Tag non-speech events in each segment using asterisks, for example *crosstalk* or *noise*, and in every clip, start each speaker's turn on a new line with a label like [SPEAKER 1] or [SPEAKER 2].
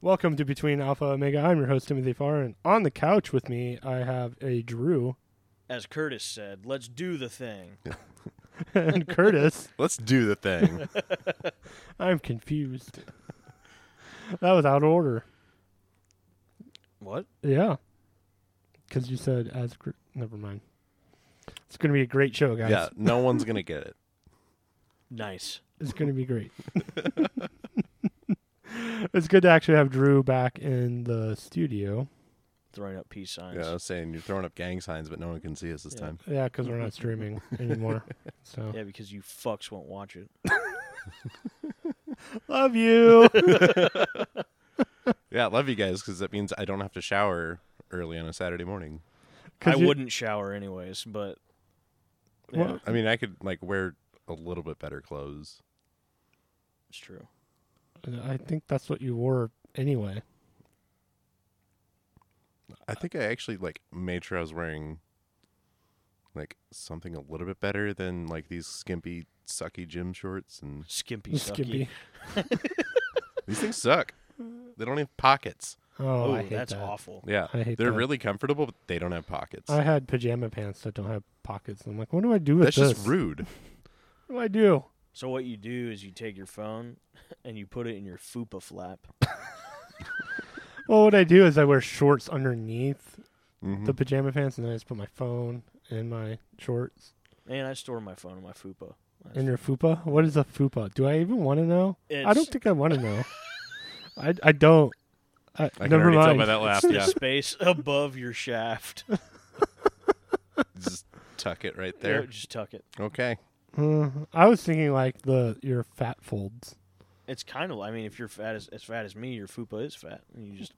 [SPEAKER 1] Welcome to Between Alpha and Omega. I'm your host, Timothy Farr, and on the couch with me, I have a Drew *laughs*
[SPEAKER 2] As Curtis said, let's do the thing.
[SPEAKER 1] and
[SPEAKER 2] *laughs*
[SPEAKER 1] Curtis.
[SPEAKER 3] Let's do the thing.
[SPEAKER 1] I'm confused. That was out of order.
[SPEAKER 2] What?
[SPEAKER 1] Yeah. Because you said as. Cur- Never mind. It's going to be a great show, guys.
[SPEAKER 3] yeah, no one's gonna get it.
[SPEAKER 2] Nice.
[SPEAKER 1] It's going to be great. *laughs* it's good to actually have Drew back in the studio.
[SPEAKER 2] Throwing up peace signs.
[SPEAKER 3] Yeah, I was saying you're throwing up gang signs, but no one can see us this
[SPEAKER 2] Yeah.
[SPEAKER 3] time.
[SPEAKER 1] Yeah, because we're not streaming anymore. So
[SPEAKER 2] Yeah, because you fucks won't watch it.
[SPEAKER 1] love
[SPEAKER 2] *laughs*
[SPEAKER 1] you.
[SPEAKER 3] Yeah, I love you guys because that means I don't have to shower early on a Saturday morning.
[SPEAKER 2] I
[SPEAKER 1] 'Cause you-
[SPEAKER 2] wouldn't shower anyways, but yeah,
[SPEAKER 1] Well-
[SPEAKER 3] I mean, I could like wear a little bit better clothes.
[SPEAKER 2] it's true.
[SPEAKER 1] I think that's what you wore anyway.
[SPEAKER 3] I think I actually like made sure I was wearing like something a little bit better than like these skimpy, sucky gym shorts, and
[SPEAKER 2] Skimpy,
[SPEAKER 1] Skimpy.
[SPEAKER 2] sucky.
[SPEAKER 3] these things suck. They don't have pockets.
[SPEAKER 1] Oh,
[SPEAKER 2] Oh,
[SPEAKER 1] I hate
[SPEAKER 2] that's
[SPEAKER 1] that.
[SPEAKER 2] awful.
[SPEAKER 3] Yeah,
[SPEAKER 1] I hate
[SPEAKER 3] they're
[SPEAKER 1] that.
[SPEAKER 3] really comfortable, but they don't have pockets.
[SPEAKER 1] I had pajama pants that don't have pockets. I'm like, what do I do with
[SPEAKER 3] That's
[SPEAKER 1] this?
[SPEAKER 3] just rude.
[SPEAKER 1] What do I do?
[SPEAKER 2] So what you do is you take your phone *laughs* and you put it in your fupa flap.
[SPEAKER 1] Well, what I do is I wear shorts underneath
[SPEAKER 3] Mhm.
[SPEAKER 1] the pajama pants, and then I just put my phone in my shorts.
[SPEAKER 2] And I store my phone in my fupa. That's-
[SPEAKER 1] In your fupa? What is a fupa? Do I even want to know? I
[SPEAKER 2] it's-
[SPEAKER 1] don't think I want to
[SPEAKER 3] *laughs*
[SPEAKER 1] know. I, I don't. I,
[SPEAKER 3] I can
[SPEAKER 1] never
[SPEAKER 3] already tell
[SPEAKER 1] mind.
[SPEAKER 3] by that laugh.
[SPEAKER 1] *laughs*
[SPEAKER 2] it's the
[SPEAKER 3] Yeah,
[SPEAKER 2] space *laughs* above your shaft. You
[SPEAKER 3] just tuck it right
[SPEAKER 2] know,
[SPEAKER 3] *laughs*
[SPEAKER 2] *laughs*
[SPEAKER 3] there.
[SPEAKER 2] just tuck it.
[SPEAKER 3] Okay.
[SPEAKER 1] Uh, I was thinking like the your fat folds.
[SPEAKER 2] It's kind of. I mean, if you're fat as, as fat as me, your fupa is fat, and
[SPEAKER 1] *laughs*
[SPEAKER 2] you just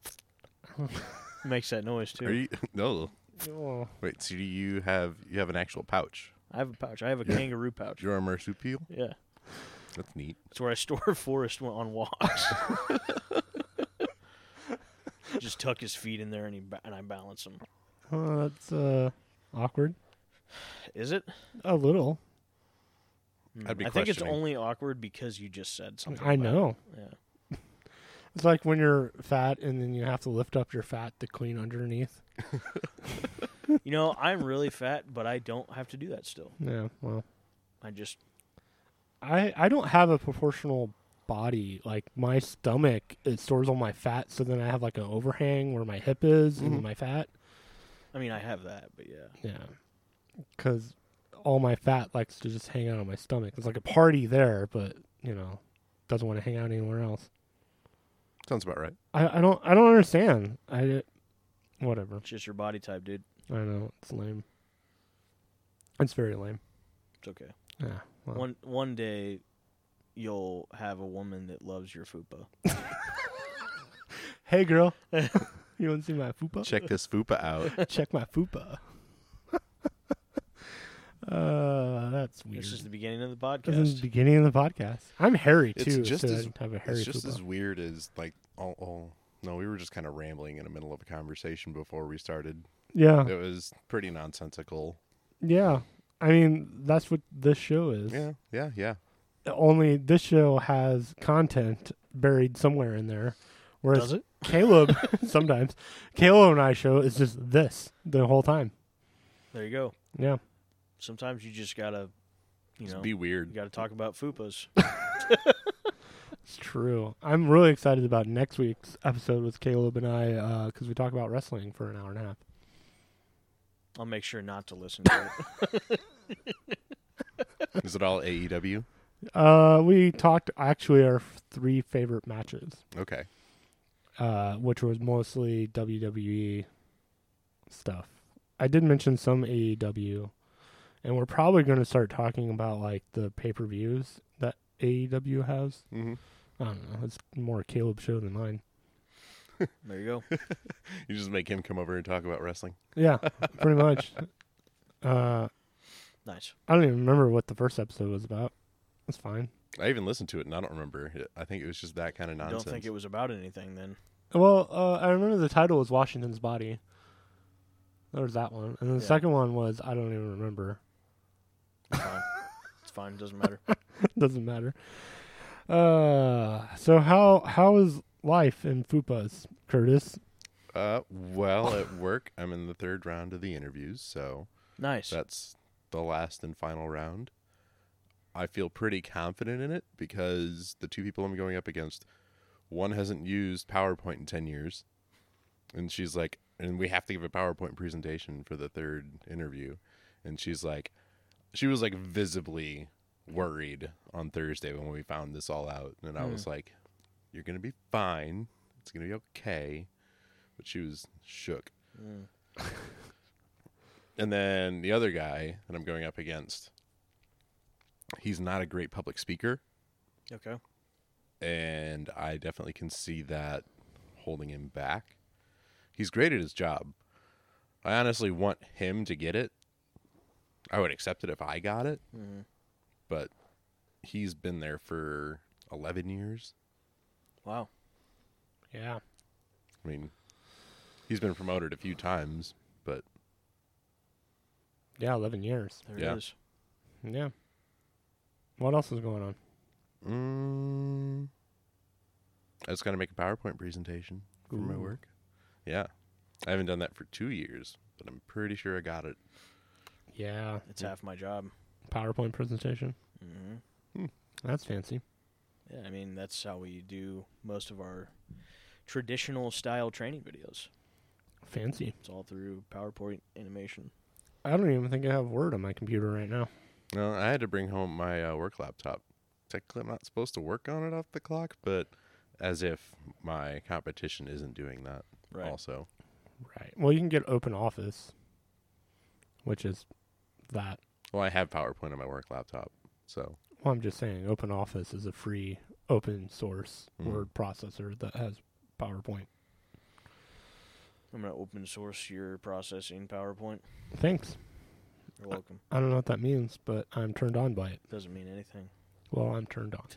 [SPEAKER 2] makes that noise too.
[SPEAKER 3] Are you *laughs* no?
[SPEAKER 1] Oh,
[SPEAKER 3] Wait. So do you have you have an actual pouch?
[SPEAKER 2] I have a pouch. I have a
[SPEAKER 3] Yeah.
[SPEAKER 2] kangaroo pouch.
[SPEAKER 3] You're a marsupial.
[SPEAKER 2] Yeah,
[SPEAKER 3] That's neat.
[SPEAKER 2] it's where I store Forrest when- on walks. *laughs* Just tuck his feet in there, and he ba- and I balance him.
[SPEAKER 1] that's uh, awkward.
[SPEAKER 2] Is it?
[SPEAKER 1] A little.
[SPEAKER 2] Hmm.
[SPEAKER 3] I'd be
[SPEAKER 2] I think it's
[SPEAKER 3] questioning.
[SPEAKER 2] only awkward because you just said something.
[SPEAKER 1] I
[SPEAKER 2] about
[SPEAKER 1] know.
[SPEAKER 2] it. Yeah.
[SPEAKER 1] It's like when you're fat and then you have to lift up your fat to clean underneath.
[SPEAKER 2] You know, I'm really fat, but I don't have to do that still.
[SPEAKER 1] Yeah, well,
[SPEAKER 2] I just
[SPEAKER 1] I I don't have a proportional body. Like my stomach, it stores all my fat, so then I have like an overhang where my hip is and
[SPEAKER 3] Mhm.
[SPEAKER 1] my fat.
[SPEAKER 2] I mean, I have that, but yeah.
[SPEAKER 1] Yeah, because all my fat likes to just hang out on my stomach. It's like a party there, but you know, doesn't want to hang out anywhere else.
[SPEAKER 3] Sounds about right.
[SPEAKER 1] I I don't I don't understand. I whatever.
[SPEAKER 2] It's just your body type, dude.
[SPEAKER 1] I know it's lame. It's very lame.
[SPEAKER 2] It's okay.
[SPEAKER 1] Yeah. Well.
[SPEAKER 2] One one day you'll have a woman that loves your fupa.
[SPEAKER 1] Hey, girl. *laughs* you want to see my fupa?
[SPEAKER 3] Check this fupa out.
[SPEAKER 1] Check my fupa. *laughs* uh, that's weird.
[SPEAKER 2] This
[SPEAKER 1] This
[SPEAKER 2] is the beginning of the
[SPEAKER 1] is the
[SPEAKER 2] podcast.
[SPEAKER 1] beginning of the podcast. I'm hairy
[SPEAKER 3] It's
[SPEAKER 1] too,
[SPEAKER 3] just
[SPEAKER 1] so
[SPEAKER 3] as-
[SPEAKER 1] I have a hairy
[SPEAKER 3] It's just
[SPEAKER 1] fupa.
[SPEAKER 3] as weird as like all. all no, we were just kind of rambling in the middle of a conversation before we started.
[SPEAKER 1] yeah,
[SPEAKER 3] It was pretty nonsensical.
[SPEAKER 1] yeah. I mean, that's what this show is.
[SPEAKER 3] Yeah, yeah, yeah.
[SPEAKER 1] Only this show has content buried somewhere in there, whereas
[SPEAKER 2] Does it?
[SPEAKER 1] Caleb sometimes Caleb and I show is just this the whole time.
[SPEAKER 2] There you go.
[SPEAKER 1] Yeah,
[SPEAKER 2] Sometimes you just gotta, you
[SPEAKER 3] Just
[SPEAKER 2] know,
[SPEAKER 3] be
[SPEAKER 2] you *laughs*
[SPEAKER 3] weird.
[SPEAKER 2] gotta talk about
[SPEAKER 3] *laughs*
[SPEAKER 2] fupas.
[SPEAKER 1] it's true. I'm really excited about next week's episode with Caleb and I because we talk about wrestling for an hour and a half.
[SPEAKER 2] I'll make sure not to listen to
[SPEAKER 3] *laughs*
[SPEAKER 2] it.
[SPEAKER 3] Is it all E AEW?
[SPEAKER 1] Uh, we talked actually our three favorite matches,
[SPEAKER 3] Okay.
[SPEAKER 1] uh, which was mostly WWE stuff. I did mention some AEW, and we're probably going to start talking about like the pay per views that AEW has.
[SPEAKER 3] Mm-hmm.
[SPEAKER 1] I don't know. It's more Caleb's show than mine.
[SPEAKER 2] There you go.
[SPEAKER 3] You just make him come over and talk about wrestling.
[SPEAKER 1] Yeah, pretty much. Uh,
[SPEAKER 2] Nice.
[SPEAKER 1] I don't even remember what the first episode was about. That's fine.
[SPEAKER 3] I even listened to it and I don't remember. It. I think it was just that kind of
[SPEAKER 2] I
[SPEAKER 3] nonsense.
[SPEAKER 2] Don't think it was about anything then.
[SPEAKER 1] Well, uh, I remember the title was Washington's Body. There was that one, and the
[SPEAKER 2] Yeah.
[SPEAKER 1] second one was I don't even remember. *laughs*
[SPEAKER 2] It's
[SPEAKER 3] *laughs*
[SPEAKER 2] fine. it's fine. Doesn't matter.
[SPEAKER 1] Doesn't matter. Uh, so how how is life in fupas, Curtis?
[SPEAKER 3] Uh, well, at work, I'm in the third round of the interviews, so
[SPEAKER 2] Nice.
[SPEAKER 3] that's the last and final round. I feel pretty confident in it because the two people I'm going up against, one hasn't used PowerPoint in 10 years, and she's like, and we have to give a PowerPoint presentation for the third interview. And she's like, she was like visibly worried on Thursday when we found this all out. And I
[SPEAKER 2] Hmm.
[SPEAKER 3] was like, you're going to be fine. It's going to be okay. But she was shook.
[SPEAKER 2] Mm.
[SPEAKER 3] And then the other guy that I'm going up against, he's not a great public speaker,
[SPEAKER 2] Okay.
[SPEAKER 3] and I definitely can see that holding him back. He's great at his job. I honestly want him to get it. I would accept it if I got it,
[SPEAKER 2] Mhm.
[SPEAKER 3] but he's been there for 11 years.
[SPEAKER 2] Wow.
[SPEAKER 1] Yeah.
[SPEAKER 3] I mean, he's been promoted a few times, but
[SPEAKER 1] Yeah, 11 years.
[SPEAKER 2] There
[SPEAKER 3] Yeah.
[SPEAKER 2] it is.
[SPEAKER 1] Yeah. What else is going on?
[SPEAKER 3] Mm, I was going to make a PowerPoint presentation for my
[SPEAKER 1] Ooh.
[SPEAKER 3] work. Yeah. I haven't done that for two years, but I'm pretty sure I got it.
[SPEAKER 1] Yeah.
[SPEAKER 2] It's half my job.
[SPEAKER 1] PowerPoint presentation.
[SPEAKER 2] hmm
[SPEAKER 1] That's fancy.
[SPEAKER 2] Yeah, I mean that's how we do most of our traditional style training videos.
[SPEAKER 1] Fancy.
[SPEAKER 2] It's all through PowerPoint animation.
[SPEAKER 1] I don't even think I have Word on my computer right now.
[SPEAKER 3] No, I had to bring home my uh, work laptop. Technically, I'm not supposed to work on it off the clock, but as if my competition isn't doing that
[SPEAKER 2] Right.
[SPEAKER 3] also.
[SPEAKER 1] Right. Well, you can get Open Office, which is that.
[SPEAKER 3] Well, I have PowerPoint on my work laptop, so
[SPEAKER 1] Well, I'm just saying, Open Office is a free open source
[SPEAKER 3] Mm.
[SPEAKER 1] word processor that has PowerPoint.
[SPEAKER 2] I'm gonna open source your processing PowerPoint.
[SPEAKER 1] Thanks.
[SPEAKER 2] You're
[SPEAKER 3] Uh,
[SPEAKER 2] welcome.
[SPEAKER 1] I don't know what that means, but I'm turned on by it.
[SPEAKER 2] Doesn't mean anything.
[SPEAKER 1] Well, I'm turned on.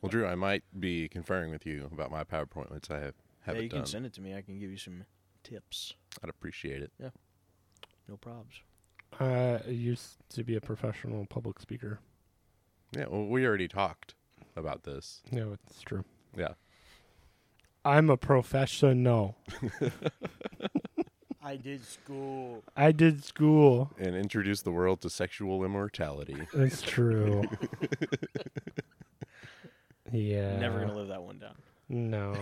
[SPEAKER 3] well, Drew, I might be conferring with you about my PowerPoint once I have, have
[SPEAKER 2] yeah,
[SPEAKER 3] it
[SPEAKER 2] you
[SPEAKER 3] done.
[SPEAKER 2] can send it to me. I can give you some tips.
[SPEAKER 3] I'd appreciate it.
[SPEAKER 2] No probs.
[SPEAKER 1] Uh, I used to be a professional public speaker.
[SPEAKER 3] Yeah, well, we already talked about this.
[SPEAKER 1] No, it's true.
[SPEAKER 3] Yeah.
[SPEAKER 1] I'm a professional.
[SPEAKER 2] I did school.
[SPEAKER 1] I did school.
[SPEAKER 3] and introduce the world to sexual immortality.
[SPEAKER 1] That's true. yeah.
[SPEAKER 2] Never gonna live that one down.
[SPEAKER 3] *laughs*
[SPEAKER 1] No.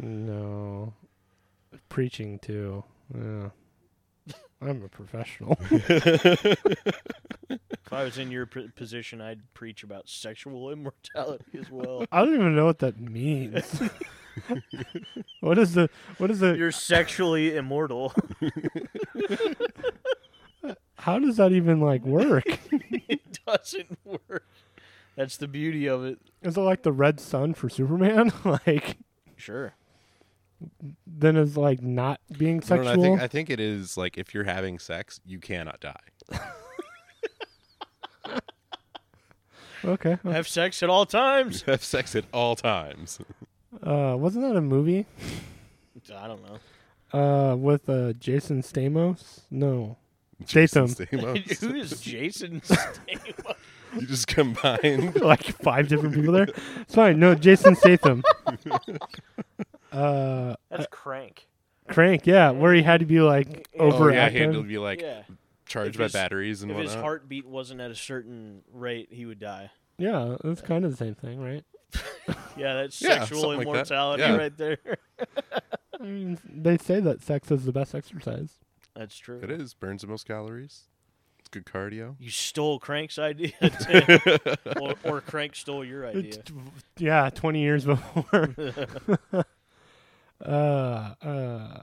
[SPEAKER 1] no. Preaching too. Yeah. I'm a professional.
[SPEAKER 2] If I was in your p- position, I'd preach about sexual *laughs* immortality as
[SPEAKER 3] *laughs*
[SPEAKER 2] well.
[SPEAKER 1] I don't even know what that means. what is the what is the
[SPEAKER 2] You're sexually immortal. *laughs*
[SPEAKER 1] how does that even like work?
[SPEAKER 2] it doesn't work. That's the beauty of it.
[SPEAKER 1] Is it like the red sun for Superman? *laughs* like
[SPEAKER 2] Sure.
[SPEAKER 1] then is like not being
[SPEAKER 3] No, no,
[SPEAKER 1] sexual?
[SPEAKER 3] I think I think it is like if you're having sex, you cannot die. *laughs*
[SPEAKER 1] okay.
[SPEAKER 2] Have sex at all times.
[SPEAKER 3] Have sex at all times. *laughs*
[SPEAKER 1] Uh wasn't that a movie?
[SPEAKER 2] I don't know.
[SPEAKER 1] Uh with uh Jason Stamos? No.
[SPEAKER 3] Jason
[SPEAKER 1] Statham.
[SPEAKER 2] *laughs*
[SPEAKER 3] Stamos.
[SPEAKER 2] Who is
[SPEAKER 3] *laughs*
[SPEAKER 2] Jason Statham?
[SPEAKER 3] you just combined.
[SPEAKER 1] *laughs* like five different people there. It's fine. No, Jason
[SPEAKER 3] *laughs*
[SPEAKER 1] Statham. uh,
[SPEAKER 2] That's Crank.
[SPEAKER 1] Crank. Yeah, where he had to be like
[SPEAKER 3] Oh yeah,
[SPEAKER 1] overactive.
[SPEAKER 3] he had to be like
[SPEAKER 2] yeah.
[SPEAKER 3] charged
[SPEAKER 2] If
[SPEAKER 3] by
[SPEAKER 2] his-
[SPEAKER 3] batteries and
[SPEAKER 2] If his
[SPEAKER 3] whatnot.
[SPEAKER 2] heartbeat wasn't at a certain rate, he would die.
[SPEAKER 1] yeah, that's kind of the same thing, right?
[SPEAKER 2] Yeah, that's
[SPEAKER 3] Yeah,
[SPEAKER 2] sexual
[SPEAKER 3] something like that.
[SPEAKER 2] immortality
[SPEAKER 3] Yeah.
[SPEAKER 2] right there. *laughs*
[SPEAKER 1] I mean, they say that sex is the best exercise.
[SPEAKER 2] That's true.
[SPEAKER 3] It is burns the most calories. It's good cardio.
[SPEAKER 2] You stole Crank's idea, *laughs* Tim. or, or Crank stole your
[SPEAKER 1] It's
[SPEAKER 2] idea.
[SPEAKER 1] t- yeah, twenty years before. *laughs* uh, uh,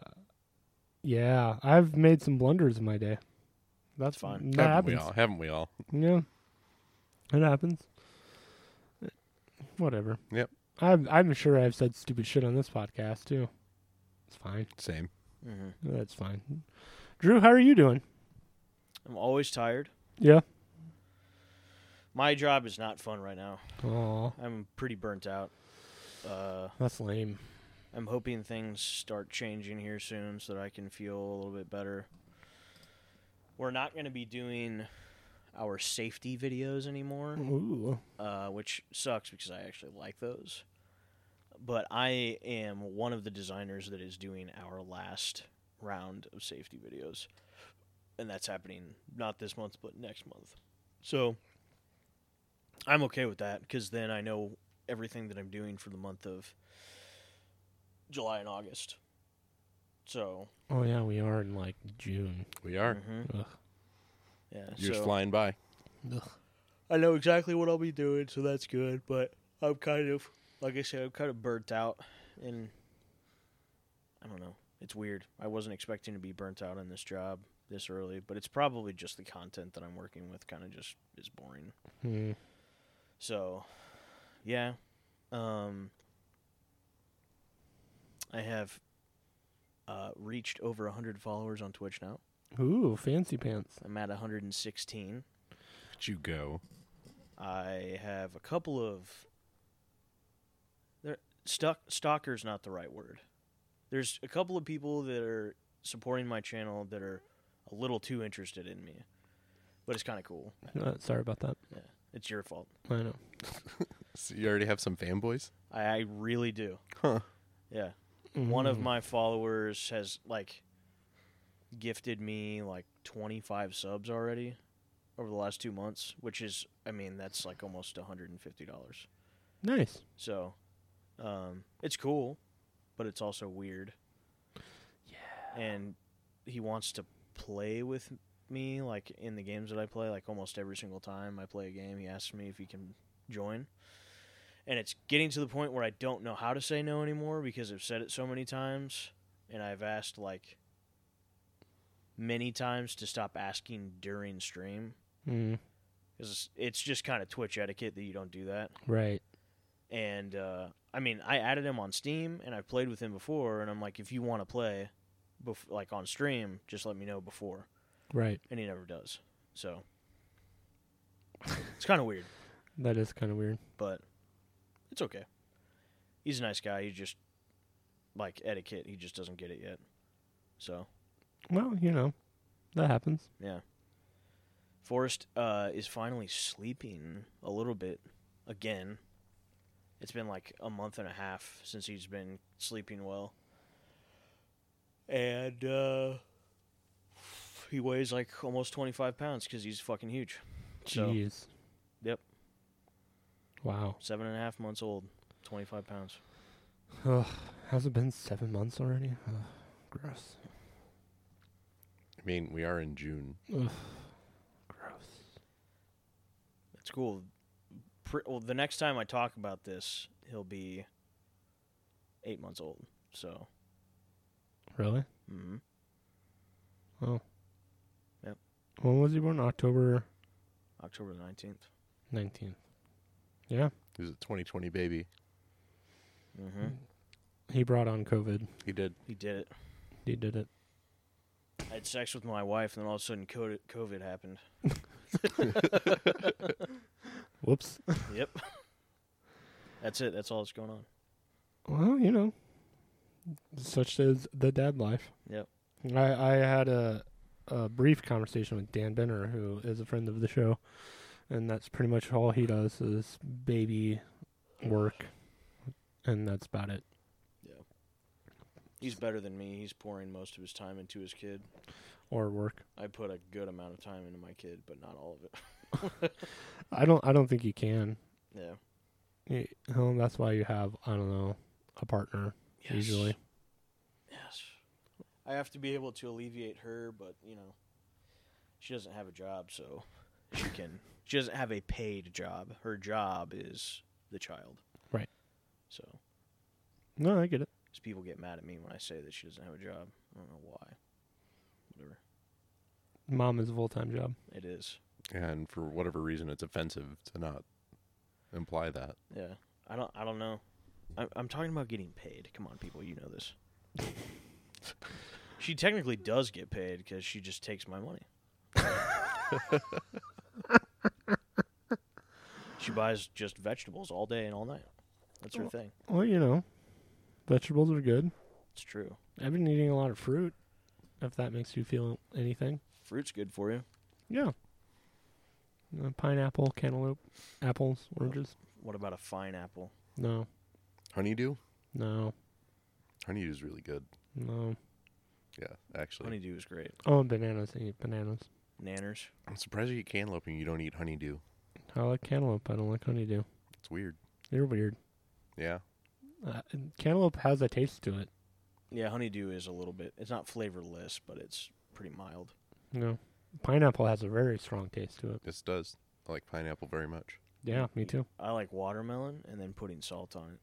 [SPEAKER 1] yeah, I've made some blunders in my day. That's
[SPEAKER 2] fine.
[SPEAKER 1] That
[SPEAKER 3] haven't we
[SPEAKER 1] happens.
[SPEAKER 3] all? Haven't we all?
[SPEAKER 1] Yeah, it happens. Whatever.
[SPEAKER 3] Yep.
[SPEAKER 1] I'm I'm sure I've said stupid shit on this podcast too. It's fine.
[SPEAKER 3] Same.
[SPEAKER 2] Mhm.
[SPEAKER 1] That's fine. Drew, how are you doing?
[SPEAKER 2] I'm always tired.
[SPEAKER 1] Yeah.
[SPEAKER 2] My job is not fun right now.
[SPEAKER 1] Oh,
[SPEAKER 2] I'm pretty burnt out. Uh,
[SPEAKER 1] that's lame.
[SPEAKER 2] I'm hoping things start changing here soon so that I can feel a little bit better. We're not going to be doing our safety videos anymore,
[SPEAKER 1] Ooh.
[SPEAKER 2] uh, which sucks because I actually like those. but I am one of the designers that is doing our last round of safety videos. And that's happening not this month, but next month. So I'm okay with that because then I know everything that I'm doing for the month of July and August. So
[SPEAKER 1] Oh yeah, we are in like June.
[SPEAKER 3] We are.
[SPEAKER 2] mhm.
[SPEAKER 1] Ugh.
[SPEAKER 2] yeah,
[SPEAKER 3] Years
[SPEAKER 2] so
[SPEAKER 3] flying by.
[SPEAKER 2] I know exactly what I'll be doing, so that's good. But I'm kind of, like I said, I'm kind of burnt out, and I don't know. It's weird. I wasn't expecting to be burnt out on this job this early, but it's probably just the content that I'm working with kind of just is boring.
[SPEAKER 1] Hmm.
[SPEAKER 2] So, yeah. Um, I have uh, reached over 100 followers on Twitch now.
[SPEAKER 1] Ooh, fancy pants.
[SPEAKER 2] I'm at 116.
[SPEAKER 3] But you go.
[SPEAKER 2] I have a couple of. There, stuck stalker's not the right word. There's a couple of people that are supporting my channel that are a little too interested in me, but it's kind of cool.
[SPEAKER 1] Uh, sorry about that.
[SPEAKER 2] It's your fault.
[SPEAKER 1] I know.
[SPEAKER 3] So you already have some fanboys?
[SPEAKER 2] I, I really do.
[SPEAKER 3] Huh.
[SPEAKER 2] Yeah. One
[SPEAKER 1] Mm. Hmm.
[SPEAKER 2] of my followers has like gifted me like 25 subs already over the last two months, which is, I mean, that's like almost 150 dollars.
[SPEAKER 1] nice.
[SPEAKER 2] So, um, it's cool, but it's also weird. Yeah. And he wants to play with me, like in the games that I play. Like almost every single time I play a game, he asks me if he can join. And it's getting to the point where I don't know how to say no anymore because I've said it so many times, and I've asked like many times to stop asking during stream
[SPEAKER 1] Mm,
[SPEAKER 2] because it's just kind of Twitch etiquette that you don't do that
[SPEAKER 1] right.
[SPEAKER 2] and uh, I mean, I added him on Steam, and I've played with him before, and I'm like, if you want to play, bef- like on stream, just let me know before,
[SPEAKER 1] Right.
[SPEAKER 2] and he never does. So it's kind of weird,
[SPEAKER 1] That is kind of weird.
[SPEAKER 2] but it's okay. He's a nice guy. He just like etiquette. He just doesn't get it yet. So
[SPEAKER 1] Well, you know, that happens.
[SPEAKER 2] yeah, Forrest uh, is finally sleeping a little bit again. It's been like a month and a half since he's been sleeping well. And uh, he weighs like almost 25 pounds because he's fucking huge. So,
[SPEAKER 1] Jeez.
[SPEAKER 2] Yep.
[SPEAKER 1] Wow.
[SPEAKER 2] seven and a half months old, 25 pounds.
[SPEAKER 1] Ugh, has it been seven months already? Ugh, gross.
[SPEAKER 3] I mean, we are in June.
[SPEAKER 1] Ugh, gross.
[SPEAKER 2] It's cool. Pre- well, the next time I talk about this, he'll be eight months old. So,
[SPEAKER 1] Really?
[SPEAKER 2] mm-hmm.
[SPEAKER 1] When was he born? October
[SPEAKER 2] October the 19th.
[SPEAKER 1] nineteenth. Yeah,
[SPEAKER 3] He's a 2020 baby.
[SPEAKER 2] Mm-hmm.
[SPEAKER 1] he brought on COVID.
[SPEAKER 3] He did.
[SPEAKER 2] He did it.
[SPEAKER 1] He did it.
[SPEAKER 2] I had sex with my wife, and then all of a sudden, co- COVID happened.
[SPEAKER 1] Whoops.
[SPEAKER 2] Yep. That's it. That's all that's going on.
[SPEAKER 1] Well, you know, such is the dad life.
[SPEAKER 2] Yep.
[SPEAKER 1] I I had a a brief conversation with Dan Benner, who is a friend of the show, and that's pretty much all he does is baby work, and that's about it.
[SPEAKER 2] He's better than me. He's pouring most of his time into his kid.
[SPEAKER 1] Or work.
[SPEAKER 2] I put a good amount of time into my kid, but not all of it. *laughs*
[SPEAKER 1] I don't. I don't think you can.
[SPEAKER 2] Yeah.
[SPEAKER 1] Yeah, well, that's why you have I don't know a partner usually.
[SPEAKER 2] Yes. I have to be able to alleviate her, but you know, she doesn't have a job, so she can. She doesn't have a paid job. Her job is the child.
[SPEAKER 1] Right.
[SPEAKER 2] So,
[SPEAKER 1] No, I get it.
[SPEAKER 2] 'cause people get mad at me when I say that she doesn't have a job. I don't know why. Whatever.
[SPEAKER 1] Mom is a full time job.
[SPEAKER 2] It is.
[SPEAKER 3] And for whatever reason, it's offensive to not imply that.
[SPEAKER 2] Yeah, I don't. I don't know. I'm, I'm talking about getting paid. Come on, people, you know this. she technically does get paid because she just takes my money. she buys just vegetables all day and all night. That's her
[SPEAKER 1] Well-
[SPEAKER 2] thing.
[SPEAKER 1] Well, you know, vegetables are good.
[SPEAKER 2] It's true.
[SPEAKER 1] I've been eating a lot of fruit. If that makes you feel anything,
[SPEAKER 2] Fruit's good for you.
[SPEAKER 1] yeah. Uh, pineapple, cantaloupe, apples, oranges.
[SPEAKER 2] What about a fine apple?
[SPEAKER 1] No,
[SPEAKER 3] Honeydew?
[SPEAKER 1] No,
[SPEAKER 3] Honeydew is really good.
[SPEAKER 1] no.
[SPEAKER 3] Yeah, actually.
[SPEAKER 2] Honeydew is great.
[SPEAKER 1] Oh, and bananas. I eat bananas.
[SPEAKER 2] Nanners.
[SPEAKER 3] I'm surprised you eat cantaloupe and you don't eat honeydew.
[SPEAKER 1] I like cantaloupe. I don't like honeydew.
[SPEAKER 3] It's weird.
[SPEAKER 1] They're weird.
[SPEAKER 3] Yeah.
[SPEAKER 1] Uh, and cantaloupe has a taste to it.
[SPEAKER 2] Yeah, honeydew is a little bit. It's not flavorless, but it's pretty mild.
[SPEAKER 1] You know, pineapple has a very strong taste to it.
[SPEAKER 3] This does. I like pineapple very much.
[SPEAKER 1] Yeah, me too.
[SPEAKER 2] I like watermelon and then putting salt on it.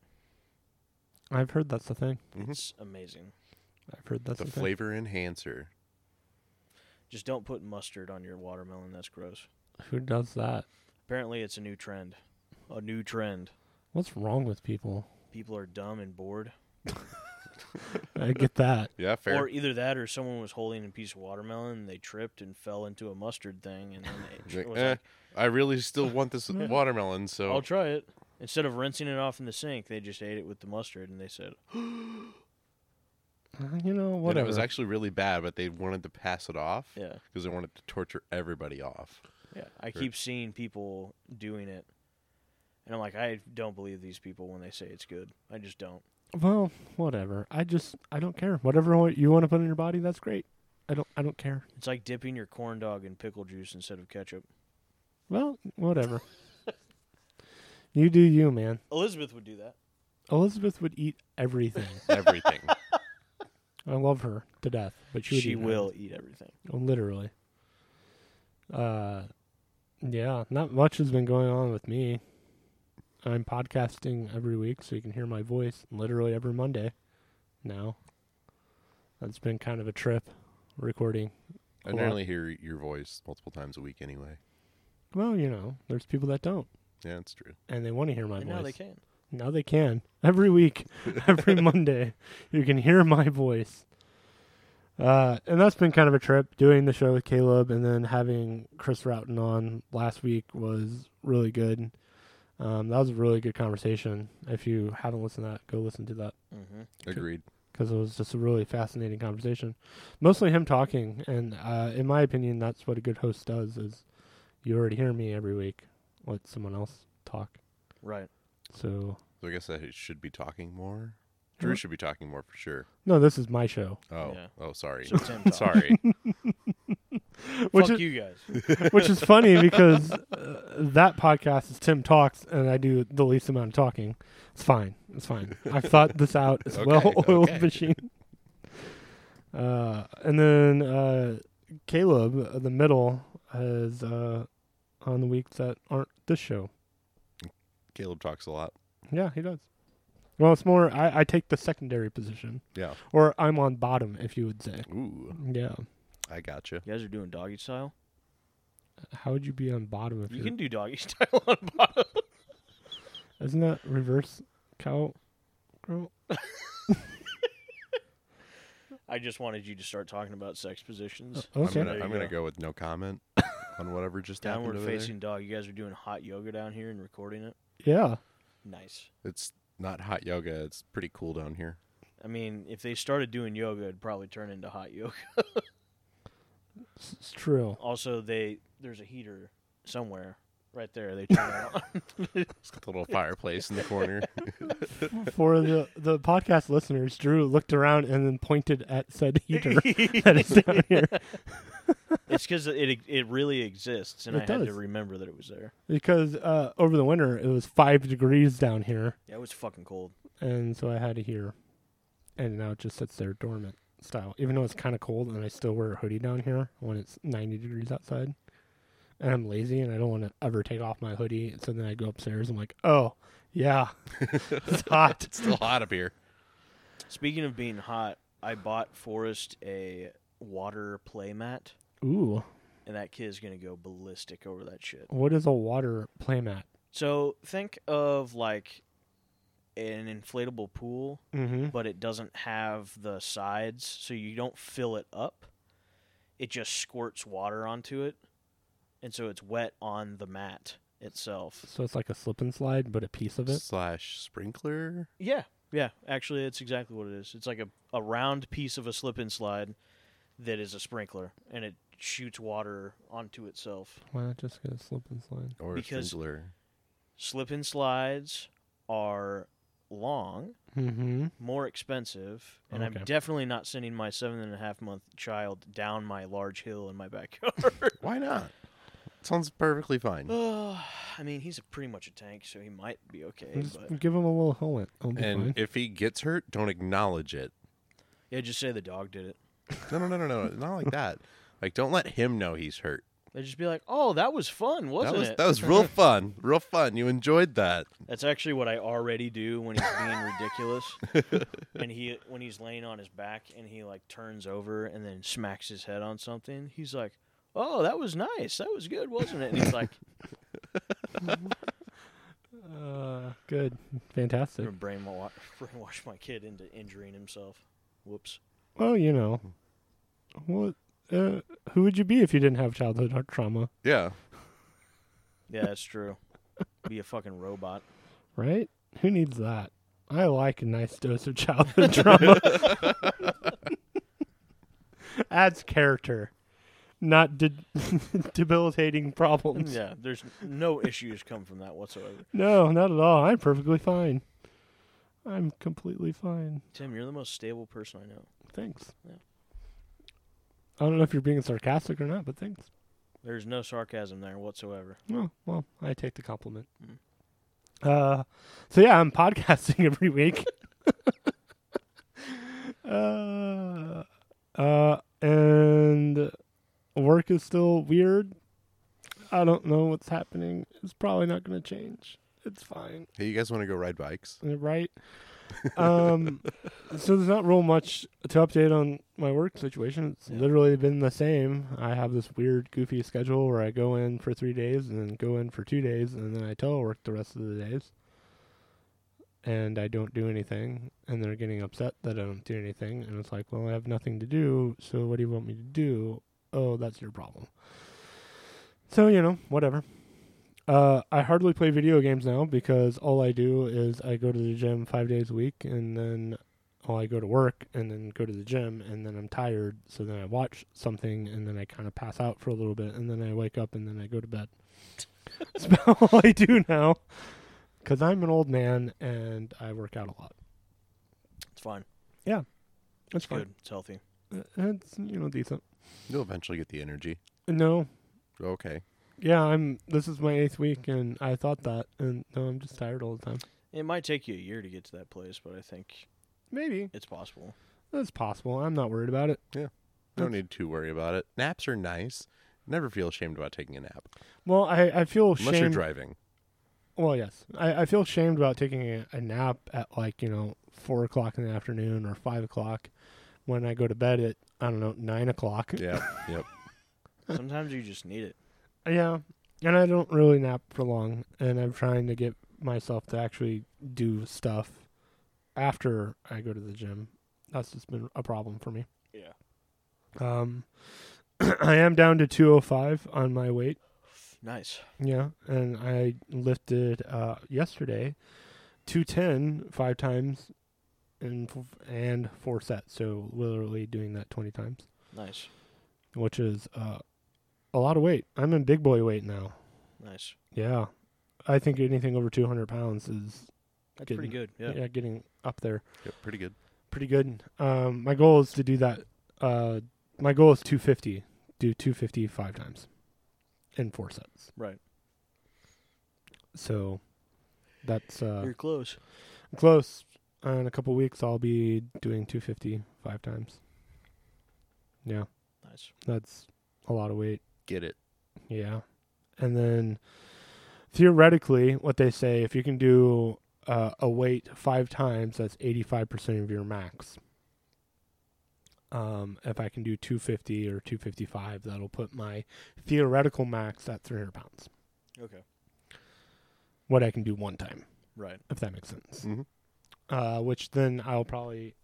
[SPEAKER 1] I've heard that's the thing.
[SPEAKER 3] Mhm.
[SPEAKER 2] It's amazing.
[SPEAKER 1] I've heard that's
[SPEAKER 3] the
[SPEAKER 1] the, thing.
[SPEAKER 3] flavor enhancer.
[SPEAKER 2] Just don't put mustard on your watermelon. That's gross.
[SPEAKER 1] Who does that?
[SPEAKER 2] Apparently, it's a new trend. A new trend.
[SPEAKER 1] What's wrong with people?
[SPEAKER 2] People are dumb and bored.
[SPEAKER 1] I get that.
[SPEAKER 3] *laughs* Yeah, fair.
[SPEAKER 2] Or either that, or someone was holding a piece of watermelon and they tripped and fell into a mustard thing, and then
[SPEAKER 3] *laughs*
[SPEAKER 2] they
[SPEAKER 3] Like,
[SPEAKER 2] tr- was
[SPEAKER 3] eh,
[SPEAKER 2] like,
[SPEAKER 3] I really still want this watermelon, so
[SPEAKER 2] "I'll try it." Instead of rinsing it off in the sink, they just ate it with the mustard, and they said,
[SPEAKER 1] Uh, You know,
[SPEAKER 3] and
[SPEAKER 1] whatever.
[SPEAKER 3] it was actually really bad, but they wanted to pass it off because
[SPEAKER 2] "Yeah,
[SPEAKER 3] they wanted to torture everybody off.
[SPEAKER 2] yeah." I
[SPEAKER 3] Sure.
[SPEAKER 2] keep seeing people doing it, and I'm like, I don't believe these people when they say it's good. I just don't.
[SPEAKER 1] well, whatever. I just I don't care. Whatever wa- you want to put in your body, that's great. I don't I don't care.
[SPEAKER 2] It's like dipping your corn dog in pickle juice instead of ketchup.
[SPEAKER 1] Well, *laughs* whatever. you do you, man.
[SPEAKER 2] Elizabeth would do that.
[SPEAKER 1] Elizabeth would eat everything.
[SPEAKER 3] Everything.
[SPEAKER 1] I love her to death, but she
[SPEAKER 2] She,
[SPEAKER 1] would eat
[SPEAKER 2] will eat everything.
[SPEAKER 1] everything. Oh, literally. Uh, yeah. Not much has been going on with me. I'm podcasting every week, so you can hear my voice literally every Monday. Now, that's been kind of a trip recording.
[SPEAKER 3] I
[SPEAKER 1] Well, I-
[SPEAKER 3] normally hear your voice multiple times a week anyway.
[SPEAKER 1] Well, you know, there's people that don't,
[SPEAKER 3] Yeah, it's true.
[SPEAKER 1] and they want to hear my
[SPEAKER 2] and
[SPEAKER 1] voice.
[SPEAKER 2] now they can.
[SPEAKER 1] Now they can. Every
[SPEAKER 2] *laughs*
[SPEAKER 1] week, every Monday, you can hear my voice. Uh, and that's been kind of a trip. Doing the show with Caleb and then having Chris Routon on last week was really good. Um, that was a really good conversation. If you haven't listened to that, go listen to that
[SPEAKER 2] Mm-hmm.
[SPEAKER 3] Agreed.
[SPEAKER 1] because it was just a really fascinating conversation. Mostly him talking, and uh, in my opinion, that's what a good host does. Is you already hear me every week. Let someone else talk.
[SPEAKER 2] Right.
[SPEAKER 1] So
[SPEAKER 3] So I guess I should be talking more.
[SPEAKER 1] Well-
[SPEAKER 3] Drew should be talking more for sure.
[SPEAKER 1] no, this is my show.
[SPEAKER 3] Oh,
[SPEAKER 2] Yeah.
[SPEAKER 3] oh, sorry, *laughs*
[SPEAKER 2] So Tim talks.
[SPEAKER 3] sorry.
[SPEAKER 1] Which
[SPEAKER 2] Fuck
[SPEAKER 1] is-
[SPEAKER 2] you guys.
[SPEAKER 1] which is funny because uh, that podcast is Tim talks, and I do the least amount of talking. It's fine. It's fine. I've thought this out. It's *laughs*
[SPEAKER 3] Okay,
[SPEAKER 1] well-oiled
[SPEAKER 3] okay.
[SPEAKER 1] machine. Uh, and then uh, Caleb, uh, the middle, is uh, on the weeks that aren't this show.
[SPEAKER 3] Caleb talks a lot.
[SPEAKER 1] Yeah, he does. Well, it's more I, I take the secondary position,
[SPEAKER 3] Yeah.
[SPEAKER 1] or I'm on bottom, if you would say.
[SPEAKER 3] Ooh,
[SPEAKER 1] Yeah.
[SPEAKER 3] I gotcha.
[SPEAKER 2] You guys are doing doggy style.
[SPEAKER 1] *laughs* How would you be on bottom if
[SPEAKER 2] You
[SPEAKER 1] you?
[SPEAKER 2] can do doggy *laughs* style on bottom.
[SPEAKER 1] Isn't that reverse cow? Girl?
[SPEAKER 2] I just wanted you to start talking about
[SPEAKER 1] *laughs*
[SPEAKER 2] sex positions.
[SPEAKER 1] Okay.
[SPEAKER 3] I'm
[SPEAKER 2] There
[SPEAKER 3] gonna,
[SPEAKER 2] you
[SPEAKER 3] I'm gonna
[SPEAKER 2] go.
[SPEAKER 3] go with
[SPEAKER 1] *laughs*
[SPEAKER 3] no comment on whatever just
[SPEAKER 2] Downward
[SPEAKER 3] happened over
[SPEAKER 2] facing dog. You guys are doing hot yoga down here and recording it.
[SPEAKER 1] Yeah.
[SPEAKER 2] Nice.
[SPEAKER 3] there. It's not hot yoga. It's pretty cool down here. *laughs*
[SPEAKER 2] I mean, if they started doing yoga, it'd probably turn into hot yoga. *laughs*
[SPEAKER 1] It's true.
[SPEAKER 2] Also, they there's a heater somewhere right there. They turn
[SPEAKER 1] *laughs*
[SPEAKER 2] it on.
[SPEAKER 3] It's got a little fireplace in the corner.
[SPEAKER 1] For the, the podcast listeners, Drew looked around and then pointed at said
[SPEAKER 2] *laughs*
[SPEAKER 1] heater *laughs* that is down here
[SPEAKER 2] It's because it it really exists, and
[SPEAKER 1] It
[SPEAKER 2] I had to
[SPEAKER 1] does.
[SPEAKER 2] remember that it was there.
[SPEAKER 1] because uh, over the winter it was five degrees down here,
[SPEAKER 2] Yeah, it was fucking cold.
[SPEAKER 1] and so I had a heater, and now it just sits there dormant style. Even though it's kind of cold, and I still wear a hoodie down here when it's ninety degrees outside, and I'm lazy and I don't want to ever take off my hoodie. So then I go upstairs. I'm like, oh yeah, *laughs* it's
[SPEAKER 3] *laughs*
[SPEAKER 1] hot.
[SPEAKER 3] it's still hot up here.
[SPEAKER 2] Speaking of being hot, I bought Forrest a water play mat,
[SPEAKER 1] Ooh,
[SPEAKER 2] and that kid's gonna go ballistic over that shit.
[SPEAKER 1] what is a water playmat?
[SPEAKER 2] So think of like an inflatable pool,
[SPEAKER 1] Mm-hmm.
[SPEAKER 2] but it doesn't have the sides, so you don't fill it up. It just squirts water onto it, and so it's wet on the mat itself.
[SPEAKER 1] So it's like a slip and slide, but a piece of it.
[SPEAKER 3] Slash sprinkler.
[SPEAKER 2] Yeah, yeah. Actually, it's exactly what it is. It's like a, a round piece of a slip and slide that is a sprinkler, and it shoots water onto itself.
[SPEAKER 1] Why not just get a slip and slide?
[SPEAKER 3] Or a
[SPEAKER 2] Because-
[SPEAKER 3] sprinkler.
[SPEAKER 2] Slip and slides are long,
[SPEAKER 1] Mm-hmm.
[SPEAKER 2] more expensive, and
[SPEAKER 1] Okay.
[SPEAKER 2] I'm definitely not sending my seven and a half month child down my large hill in my *laughs* backyard.
[SPEAKER 3] Why not? Sounds perfectly fine.
[SPEAKER 2] Uh, *sighs* I mean, he's a pretty much a tank, so he might be okay.
[SPEAKER 3] *laughs*
[SPEAKER 1] Just
[SPEAKER 2] But
[SPEAKER 1] give him a little helmet. It'll be
[SPEAKER 3] and
[SPEAKER 1] fine.
[SPEAKER 3] if he gets hurt, don't acknowledge it.
[SPEAKER 2] yeah, just say the dog did it.
[SPEAKER 3] No, no, no, no, no, not
[SPEAKER 1] *laughs*
[SPEAKER 3] like that. Like, don't let him know he's hurt.
[SPEAKER 2] They just be like, "Oh, that was fun, wasn't
[SPEAKER 3] that was
[SPEAKER 2] it?"
[SPEAKER 3] that was
[SPEAKER 2] *laughs*
[SPEAKER 3] real fun, real fun. You enjoyed that.
[SPEAKER 2] That's actually what I already do when he's being ridiculous. And he when he's laying on his back and he like turns over and then smacks his head on something. He's like, "Oh, that was nice. That was good, wasn't it?" And he's like,
[SPEAKER 1] Uh, good,
[SPEAKER 2] I'm
[SPEAKER 1] fantastic.
[SPEAKER 2] gonna brainwa- brainwash my kid into injuring himself. Whoops.
[SPEAKER 1] Well, you know, what? Uh, who would you be if you didn't have childhood heart trauma?
[SPEAKER 3] Yeah,
[SPEAKER 2] Yeah, that's true. Be a fucking robot.
[SPEAKER 1] Right? Who needs that? I like a nice dose of childhood trauma. Adds character, not de- *laughs* debilitating problems.
[SPEAKER 2] Yeah, there's no issues come from that whatsoever.
[SPEAKER 1] No, not at all. I'm perfectly fine. I'm completely fine.
[SPEAKER 2] Tim, you're the most stable person I know.
[SPEAKER 1] Thanks.
[SPEAKER 2] Yeah.
[SPEAKER 1] I don't know if you're being sarcastic or not, but thanks.
[SPEAKER 2] There's no sarcasm there whatsoever.
[SPEAKER 1] Oh, well, I take the compliment.
[SPEAKER 2] Mm.
[SPEAKER 1] Uh, so yeah, I'm *laughs* podcasting every week. *laughs* uh, uh, and work is still weird. I don't know what's happening. It's probably not going to change. It's fine,
[SPEAKER 3] hey, you guys want to go ride bikes?
[SPEAKER 1] *laughs* right? Um, so there's not real much to update on my work situation. It's
[SPEAKER 2] Yeah.
[SPEAKER 1] literally been the same. I have this weird, goofy schedule where I go in for three days and then go in for two days and then I telework the rest of the days. And I don't do anything, and they're getting upset that I don't do anything. And it's like, well, I have nothing to do, so what do you want me to do? Oh, that's your problem. So, you know, whatever. Uh, I hardly play video games now because all I do is I go to the gym five days a week and then oh, I go to work and then go to the gym and then I'm tired. So then I watch something and then I kind of pass out for a little bit and then I wake up and then I go to bed. *laughs* That's about all I do now because I'm an old man and I work out a lot.
[SPEAKER 2] It's fine.
[SPEAKER 1] That's
[SPEAKER 2] It's good. It's healthy.
[SPEAKER 1] That's, you know, decent.
[SPEAKER 3] You'll eventually get the energy.
[SPEAKER 1] No.
[SPEAKER 3] Okay,
[SPEAKER 1] Yeah, I'm. This is my eighth week, and I thought that, and no, I'm just tired all the time.
[SPEAKER 2] It might take you a year to get to that place, but I think
[SPEAKER 1] Maybe
[SPEAKER 2] it's possible.
[SPEAKER 1] that's possible. I'm not worried about it.
[SPEAKER 3] don't
[SPEAKER 2] Mm.
[SPEAKER 3] need to worry about it. Naps are nice. Never feel ashamed about taking a nap
[SPEAKER 2] Oh,
[SPEAKER 1] Well, I, I feel
[SPEAKER 3] unless you're
[SPEAKER 1] shamed.
[SPEAKER 2] *laughs*
[SPEAKER 3] driving.
[SPEAKER 1] Well, yes, I, I feel shamed about taking a, a nap at like you know four o'clock in the afternoon or five o'clock when I go to bed at I don't know nine o'clock.
[SPEAKER 3] Yeah, yep.
[SPEAKER 2] Sometimes you just need it.
[SPEAKER 1] Yeah, and I don't really nap for long, and I'm trying to get myself to actually do stuff after I go to the gym. That's just been a problem for me.
[SPEAKER 2] Yeah.
[SPEAKER 1] Um, *clears throat* I am down to 205 on my weight.
[SPEAKER 2] Nice.
[SPEAKER 1] Yeah, and I lifted uh, yesterday 210 five times and f- and four sets. So literally doing that 20 times,
[SPEAKER 2] Nice.
[SPEAKER 1] which is uh, a lot of weight. I'm in big boy weight now.
[SPEAKER 2] Nice.
[SPEAKER 1] Yeah, I think anything over 200 pounds is
[SPEAKER 2] That's
[SPEAKER 1] Good.
[SPEAKER 2] pretty good. Yeah.
[SPEAKER 1] yeah. getting up there
[SPEAKER 3] Yep, pretty good.
[SPEAKER 1] pretty good. Um, my goal is to do that. Uh, my goal is 250. Do 250 five times in four sets.
[SPEAKER 2] Right.
[SPEAKER 1] So that's uh,
[SPEAKER 2] You're close.
[SPEAKER 1] Close. Uh, in a couple weeks, I'll be doing 250 five times. Yeah,
[SPEAKER 2] Nice.
[SPEAKER 1] that's a lot of weight.
[SPEAKER 3] Get it.
[SPEAKER 1] Yeah. And then theoretically, what they say, if you can do uh, a weight five times, that's 85% of your max. Um, if I can do 250 or 255, that'll put my theoretical max at 300 pounds.
[SPEAKER 2] Okay.
[SPEAKER 1] What I can do one time.
[SPEAKER 2] Right.
[SPEAKER 1] if that makes sense.
[SPEAKER 3] Mhm.
[SPEAKER 1] Uh, which then I'll probably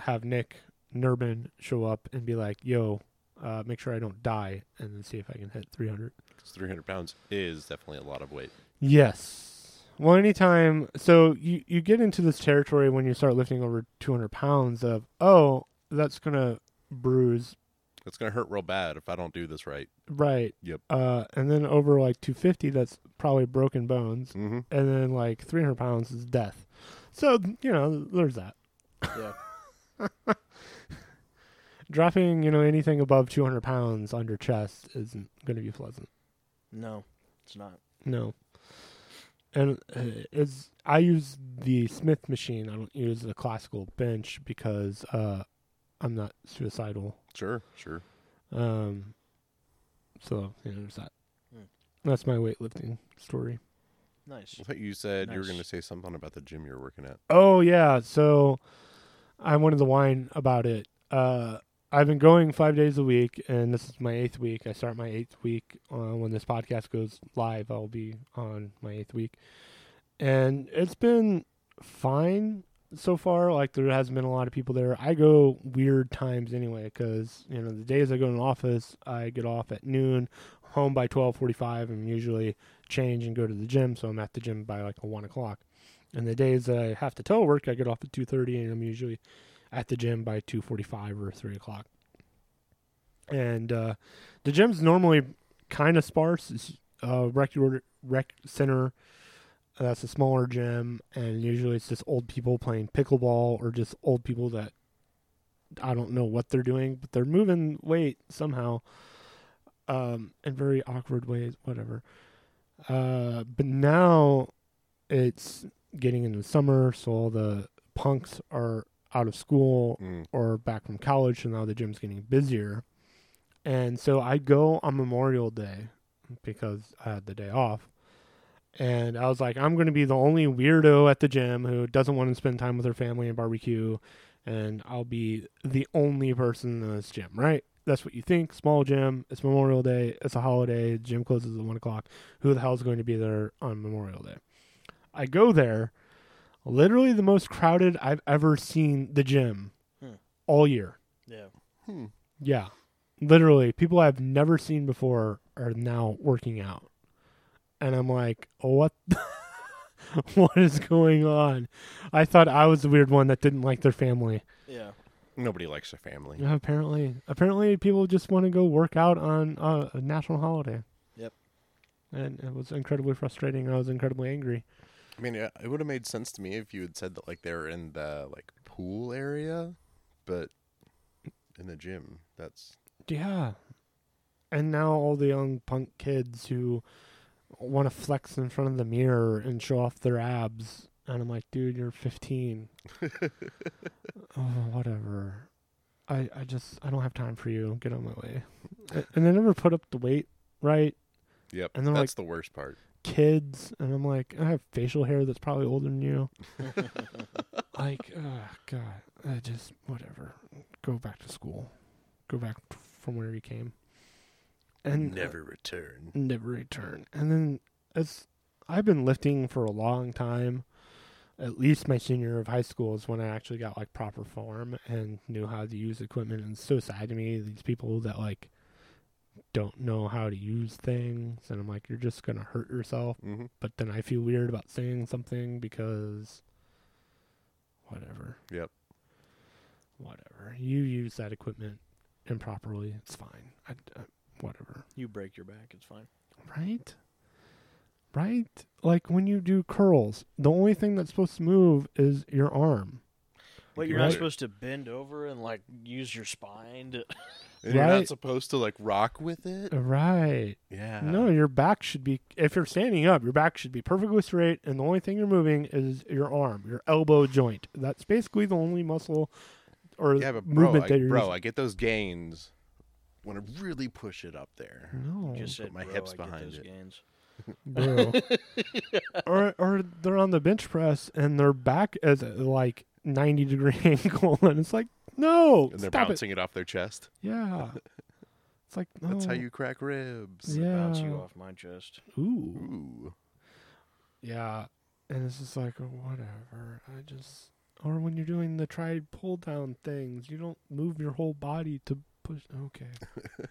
[SPEAKER 1] have Nick Nurbin show up and be like, "Yo, uh, make sure I don't die," and then see if I can hit 300.
[SPEAKER 3] 'Cause 300 pounds is definitely a lot of weight.
[SPEAKER 1] Yes. Well, anytime. So you you get into this territory when you start lifting over 200 pounds of oh, that's gonna bruise
[SPEAKER 3] It's gonna hurt real bad if I don't do this right.
[SPEAKER 1] right.
[SPEAKER 3] Yep.
[SPEAKER 1] Uh, and then over like 250, that's probably broken bones.
[SPEAKER 3] Mm-hmm.
[SPEAKER 1] and then like 300 pounds is death. So you know, there's that.
[SPEAKER 2] Yeah.
[SPEAKER 1] *laughs* Dropping you know anything above 200 pounds on your chest isn't going to be pleasant.
[SPEAKER 2] No, it's not.
[SPEAKER 1] No. And uh, it's I use the Smith machine. I don't use the classical bench because uh, I'm not suicidal.
[SPEAKER 3] Sure, sure.
[SPEAKER 1] Um, so you know, there's that.
[SPEAKER 2] Hmm.
[SPEAKER 1] That's my weightlifting story.
[SPEAKER 2] Nice.
[SPEAKER 3] I thought you said you were
[SPEAKER 2] Nice.
[SPEAKER 3] going to say something about the gym you're working at.
[SPEAKER 1] Oh yeah, so I wanted to whine about it. Uh, I've been going five days a week, and this is my eighth week. I start my eighth week uh, when this podcast goes live. I'll be on my eighth week, and it's been fine so far. Like there hasn't been a lot of people there. I go weird times anyway, because you know the days I go in the office, I get off at noon, home by twelve forty-five, and usually change and go to the gym. So I'm at the gym by like one o'clock. And the days that I have to telework, I get off at two thirty, and I'm usually at the gym by two forty-five or three o'clock. And uh, the gym's normally kind of sparse. It's uh, rec, rec center. uh, That's a smaller gym, and usually it's just old people playing pickleball or just old people that I don't know what they're doing, but they're moving weight somehow, um, in very awkward ways. Whatever. Uh, but now it's getting into the summer, so all the punks are out of school
[SPEAKER 3] Mm.
[SPEAKER 1] or back from college, so now the gym's getting busier. And so I go on Memorial Day because I had the day off. And I was like, I'm going to be the only weirdo at the gym who doesn't want to spend time with her family and barbecue. And I'll be the only person in this gym, right? That's what you think. Small gym. It's Memorial Day. It's a holiday. Gym closes at 1 o'clock. Who the hell is going to be there on Memorial Day? I go there, literally the most crowded I've ever seen the gym
[SPEAKER 2] Hmm.
[SPEAKER 1] all year.
[SPEAKER 2] Yeah.
[SPEAKER 3] Hmm.
[SPEAKER 1] Yeah. Literally, people I've never seen before are now working out. And I'm like, what *laughs* what is going on? I thought I was the weird one that didn't like their family.
[SPEAKER 2] Yeah.
[SPEAKER 3] Nobody likes their family.
[SPEAKER 1] Yeah, apparently, apparently people just want to go work out on uh, a national holiday.
[SPEAKER 2] Yep.
[SPEAKER 1] And it was incredibly frustrating. I was incredibly angry.
[SPEAKER 3] I mean, it would have made sense to me if you had said that like they were in the like pool area, but in the gym. That's *laughs*
[SPEAKER 1] Yeah. And now all the young punk kids who want to flex in front of the mirror and show off their abs. And I'm like, dude, you're 15. oh, whatever. I, I just, I don't have time for you. Get on my way. A- And they never put up the weight right.
[SPEAKER 3] yep.
[SPEAKER 1] And
[SPEAKER 3] And
[SPEAKER 1] they're
[SPEAKER 3] that's
[SPEAKER 1] like-
[SPEAKER 3] the worst part.
[SPEAKER 1] Kids. And I'm like, I have facial hair that's probably older than you. like, oh, God. I just, whatever. Go back to school. Go back from where you came. And uh,
[SPEAKER 3] never return.
[SPEAKER 1] never return. And then as I've been lifting for a long time, at least my senior year of high school is when I actually got like proper form and knew how to use equipment. And it's so sad to me these people that like don't know how to use things, and I'm like, you're just gonna hurt yourself.
[SPEAKER 3] hmm
[SPEAKER 1] But then I feel weird about saying something because whatever.
[SPEAKER 3] Yep.
[SPEAKER 1] Whatever. You use that equipment improperly. It's fine. I, I, whatever
[SPEAKER 2] you break your back. It's fine.
[SPEAKER 1] right? Right? Like when you do curls, the only thing that's supposed to move is your arm.
[SPEAKER 2] But
[SPEAKER 3] you
[SPEAKER 2] you're not
[SPEAKER 3] later.
[SPEAKER 2] supposed to bend over and like use your spine to.
[SPEAKER 3] And you're
[SPEAKER 1] Right?
[SPEAKER 3] not supposed to like rock with it.
[SPEAKER 1] Right.
[SPEAKER 3] Yeah.
[SPEAKER 1] No, your back should be if you're standing up, your back should be perfectly straight and the only thing you're moving is your arm, your elbow joint. That's basically the only muscle or
[SPEAKER 3] Yeah, but bro,
[SPEAKER 1] movement
[SPEAKER 3] I,
[SPEAKER 1] that you're
[SPEAKER 3] bro,
[SPEAKER 1] using.
[SPEAKER 3] I get those gains when I really push it up there.
[SPEAKER 1] no.
[SPEAKER 2] Just
[SPEAKER 3] Oh, Put
[SPEAKER 2] said,
[SPEAKER 3] my
[SPEAKER 2] "Bro,
[SPEAKER 3] hips
[SPEAKER 2] I
[SPEAKER 3] behind
[SPEAKER 2] get those
[SPEAKER 3] it."
[SPEAKER 2] Gains.
[SPEAKER 1] bro.
[SPEAKER 3] *laughs*
[SPEAKER 1] or or they're on the bench press and their back is at like 90 degree *laughs* angle and it's like no,
[SPEAKER 3] And they're
[SPEAKER 1] stop it.
[SPEAKER 3] bouncing it. off their chest.
[SPEAKER 1] Yeah. It's like
[SPEAKER 3] *laughs*
[SPEAKER 1] oh,
[SPEAKER 3] That's how
[SPEAKER 1] no.
[SPEAKER 3] you crack ribs.
[SPEAKER 1] Yeah.
[SPEAKER 2] Bounce you off my chest.
[SPEAKER 1] Ooh.
[SPEAKER 3] Ooh.
[SPEAKER 1] Yeah. And it's just like oh, whatever. I just or when you're doing the try pull down things, you don't move your whole body to push. Okay.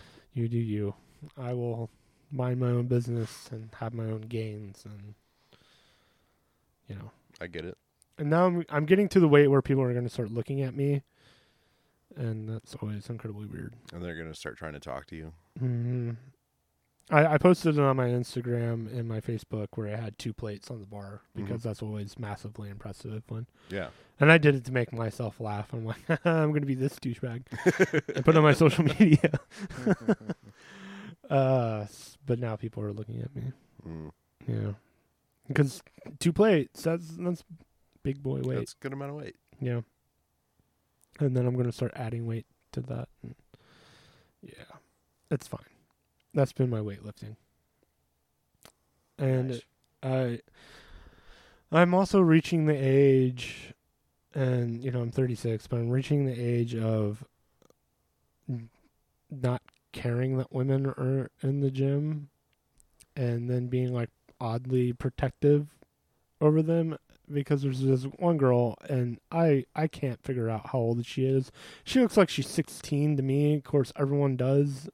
[SPEAKER 3] *laughs*
[SPEAKER 1] you do you. I will mind my own business and have my own gains and you know.
[SPEAKER 3] I get it.
[SPEAKER 1] And now I'm I'm getting to the weight where people are going to start looking at me, and that's always incredibly weird.
[SPEAKER 3] And they're gonna start trying to talk to you.
[SPEAKER 1] hmm I, I posted it on my Instagram and my Facebook where I had two plates on the bar because that's always massively impressive when.
[SPEAKER 3] Yeah.
[SPEAKER 1] And I did it to make myself laugh. I'm like, *laughs* I'm going to be this douchebag. and put it on my social media. *laughs* Uh, s- but now people are looking at me.
[SPEAKER 3] Mm.
[SPEAKER 1] Yeah. Because two plates, that's, that's big boy weight.
[SPEAKER 3] That's a good amount of weight.
[SPEAKER 1] Yeah. And then I'm going to start adding weight to that. and- Yeah. That's fine. That's been my weightlifting. And
[SPEAKER 2] Nice.
[SPEAKER 1] I I'm also reaching the age and you know, I'm 36, but I'm reaching the age of n- not caring that women are in the gym and then being like oddly protective over them because there's this one girl and I I can't figure out how old she is. She looks like she's 16 to me. Of course, everyone does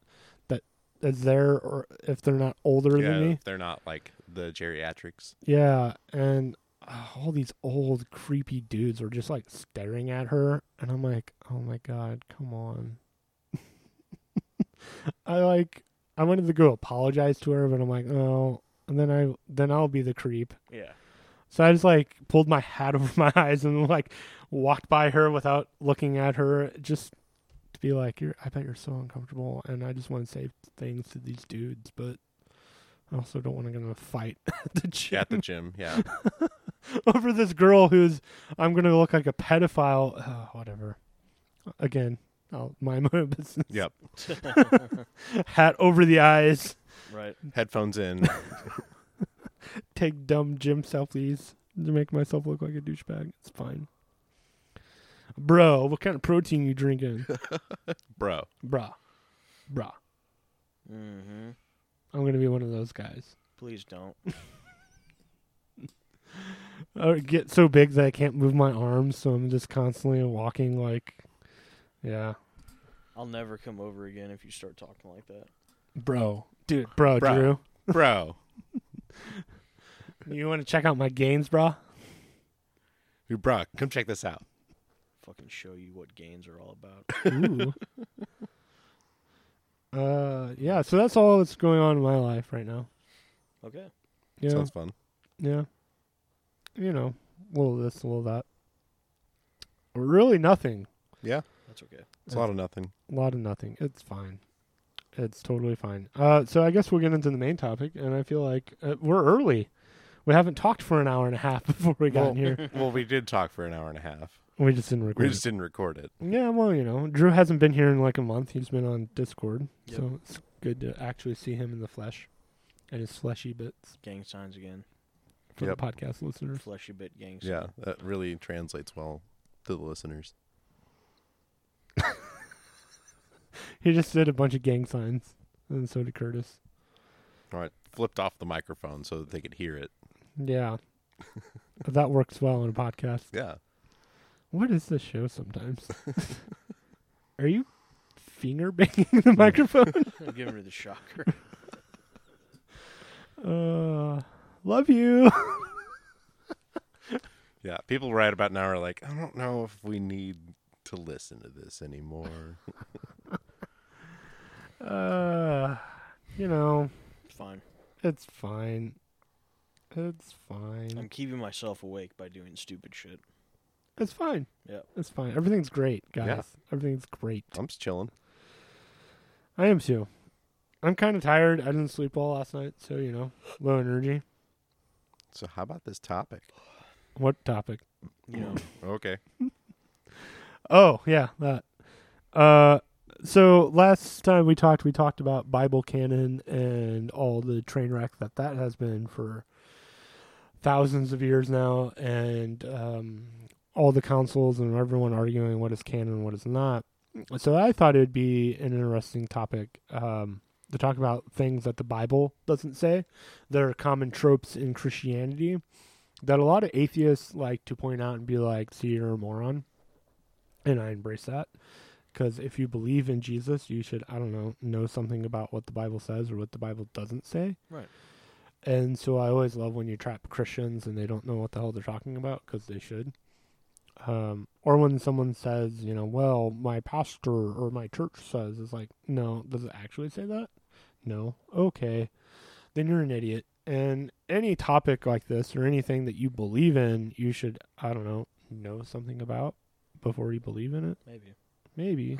[SPEAKER 1] that is there or if they're not older
[SPEAKER 3] yeah,
[SPEAKER 1] than me.
[SPEAKER 3] if they're not like the geriatrics.
[SPEAKER 1] Yeah, and uh, all these old creepy dudes were just like staring at her, and I'm like, oh my god, come on. *laughs* I like, I wanted to go apologize to her, but I'm like, oh, and then I then I'll be the creep.
[SPEAKER 2] Yeah.
[SPEAKER 1] So I just like pulled my hat *laughs* over my eyes and like walked by her without looking at her, just to be like, "You're, I bet you're so uncomfortable." And I just want to say things to these dudes, but I also don't want to get in a fight *laughs* at the gym
[SPEAKER 3] At the gym. *laughs* *laughs* Yeah.
[SPEAKER 1] *laughs* over this girl who's I'm gonna look like a pedophile. Oh, whatever. Again, I'll mind my own *laughs* business.
[SPEAKER 3] yep.
[SPEAKER 1] Hat over the eyes.
[SPEAKER 2] Right.
[SPEAKER 3] Headphones in.
[SPEAKER 1] Take dumb gym selfies to make myself look like a douchebag. It's fine. Bro, what kind of protein you
[SPEAKER 3] *laughs*
[SPEAKER 1] drinking?
[SPEAKER 3] Bro.
[SPEAKER 1] Bruh. Bruh.
[SPEAKER 2] Mm-hmm.
[SPEAKER 1] I'm gonna be one of those guys.
[SPEAKER 2] Please don't.
[SPEAKER 1] Or get Oh, so big that I can't move my arms, so I'm just constantly walking like yeah.
[SPEAKER 2] I'll never come over again if you start talking like that.
[SPEAKER 1] Bro. Dude, bro,
[SPEAKER 3] Bruh.
[SPEAKER 1] Drew.
[SPEAKER 3] Bro.
[SPEAKER 1] You wanna check out my gains, bruh?
[SPEAKER 3] Hey, Bro, come check this out.
[SPEAKER 2] Fucking show you what gains are all about.
[SPEAKER 1] Ooh. uh, yeah. So that's all that's going on in my life right now.
[SPEAKER 2] Okay.
[SPEAKER 1] Yeah,
[SPEAKER 3] Sounds fun.
[SPEAKER 1] yeah. You know, a little this, a little that. Really nothing.
[SPEAKER 3] Yeah.
[SPEAKER 2] That's okay.
[SPEAKER 3] It's a lot of nothing.
[SPEAKER 1] A lot of nothing. It's fine. It's totally fine. Uh, so I guess we'll get into the main topic, and I feel like uh, we're early. We haven't talked for an hour and a half *laughs* before we got
[SPEAKER 3] Well-
[SPEAKER 1] in
[SPEAKER 3] *laughs*
[SPEAKER 1] here.
[SPEAKER 3] well, we did talk for an hour and a half.
[SPEAKER 1] We just didn't record.
[SPEAKER 3] We
[SPEAKER 1] it.
[SPEAKER 3] just didn't record it.
[SPEAKER 1] Yeah, well, you know, Drew hasn't been here in like a month. He's been on Discord,
[SPEAKER 2] Yep.
[SPEAKER 1] so it's good to actually see him in the flesh and his fleshy bits
[SPEAKER 2] Gang signs again.
[SPEAKER 1] for
[SPEAKER 3] Yep.
[SPEAKER 1] the podcast listeners.
[SPEAKER 2] Fleshy bit gang sign.
[SPEAKER 3] Yeah, that really translates well to the listeners.
[SPEAKER 1] He just did a bunch of gang signs, and so did Curtis.
[SPEAKER 3] All right, flipped off the microphone so that they could hear it.
[SPEAKER 1] Yeah, but that works well on a podcast.
[SPEAKER 3] Yeah,
[SPEAKER 1] What is this show? Sometimes, are you finger banging the microphone?
[SPEAKER 2] *laughs* I'm giving her the
[SPEAKER 3] *laughs*
[SPEAKER 2] shocker.
[SPEAKER 1] uh, love you. *laughs*
[SPEAKER 3] yeah. People right about now are like, I don't know if we need to listen to this anymore. *laughs*
[SPEAKER 1] Uh, you know,
[SPEAKER 2] It's fine.
[SPEAKER 1] it's fine. It's fine.
[SPEAKER 2] I'm keeping myself awake by doing stupid shit.
[SPEAKER 1] It's fine.
[SPEAKER 2] Yeah.
[SPEAKER 1] It's fine. Everything's great, guys.
[SPEAKER 3] Yeah.
[SPEAKER 1] Everything's great.
[SPEAKER 3] I'm just chilling.
[SPEAKER 1] I am too. I'm kind of tired. I didn't sleep well last night, so you know, low energy.
[SPEAKER 3] So how about this topic?
[SPEAKER 1] What topic?
[SPEAKER 2] You know,
[SPEAKER 3] Okay.
[SPEAKER 1] Oh, yeah, that. Uh so last time we talked we talked about Bible canon and all the train wreck that that has been for thousands of years now and um all the councils and everyone arguing what is canon and what is not. So I thought it would be an interesting topic um to talk about things that the Bible doesn't say that are common tropes in Christianity that a lot of atheists like to point out and be like, see, you're a moron and I embrace that because if you believe in Jesus, you should I don't know know something about what the Bible says or what the Bible doesn't say.
[SPEAKER 2] Right.
[SPEAKER 1] And so I always love when you trap Christians and they don't know what the hell they're talking about because they should. Um, or when someone says, you know, well, my pastor or my church says, it's like, no, does it actually say that? no, okay, then you're an idiot. And any topic like this or anything that you believe in, you should, I don't know, know something about before you believe in it.
[SPEAKER 2] Maybe.
[SPEAKER 1] Maybe.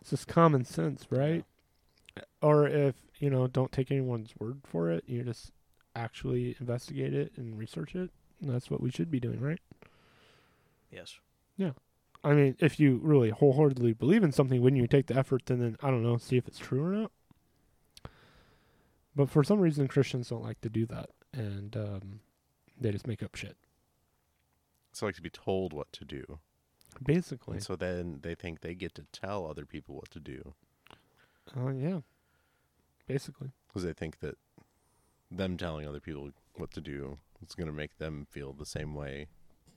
[SPEAKER 1] It's just common sense, right? Or if, you know, don't take anyone's word for it, you just actually investigate it and research it. And that's what we should be doing, right?
[SPEAKER 2] Yes.
[SPEAKER 1] I mean, if you really wholeheartedly believe in something, wouldn't you take the effort to then, I don't know, see if it's true or not? But for some reason, Christians don't like to do that. And um, they just make up shit,
[SPEAKER 3] It's like to be told what to do.
[SPEAKER 1] basically.
[SPEAKER 3] And so then they think they get to tell other people what to do
[SPEAKER 1] Uh, yeah, basically.
[SPEAKER 3] because they think that them telling other people what to do is going to make them feel the same way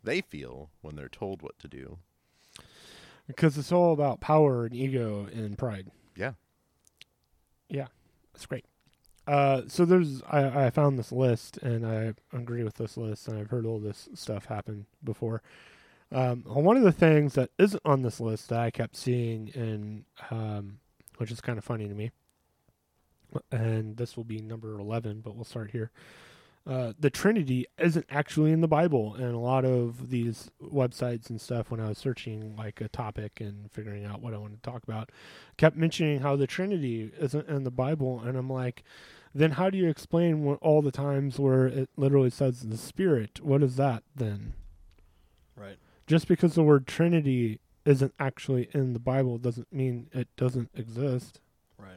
[SPEAKER 3] they feel when they're told what to do.
[SPEAKER 1] Because it's all about power and ego and pride.
[SPEAKER 3] Yeah.
[SPEAKER 1] Yeah, that's great. Uh, so there's, I, I found this list and I agree with this list and I've heard all this stuff happen before. Um, one of the things that isn't on this list that I kept seeing and, um, which is kind of funny to me, and this will be number 11, but we'll start here. Uh, the Trinity isn't actually in the Bible, and a lot of these websites and stuff. When I was searching like a topic and figuring out what I wanted to talk about, kept mentioning how the Trinity isn't in the Bible, and I'm like, then how do you explain what, all the times where it literally says the Spirit? What is that then?
[SPEAKER 2] Right.
[SPEAKER 1] Just because the word Trinity isn't actually in the Bible doesn't mean it doesn't exist.
[SPEAKER 2] Right.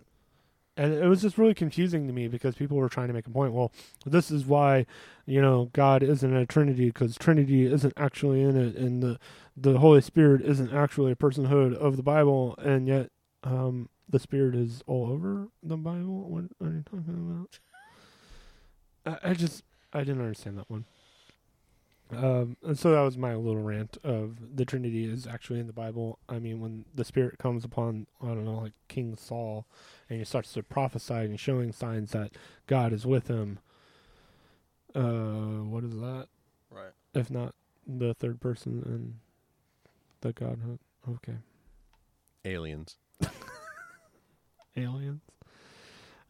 [SPEAKER 1] And it was just really confusing to me because people were trying to make a point. Well, this is why, you know, God isn't a Trinity because Trinity isn't actually in it, and the the Holy Spirit isn't actually a personhood of the Bible, and yet um, the Spirit is all over the Bible. What are you talking about? I, I just I didn't understand that one. Um, and so that was my little rant of the Trinity is actually in the Bible. I mean, when the Spirit comes upon, I don't know, like King Saul and he starts to prophesy and showing signs that God is with him. Uh, what is that?
[SPEAKER 2] Right.
[SPEAKER 1] If not the third person and the Godhood? Okay,
[SPEAKER 3] Aliens.
[SPEAKER 1] aliens.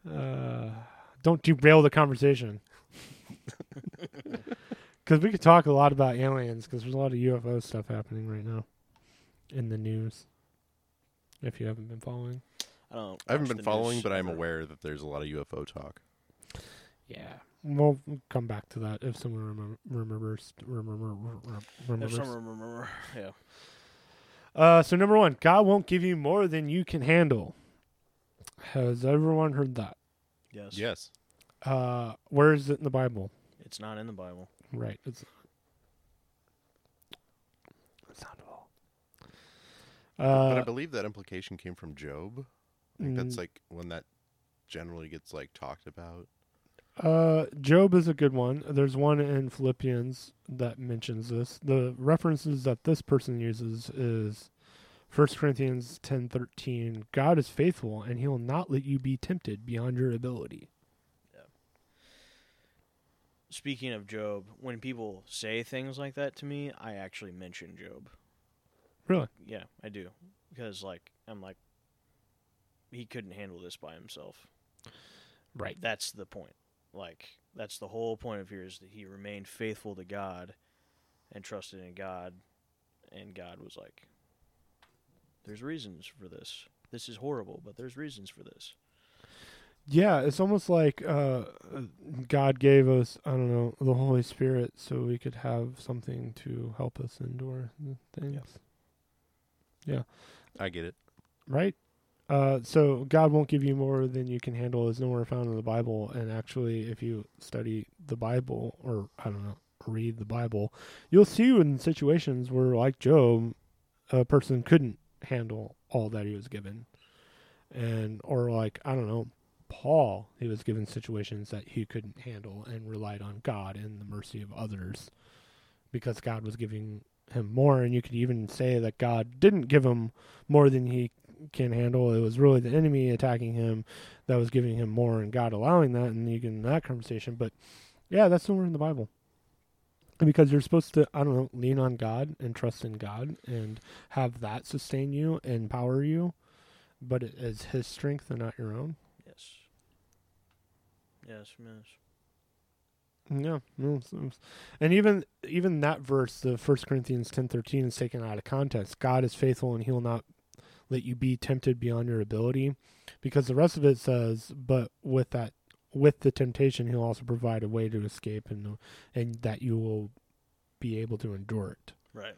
[SPEAKER 1] Uh, don't derail the conversation. Because we could talk a lot about aliens. Because there's a lot of UFO stuff happening right now in the news. If you haven't been following,
[SPEAKER 2] I don't.
[SPEAKER 3] I haven't
[SPEAKER 2] watch
[SPEAKER 3] been
[SPEAKER 2] the news
[SPEAKER 3] following, but I'm
[SPEAKER 2] ever.
[SPEAKER 3] aware that there's a lot of UFO talk.
[SPEAKER 1] yeah, we'll come back to that if someone remem- remembers. Remember,
[SPEAKER 2] If
[SPEAKER 1] remembers.
[SPEAKER 2] someone remember, yeah.
[SPEAKER 1] Uh, so number one, God won't give you more than you can handle. Has everyone heard that?
[SPEAKER 2] Yes.
[SPEAKER 3] Yes.
[SPEAKER 1] Uh, where is it in the Bible?
[SPEAKER 2] It's not in the Bible.
[SPEAKER 1] Right. It's it's not at all.
[SPEAKER 3] but I
[SPEAKER 1] Uh,
[SPEAKER 3] believe that implication came from Job. I think
[SPEAKER 1] mm,
[SPEAKER 3] that's like when that generally gets like talked about.
[SPEAKER 1] Uh, Job is a good one. There's one in Philippians that mentions this. The references that this person uses is 1 Corinthians 10:13. God is faithful and he will not let you be tempted beyond your ability.
[SPEAKER 2] Speaking of Job, when people say things like that to me, I actually mention Job.
[SPEAKER 1] Really?
[SPEAKER 2] Yeah, I do because like I'm like, he couldn't handle this by himself.
[SPEAKER 1] Right.
[SPEAKER 2] That's the point. Like that's the whole point of here is that he remained faithful to God, and trusted in God, and God was like, "There's reasons for this. This is horrible, but there's reasons for this."
[SPEAKER 1] Yeah, it's almost like uh, God gave us, I don't know, the Holy Spirit so we could have something to help us endure the things.
[SPEAKER 3] I get it.
[SPEAKER 1] Right? Uh, so, God won't give you more than you can handle is nowhere found in the Bible. And actually, if you study the Bible, or I don't know, read the Bible, you'll see in situations where, like Job, a person couldn't handle all that he was given. And, or like, I don't know, Paul, he was given situations that he couldn't handle and relied on God and the mercy of others because God was giving him more. And you could even say that God didn't give him more than he can handle. It was really the enemy attacking him that was giving him more and God allowing that. And you can that conversation. But yeah, that's nowhere in the Bible. Because you're supposed to, I don't know, lean on God and trust in God and have that sustain you and power you. But it is His strength and not your own.
[SPEAKER 2] Yes. Yes, miss.
[SPEAKER 1] Yeah, no, it's- it's- and even even that verse, the First Corinthians ten thirteen, is taken out of context. God is faithful, and He will not let you be tempted beyond your ability, because the rest of it says, "But with that, with the temptation, He'll also provide a way to escape, and and that you will be able to endure it."
[SPEAKER 2] Right.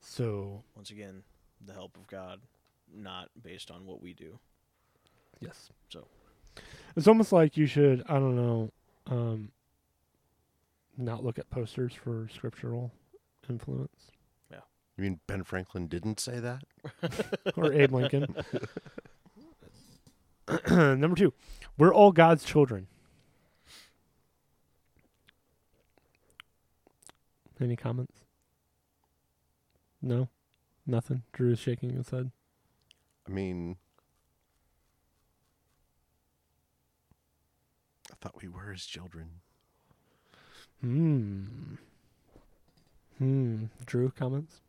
[SPEAKER 1] So
[SPEAKER 2] Once again, the help of God, not based on what we do.
[SPEAKER 1] yes,
[SPEAKER 2] So.
[SPEAKER 1] it's almost like you should, I don't know, um, not look at posters for scriptural influence.
[SPEAKER 3] You mean Ben Franklin didn't say that?
[SPEAKER 1] or Abe Lincoln. *clears throat* Number two, we're all God's children. Any comments? No, nothing. Drew is shaking his head.
[SPEAKER 3] I mean, I thought we were his children.
[SPEAKER 1] Hmm. Hmm. Drew comments.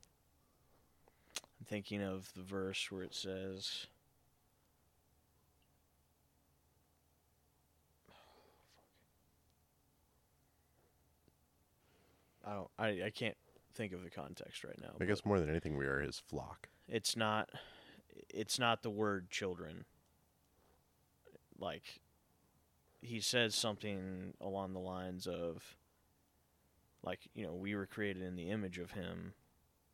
[SPEAKER 2] I'm thinking of the verse where it says. I don't. I, I can't think of the context right now.
[SPEAKER 3] I
[SPEAKER 2] but
[SPEAKER 3] guess more than anything, we are his flock.
[SPEAKER 2] it's not. It's not the word children. Like, he says something along the lines of, like you know, we were created in the image of him,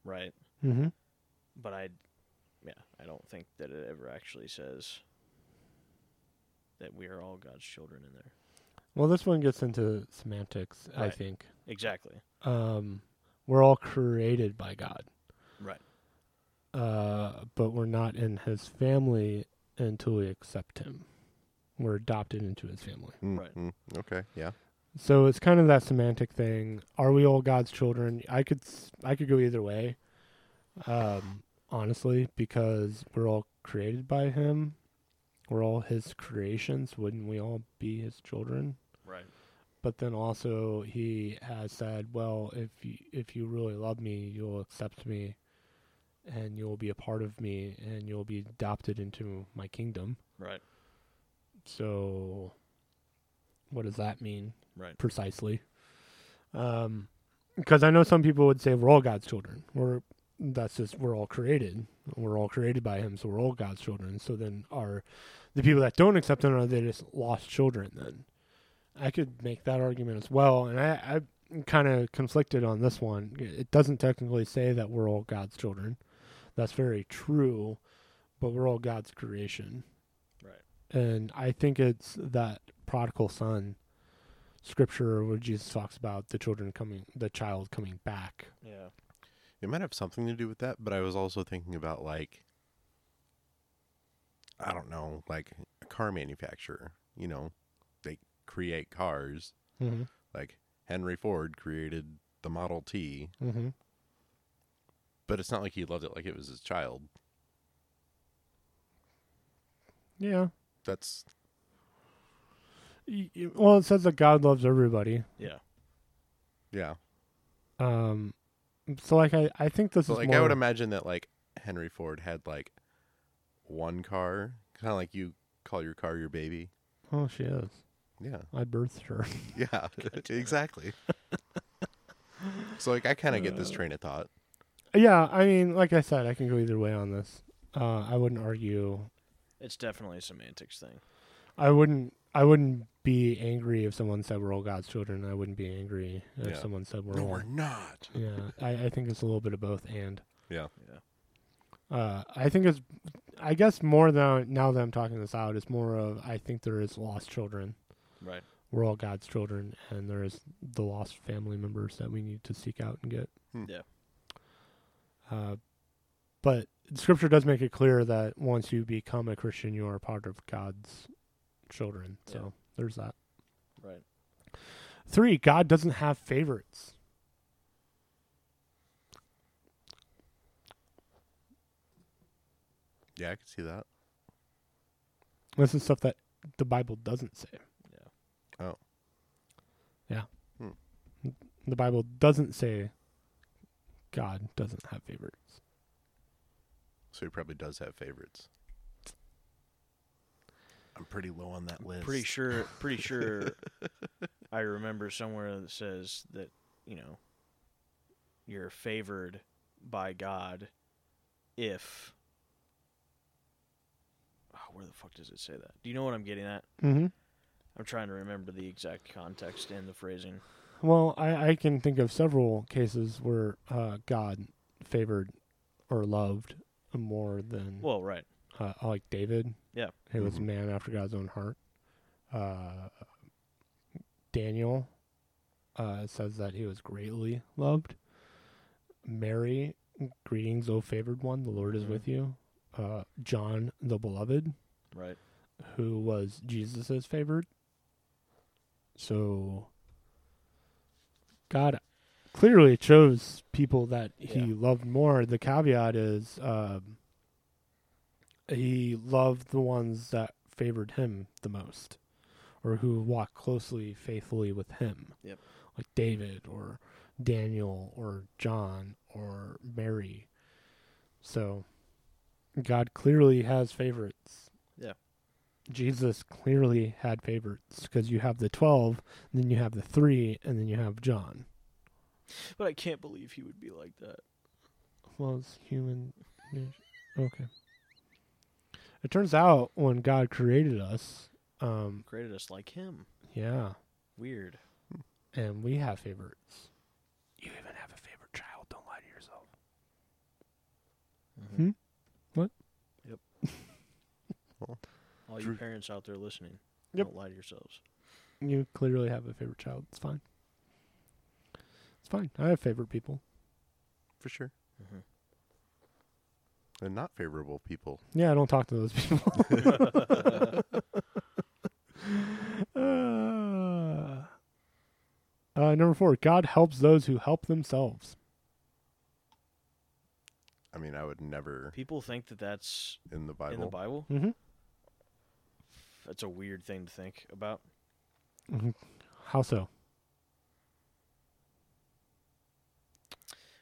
[SPEAKER 2] right?
[SPEAKER 1] Mm-hmm.
[SPEAKER 2] but I, yeah, I don't think that it ever actually says that we are all God's children in there.
[SPEAKER 1] Well, this one gets into semantics. I
[SPEAKER 2] Right.
[SPEAKER 1] think
[SPEAKER 2] Exactly.
[SPEAKER 1] um, we're all created by God.
[SPEAKER 2] Right.
[SPEAKER 1] uh, but we're not in his family until we accept him. We're adopted into his family.
[SPEAKER 2] Right.
[SPEAKER 3] Mhm. Okay. Yeah.
[SPEAKER 1] So it's kind of that semantic thing. Are we all God's children? I could s- I could go either way. Um, honestly, because we're all created by him. We're all his creations. Wouldn't we all be his children?
[SPEAKER 2] Right.
[SPEAKER 1] But then also he has said, "Well, if you, if you really love me, you'll accept me, and you'll be a part of me, and you'll be adopted into my kingdom."
[SPEAKER 2] Right.
[SPEAKER 1] So, what does that mean
[SPEAKER 2] Right.
[SPEAKER 1] precisely? Um, because I know some people would say we're all God's children. We're that's just we're all created. We're all created by Him, so we're all God's children. So then, are the people that don't accept Him are they just lost children? Then I could make that argument as well, and I, I'm kind of conflicted on this one. It doesn't technically say that we're all God's children. That's very true, but we're all God's creation
[SPEAKER 2] Right.
[SPEAKER 1] and I think it's that prodigal son scripture where Jesus talks about the children coming, the child coming back.
[SPEAKER 2] Yeah.
[SPEAKER 3] It might have something to do with that, but I was also thinking about like, I don't know, like a car manufacturer. You know, they create cars.
[SPEAKER 1] Mm-hmm.
[SPEAKER 3] Like Henry Ford created the Model T,
[SPEAKER 1] Mm-hmm.
[SPEAKER 3] but it's not like he loved it like it was his child.
[SPEAKER 1] Yeah.
[SPEAKER 3] That's
[SPEAKER 1] Y- y- Well, it says that God loves everybody.
[SPEAKER 2] Yeah.
[SPEAKER 3] yeah.
[SPEAKER 1] Um, so like I, I think this
[SPEAKER 3] So
[SPEAKER 1] is
[SPEAKER 3] like
[SPEAKER 1] more,
[SPEAKER 3] I would imagine that like Henry Ford had like one car, kind of like you call your car your baby.
[SPEAKER 1] Oh, she is.
[SPEAKER 3] Yeah,
[SPEAKER 1] I birthed her.
[SPEAKER 3] *laughs*
[SPEAKER 1] *laughs*
[SPEAKER 3] yeah, *laughs* exactly. so like I kind of get this train of thought.
[SPEAKER 1] yeah. I mean, like I said, I can go either way on this. Uh, I wouldn't argue.
[SPEAKER 2] It's definitely a semantics thing.
[SPEAKER 1] I wouldn't. I wouldn't be angry if someone said we're all God's children. I wouldn't be angry if
[SPEAKER 3] Yeah.
[SPEAKER 1] someone said we're
[SPEAKER 3] No,
[SPEAKER 1] all.
[SPEAKER 3] we're not.
[SPEAKER 1] Yeah, I, I think it's a little bit of both and.
[SPEAKER 3] Yeah.
[SPEAKER 2] Yeah.
[SPEAKER 1] Uh, I think it's, I guess more than now that I'm talking this out, it's more of I think there is lost children.
[SPEAKER 2] Right.
[SPEAKER 1] We're all God's children, and there is the lost family members that we need to seek out and get.
[SPEAKER 3] Hmm.
[SPEAKER 2] Yeah.
[SPEAKER 1] Uh, but Scripture does make it clear that once you become a Christian, you are part of God's children. So
[SPEAKER 2] Yeah.
[SPEAKER 1] there's that.
[SPEAKER 2] Right.
[SPEAKER 1] Three, God doesn't have favorites.
[SPEAKER 3] Yeah, I can see that.
[SPEAKER 1] This is stuff that the Bible doesn't say.
[SPEAKER 3] Yeah. Oh.
[SPEAKER 1] Yeah.
[SPEAKER 3] Hmm.
[SPEAKER 1] The Bible doesn't say God doesn't have favorites.
[SPEAKER 3] So he probably does have favorites. I I'm pretty low on that list.
[SPEAKER 2] Pretty sure. Pretty sure. I remember somewhere that says that you know you're favored by God if. Oh, where the fuck does it say that? Do you know what I'm getting at?
[SPEAKER 1] Mm-hmm.
[SPEAKER 2] I'm trying to remember the exact context and the phrasing.
[SPEAKER 1] Well, I, I can think of several cases where uh, God favored or loved more than
[SPEAKER 2] Well, right.
[SPEAKER 1] uh, like David.
[SPEAKER 2] Yeah.
[SPEAKER 1] who was a
[SPEAKER 3] Mhm.
[SPEAKER 1] man after God's own heart. Uh, Daniel uh, says that he was greatly loved. Mary, greetings, O favored one, the Lord is
[SPEAKER 2] Mhm.
[SPEAKER 1] with you. Uh, John the beloved,
[SPEAKER 2] Right.
[SPEAKER 1] who was Jesus's favorite. So God clearly chose people that he
[SPEAKER 2] Yeah.
[SPEAKER 1] loved more. The caveat is um, he loved the ones that favored him the most or who walked closely faithfully with him.
[SPEAKER 2] Yep.
[SPEAKER 1] Like David or Daniel or John or Mary. So God clearly has favorites.
[SPEAKER 2] Yeah.
[SPEAKER 1] Jesus clearly had favorites because you have the 12, then you have the 3, and then you have John.
[SPEAKER 2] But I can't believe he would be like that.
[SPEAKER 1] Well, it's human. nat- Okay. It turns out when God created us, um,
[SPEAKER 2] Created us like him.
[SPEAKER 1] yeah,
[SPEAKER 2] Weird.
[SPEAKER 1] and we have favorites. You even have a favorite child. Don't lie to yourself.
[SPEAKER 2] Mhm.
[SPEAKER 3] Mm-hmm.
[SPEAKER 1] Hmm? What?
[SPEAKER 2] Yep.
[SPEAKER 3] *laughs* Well,
[SPEAKER 2] All you
[SPEAKER 3] Drew-
[SPEAKER 2] parents out there listening,
[SPEAKER 1] Yep.
[SPEAKER 2] don't lie to yourselves.
[SPEAKER 1] You clearly have a favorite child. It's fine. It's fine. I have favorite people.
[SPEAKER 3] for sure.
[SPEAKER 2] hmm
[SPEAKER 3] And not favorable people.
[SPEAKER 1] Yeah, I don't talk to those
[SPEAKER 2] *laughs*
[SPEAKER 1] people. *laughs* uh, uh, number four, God helps those who help themselves.
[SPEAKER 3] I mean, I would never
[SPEAKER 2] People think that that's
[SPEAKER 3] in the Bible.
[SPEAKER 2] in the Bible.
[SPEAKER 1] Mm-hmm.
[SPEAKER 2] That's a weird thing to think about.
[SPEAKER 1] How so?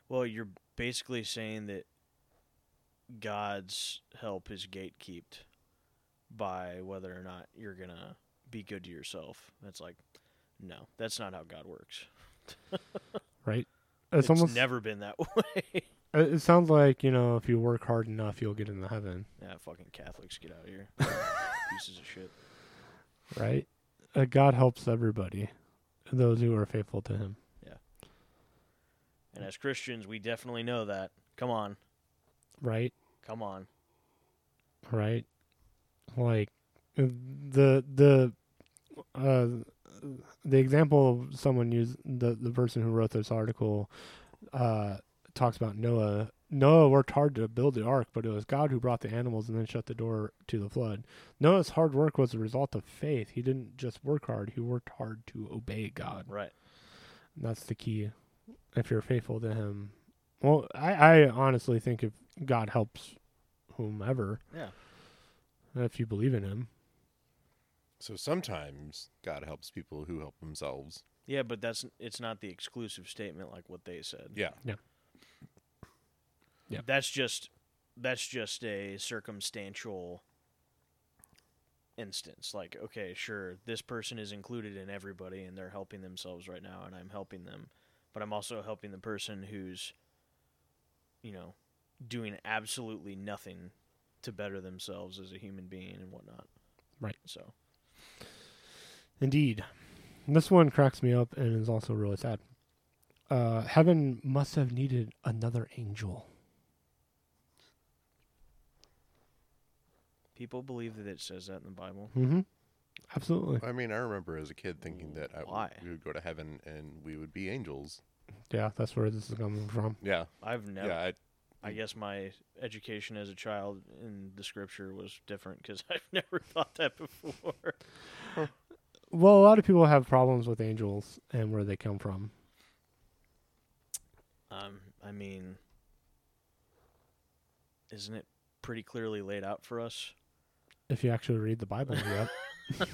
[SPEAKER 2] Well, you're basically saying that God's help is gatekeeped by whether or not you're gonna be good to yourself. That's like, no, that's not how God works.
[SPEAKER 1] Right? It's,
[SPEAKER 2] It's,
[SPEAKER 1] almost. uh,
[SPEAKER 2] never been that way.
[SPEAKER 1] it it sounds like you know, if you work hard enough, you'll get into heaven,
[SPEAKER 2] yeah, fucking Catholics, get out of here, pieces of shit.
[SPEAKER 1] right? Uh, God helps everybody, those who are faithful to Him.
[SPEAKER 2] And as Christians, we definitely know that. Come on,
[SPEAKER 1] Right?
[SPEAKER 2] come on.
[SPEAKER 1] Right? Like the the uh the example of someone used the the person who wrote this article uh talks about Noah. Noah worked hard to build the ark, but it was God who brought the animals and then shut the door to the flood. Noah's hard work was a result of faith. He didn't just work hard, he worked hard to obey God.
[SPEAKER 2] Right.
[SPEAKER 1] That's the key. If you're faithful to Him, well, I, I honestly think if God helps whomever,
[SPEAKER 2] Yeah.
[SPEAKER 1] if you believe in Him,
[SPEAKER 3] So sometimes God helps people who help themselves.
[SPEAKER 2] Yeah, but that's it's not the exclusive statement like what they said.
[SPEAKER 3] Yeah.
[SPEAKER 1] Yeah.
[SPEAKER 2] That's just that's just a circumstantial instance. Like, okay, sure, this person is included in everybody and they're helping themselves right now and I'm helping them, but I'm also helping the person who's you know, doing absolutely nothing to better themselves as a human being and whatnot.
[SPEAKER 1] Right.
[SPEAKER 2] So,
[SPEAKER 1] Indeed. This one cracks me up and is also really sad. Uh, heaven must have needed another angel.
[SPEAKER 2] people believe that it says that in the Bible.
[SPEAKER 1] Mm-hmm. Absolutely.
[SPEAKER 3] *laughs* I mean, I remember as a kid thinking that I,
[SPEAKER 2] Why?
[SPEAKER 3] we would go to heaven and we would be angels.
[SPEAKER 1] Yeah, that's where this is coming from.
[SPEAKER 3] Yeah.
[SPEAKER 2] I've never
[SPEAKER 3] Yeah. I,
[SPEAKER 2] I guess my education as a child in the scripture was different because *laughs* I've never thought that before.
[SPEAKER 1] Well, a lot of people have problems with angels and where they come from.
[SPEAKER 2] Um, I mean, isn't it pretty clearly laid out for us?
[SPEAKER 1] If you actually read the Bible, yep.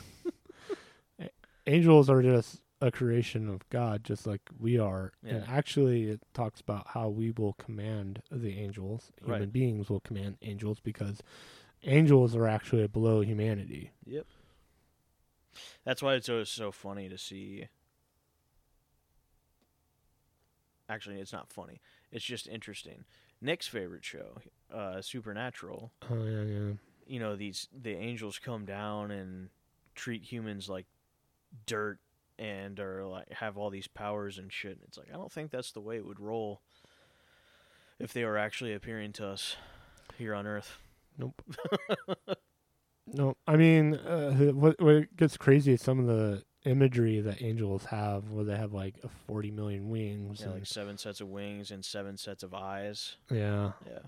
[SPEAKER 1] *laughs* A- angels are just a creation of God, just like we are. And
[SPEAKER 2] Yeah.
[SPEAKER 1] actually, it talks about how we will command the angels. Human
[SPEAKER 2] Right.
[SPEAKER 1] beings will command angels because angels are actually below humanity.
[SPEAKER 2] That's why it's always so funny to see. Actually, it's not funny. It's just interesting. Nick's favorite show, uh, Supernatural.
[SPEAKER 1] Oh yeah, yeah.
[SPEAKER 2] You know these the angels come down and treat humans like dirt and are like have all these powers and shit. It's like I don't think that's the way it would roll if they were actually appearing to us here on Earth.
[SPEAKER 1] Nope. no, I mean, uh, what what gets crazy is some of the imagery that angels have, where they have like a forty million wings.
[SPEAKER 2] Yeah,
[SPEAKER 1] and,
[SPEAKER 2] like seven sets of wings and seven sets of eyes.
[SPEAKER 1] yeah
[SPEAKER 2] Yeah,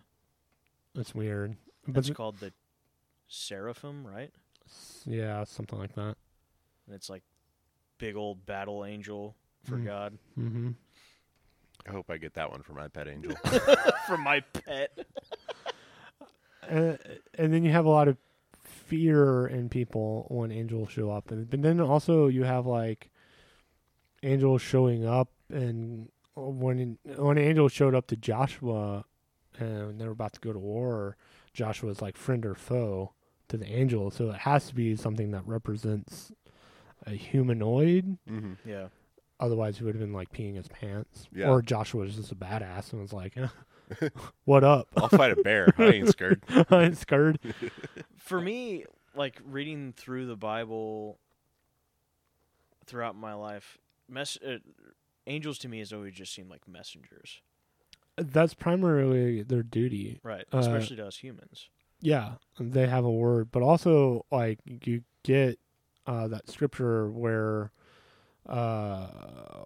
[SPEAKER 1] it's weird. But
[SPEAKER 2] that's called the seraphim, right?
[SPEAKER 1] s- yeah, something like that.
[SPEAKER 2] And it's like big old battle angel for
[SPEAKER 1] Mm.
[SPEAKER 2] God *laughs*
[SPEAKER 1] hmm
[SPEAKER 3] I hope I get that one for my
[SPEAKER 2] *laughs*
[SPEAKER 3] pet angel. *laughs*
[SPEAKER 2] for my pet.
[SPEAKER 1] and, Uh, and then you have a lot of fear in people when angels show up and but then also you have like angels showing up and when when an angel showed up to joshua and they were about to go to war joshua's like friend or foe to the angel so it has to be something that represents a humanoid
[SPEAKER 3] mm-hmm.
[SPEAKER 2] Yeah,
[SPEAKER 1] otherwise he would have been like peeing his pants
[SPEAKER 3] Yeah.
[SPEAKER 1] or joshua was just a badass and was like *laughs* what up *laughs*
[SPEAKER 3] I'll fight a bear. I
[SPEAKER 2] *laughs*
[SPEAKER 3] ain't scared.
[SPEAKER 1] i'm scared
[SPEAKER 2] for me, like reading through the Bible throughout my life, mess uh, angels to me has always just seemed like messengers,
[SPEAKER 1] that's primarily their duty.
[SPEAKER 2] right?
[SPEAKER 1] Uh,
[SPEAKER 2] Especially to us humans.
[SPEAKER 1] Yeah, they have a word, but also like you get uh, that scripture where uh,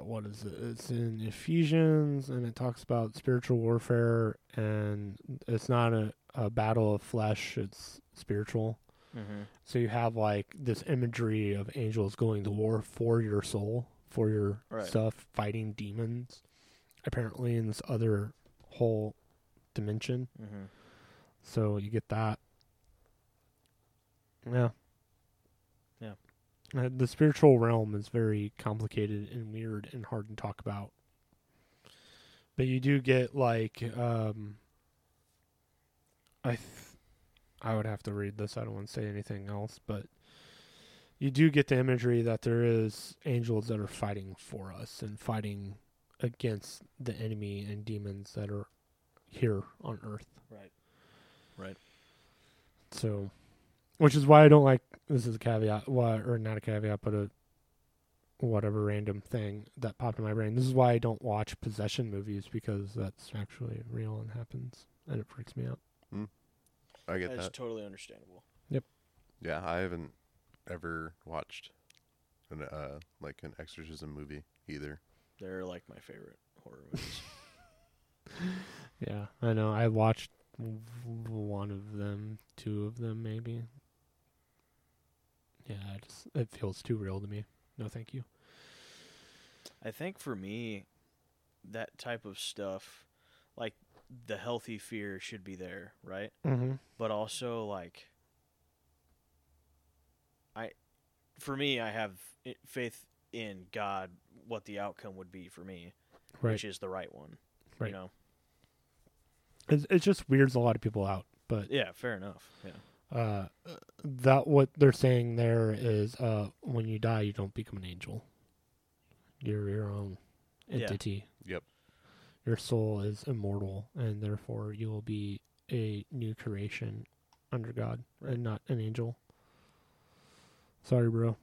[SPEAKER 1] what is it? It's in Ephesians, and it talks about spiritual warfare, and it's not a, a battle of flesh; it's spiritual.
[SPEAKER 2] Mm-hmm.
[SPEAKER 1] So you have like this imagery of angels going to war for your soul, for your
[SPEAKER 2] Right.
[SPEAKER 1] stuff, fighting demons, apparently in this other whole dimension.
[SPEAKER 2] Mm-hmm.
[SPEAKER 1] So you get that. Yeah.
[SPEAKER 2] Yeah.
[SPEAKER 1] Uh, the spiritual realm is very complicated and weird and hard to talk about. But you do get like um I th- I would have to read this. I don't want to say anything else, but you do get the imagery that there is angels that are fighting for us and fighting against the enemy and demons that are here on earth.
[SPEAKER 2] Right.
[SPEAKER 1] So, which is why I don't like this is a caveat, why or not a caveat, but a whatever random thing that popped in my brain. This is why I don't watch possession movies because that's actually real and happens, and it freaks me out.
[SPEAKER 3] I get
[SPEAKER 2] That's
[SPEAKER 3] that.
[SPEAKER 2] totally understandable.
[SPEAKER 3] Yeah, I haven't ever watched an uh like an exorcism movie either.
[SPEAKER 2] They're like my favorite horror *laughs* movies.
[SPEAKER 1] Yeah, I know. I watched w- one of them, two of them, maybe. Yeah, I just it feels too real to me. No, thank you.
[SPEAKER 2] I think for me, that type of stuff, like the healthy fear should be there, right?
[SPEAKER 1] Mm-hmm.
[SPEAKER 2] But also like I for me I have i- faith in God what the outcome would be for me,
[SPEAKER 1] Right.
[SPEAKER 2] which is the right one.
[SPEAKER 1] Right.
[SPEAKER 2] You know.
[SPEAKER 1] It's, it just weirds a lot of people out, but
[SPEAKER 2] Yeah, fair enough. Yeah.
[SPEAKER 1] uh, that what they're saying there is uh, when you die, you don't become an angel. You're your own
[SPEAKER 2] Yeah.
[SPEAKER 1] entity.
[SPEAKER 3] Yep.
[SPEAKER 1] Your soul is immortal, and therefore you will be a new creation under God
[SPEAKER 2] Right.
[SPEAKER 1] and not an angel. Sorry, bro.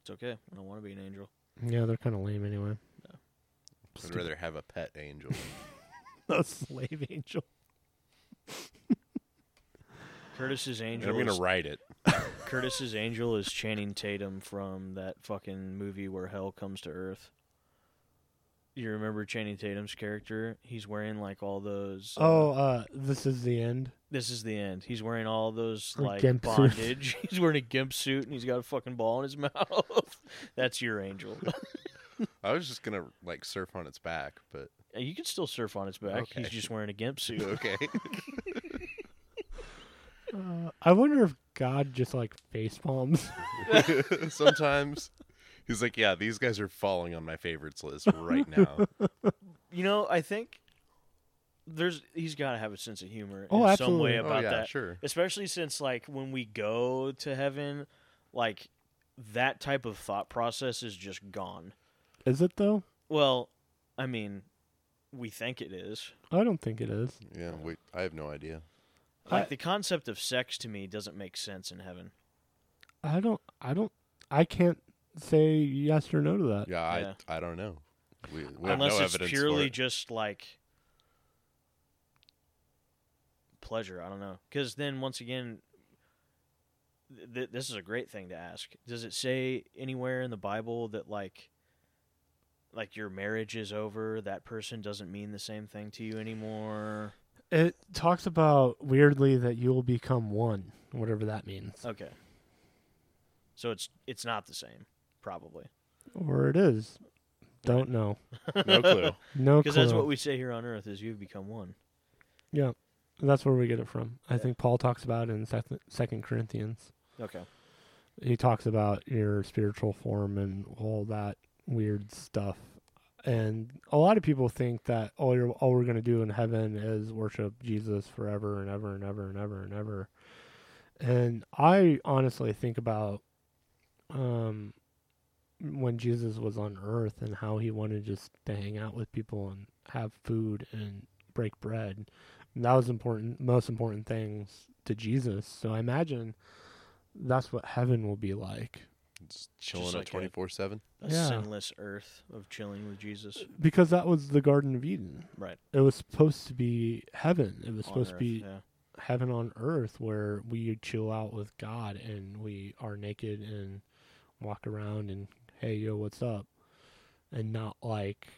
[SPEAKER 2] It's okay. I don't want to be an angel.
[SPEAKER 1] Yeah, they're kind of lame anyway. *laughs*
[SPEAKER 3] I'd rather have a pet
[SPEAKER 2] *laughs*
[SPEAKER 3] angel.
[SPEAKER 1] A slave angel.
[SPEAKER 2] Curtis's
[SPEAKER 3] And
[SPEAKER 2] angel
[SPEAKER 3] I'm gonna
[SPEAKER 2] is-
[SPEAKER 3] write it.
[SPEAKER 2] Curtis's angel is Channing Tatum from that fucking movie where hell comes to earth. You remember Channing Tatum's character? He's wearing like all those. uh,
[SPEAKER 1] Oh, uh, this is the end.
[SPEAKER 2] this is the end. He's wearing all those
[SPEAKER 1] A
[SPEAKER 2] like
[SPEAKER 1] gimp suit.
[SPEAKER 2] bondage. *laughs* he's wearing a gimp suit and he's got a fucking ball in his *laughs* mouth. That's your angel. *laughs*
[SPEAKER 3] I was just gonna like surf on its back,
[SPEAKER 2] *laughs*
[SPEAKER 3] but
[SPEAKER 2] you can still surf on its back.
[SPEAKER 3] Okay.
[SPEAKER 2] He's just wearing a gimp suit. *laughs*
[SPEAKER 3] okay. *laughs*
[SPEAKER 1] Uh, I wonder if God just like face palms.
[SPEAKER 3] Sometimes he's like, "Yeah, these guys are falling on my favorites list right now."
[SPEAKER 2] You know, I think there's he's got to have a sense of humor
[SPEAKER 1] Oh,
[SPEAKER 2] in some
[SPEAKER 1] absolutely.
[SPEAKER 2] way
[SPEAKER 1] Oh,
[SPEAKER 2] *laughs* about
[SPEAKER 3] oh yeah,
[SPEAKER 2] that.
[SPEAKER 3] sure.
[SPEAKER 2] Especially since like when we go to heaven, like that type of thought process is just gone.
[SPEAKER 1] *laughs* Is it though?
[SPEAKER 2] Well, I mean, we think it is.
[SPEAKER 1] I don't think it is.
[SPEAKER 3] Yeah, wait, I have no idea.
[SPEAKER 2] Like
[SPEAKER 1] I-
[SPEAKER 2] the concept of sex to me doesn't make sense in heaven.
[SPEAKER 1] I don't. I don't. I can't say yes or no to that.
[SPEAKER 3] Yeah, I
[SPEAKER 2] Yeah.
[SPEAKER 3] I don't know. We, we have
[SPEAKER 2] Unless
[SPEAKER 3] no
[SPEAKER 2] it's
[SPEAKER 3] evidence
[SPEAKER 2] purely
[SPEAKER 3] for it.
[SPEAKER 2] just like pleasure, I don't know. Cuz then once again th- th- this is a great thing to ask. Does it say anywhere in the Bible that like like your marriage is over, that person doesn't mean the same thing to you anymore?
[SPEAKER 1] It talks about weirdly that you will become one, whatever that means,
[SPEAKER 2] Okay. So it's it's not the same probably.
[SPEAKER 1] or it is. Don't know.
[SPEAKER 3] no
[SPEAKER 2] *laughs*
[SPEAKER 3] *laughs* clue.
[SPEAKER 1] No,
[SPEAKER 2] Because that's
[SPEAKER 1] clue.
[SPEAKER 2] what we say here on earth is you've become one.
[SPEAKER 1] Yeah, that's where we get it from. I
[SPEAKER 2] Yeah.
[SPEAKER 1] think Paul talks about it in Second, Second Corinthians.
[SPEAKER 2] Okay.
[SPEAKER 1] He talks about your spiritual form and all that weird stuff. And a lot of people think that all you're, all we're going to do in heaven is worship Jesus forever and ever and ever and ever and ever. And I honestly think about um, when Jesus was on earth and how he wanted just to hang out with people and have food and break bread. And that was important, most important things to Jesus. So I imagine that's what heaven will be like.
[SPEAKER 3] Just chilling
[SPEAKER 2] Just
[SPEAKER 3] at
[SPEAKER 2] like a-
[SPEAKER 3] twenty four seven.
[SPEAKER 2] A
[SPEAKER 1] Yeah.
[SPEAKER 2] sinless earth of chilling with Jesus.
[SPEAKER 1] Because that was the Garden of Eden.
[SPEAKER 2] Right.
[SPEAKER 1] It was supposed to be heaven. It was
[SPEAKER 2] on
[SPEAKER 1] supposed
[SPEAKER 2] earth,
[SPEAKER 1] to be
[SPEAKER 2] yeah.
[SPEAKER 1] heaven on earth where we chill out with God and we are naked and walk around and hey yo what's up and not like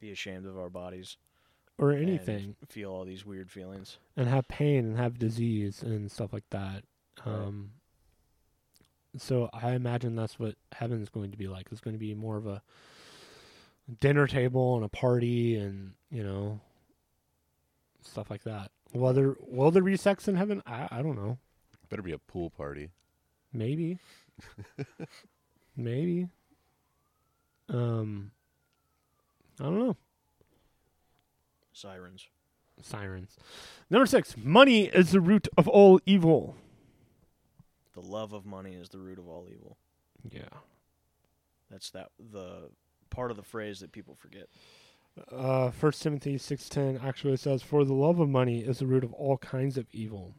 [SPEAKER 2] be ashamed of our bodies
[SPEAKER 1] or
[SPEAKER 2] and
[SPEAKER 1] anything
[SPEAKER 2] feel all these weird feelings
[SPEAKER 1] and have pain and have disease and stuff like that.
[SPEAKER 2] Right.
[SPEAKER 1] Um, So I imagine that's what heaven's going to be like. It's going to be more of a dinner table and a party and you know stuff like that. Will there will there be sex in heaven? I, I don't know.
[SPEAKER 3] Better be a pool party.
[SPEAKER 1] Maybe. Maybe. Um. I don't know.
[SPEAKER 2] sirens
[SPEAKER 1] Sirens. Number six. Money is the root of all evil.
[SPEAKER 2] the love of money is the root of all evil
[SPEAKER 1] Yeah.
[SPEAKER 2] that's that the part of the phrase that people forget
[SPEAKER 1] uh, 1 Timothy 6.10 actually says, For the love of money is the root of all kinds of evil.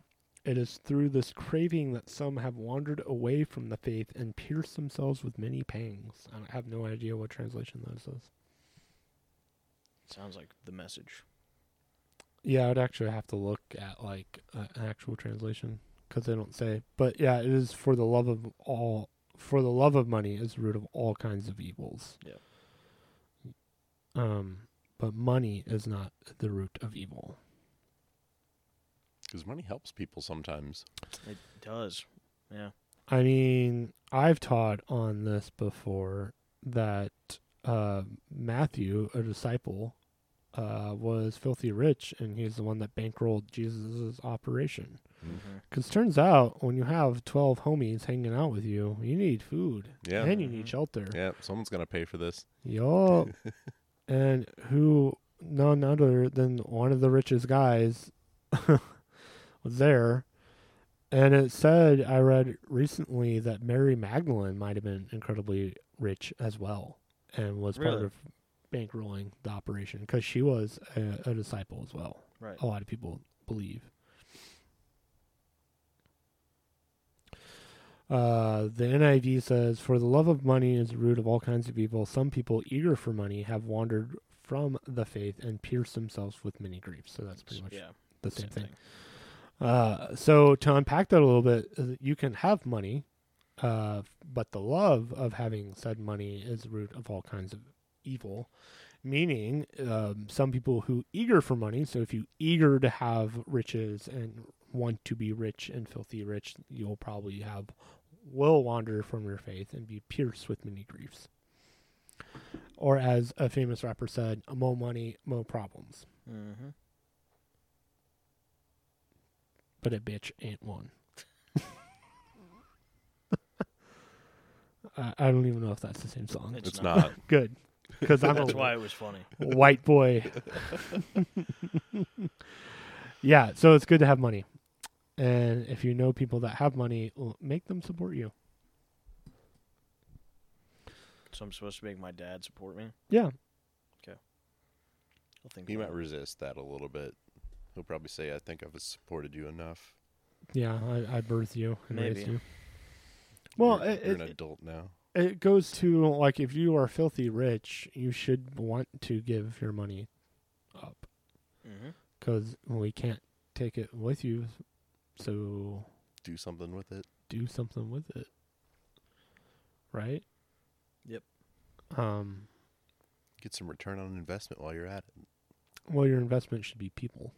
[SPEAKER 1] It is through this craving that some have wandered away from the faith and pierced themselves with many pangs. I have no idea what translation that is.
[SPEAKER 2] sounds like the message
[SPEAKER 1] Yeah, I'd actually have to look at like a- an actual translation because they don't say. But yeah, it is for the love of all. For the love of money is the root of all kinds of evils.
[SPEAKER 2] Yep.
[SPEAKER 1] Um, but money is not the root of evil.
[SPEAKER 3] Because money helps people sometimes.
[SPEAKER 2] it does yeah
[SPEAKER 1] I mean, I've taught on this before that uh, Matthew, a disciple, uh, was filthy rich, and he's the one that bankrolled Jesus' operation.
[SPEAKER 2] Mhm.
[SPEAKER 1] Because turns out, when you have 12 homies hanging out with you, you need food
[SPEAKER 3] Yeah.
[SPEAKER 1] and you
[SPEAKER 2] Mhm.
[SPEAKER 1] need shelter.
[SPEAKER 3] Yeah, someone's gonna pay for this.
[SPEAKER 1] Yup. and who, none other than one of the richest guys, *laughs* was there. And it said, I read recently that Mary Magdalene might have been incredibly rich as well and was part
[SPEAKER 2] Really?
[SPEAKER 1] of bankrolling the operation because she was a, a disciple as well.
[SPEAKER 2] right
[SPEAKER 1] A lot of people believe. Uh, the NIV says, For the love of money is the root of all kinds of evil. Some people eager for money have wandered from the faith and pierced themselves with many griefs. So that's pretty much
[SPEAKER 2] yeah
[SPEAKER 1] the same, thing. Uh, so to unpack that a little bit, uh, you can have money, uh, but the love of having said money is the root of all kinds of evil. Meaning, um, some people who eager for money. So if you eager to have riches and want to be rich and filthy rich, you'll probably have will wander from your faith and be pierced with many griefs. Or as a famous rapper said, "Mo money, mo problems."
[SPEAKER 2] hmm
[SPEAKER 1] but a bitch ain't *laughs* one. I, I don't even know if that's the same song.
[SPEAKER 2] It's
[SPEAKER 3] It's,
[SPEAKER 2] not.
[SPEAKER 3] *laughs* not.
[SPEAKER 1] Good. because I'm
[SPEAKER 2] That's
[SPEAKER 1] a
[SPEAKER 2] why it was funny.
[SPEAKER 1] *laughs* white
[SPEAKER 2] *laughs*
[SPEAKER 1] boy. yeah, so it's good to have money. And if you know people that have money, well, make them support you.
[SPEAKER 2] So I'm supposed to make my dad support me.
[SPEAKER 1] Yeah.
[SPEAKER 2] I'll think
[SPEAKER 3] He
[SPEAKER 2] about
[SPEAKER 3] might
[SPEAKER 2] it.
[SPEAKER 3] resist that a little bit. He'll probably say, "I think I've supported you enough."
[SPEAKER 1] Yeah, I, I birthed you and raised
[SPEAKER 2] Maybe.
[SPEAKER 1] you. Well,
[SPEAKER 3] you're,
[SPEAKER 1] it,
[SPEAKER 3] you're an
[SPEAKER 1] it,
[SPEAKER 3] adult now.
[SPEAKER 1] it goes to like if you are filthy rich, you should want to give your money up
[SPEAKER 2] Mhm.
[SPEAKER 1] because we can't take it with you. So
[SPEAKER 3] Do something with it.
[SPEAKER 1] do something with it. Right?
[SPEAKER 2] Yep.
[SPEAKER 1] Um,
[SPEAKER 3] Get some return on investment while you're at it.
[SPEAKER 1] well, your investment should be people.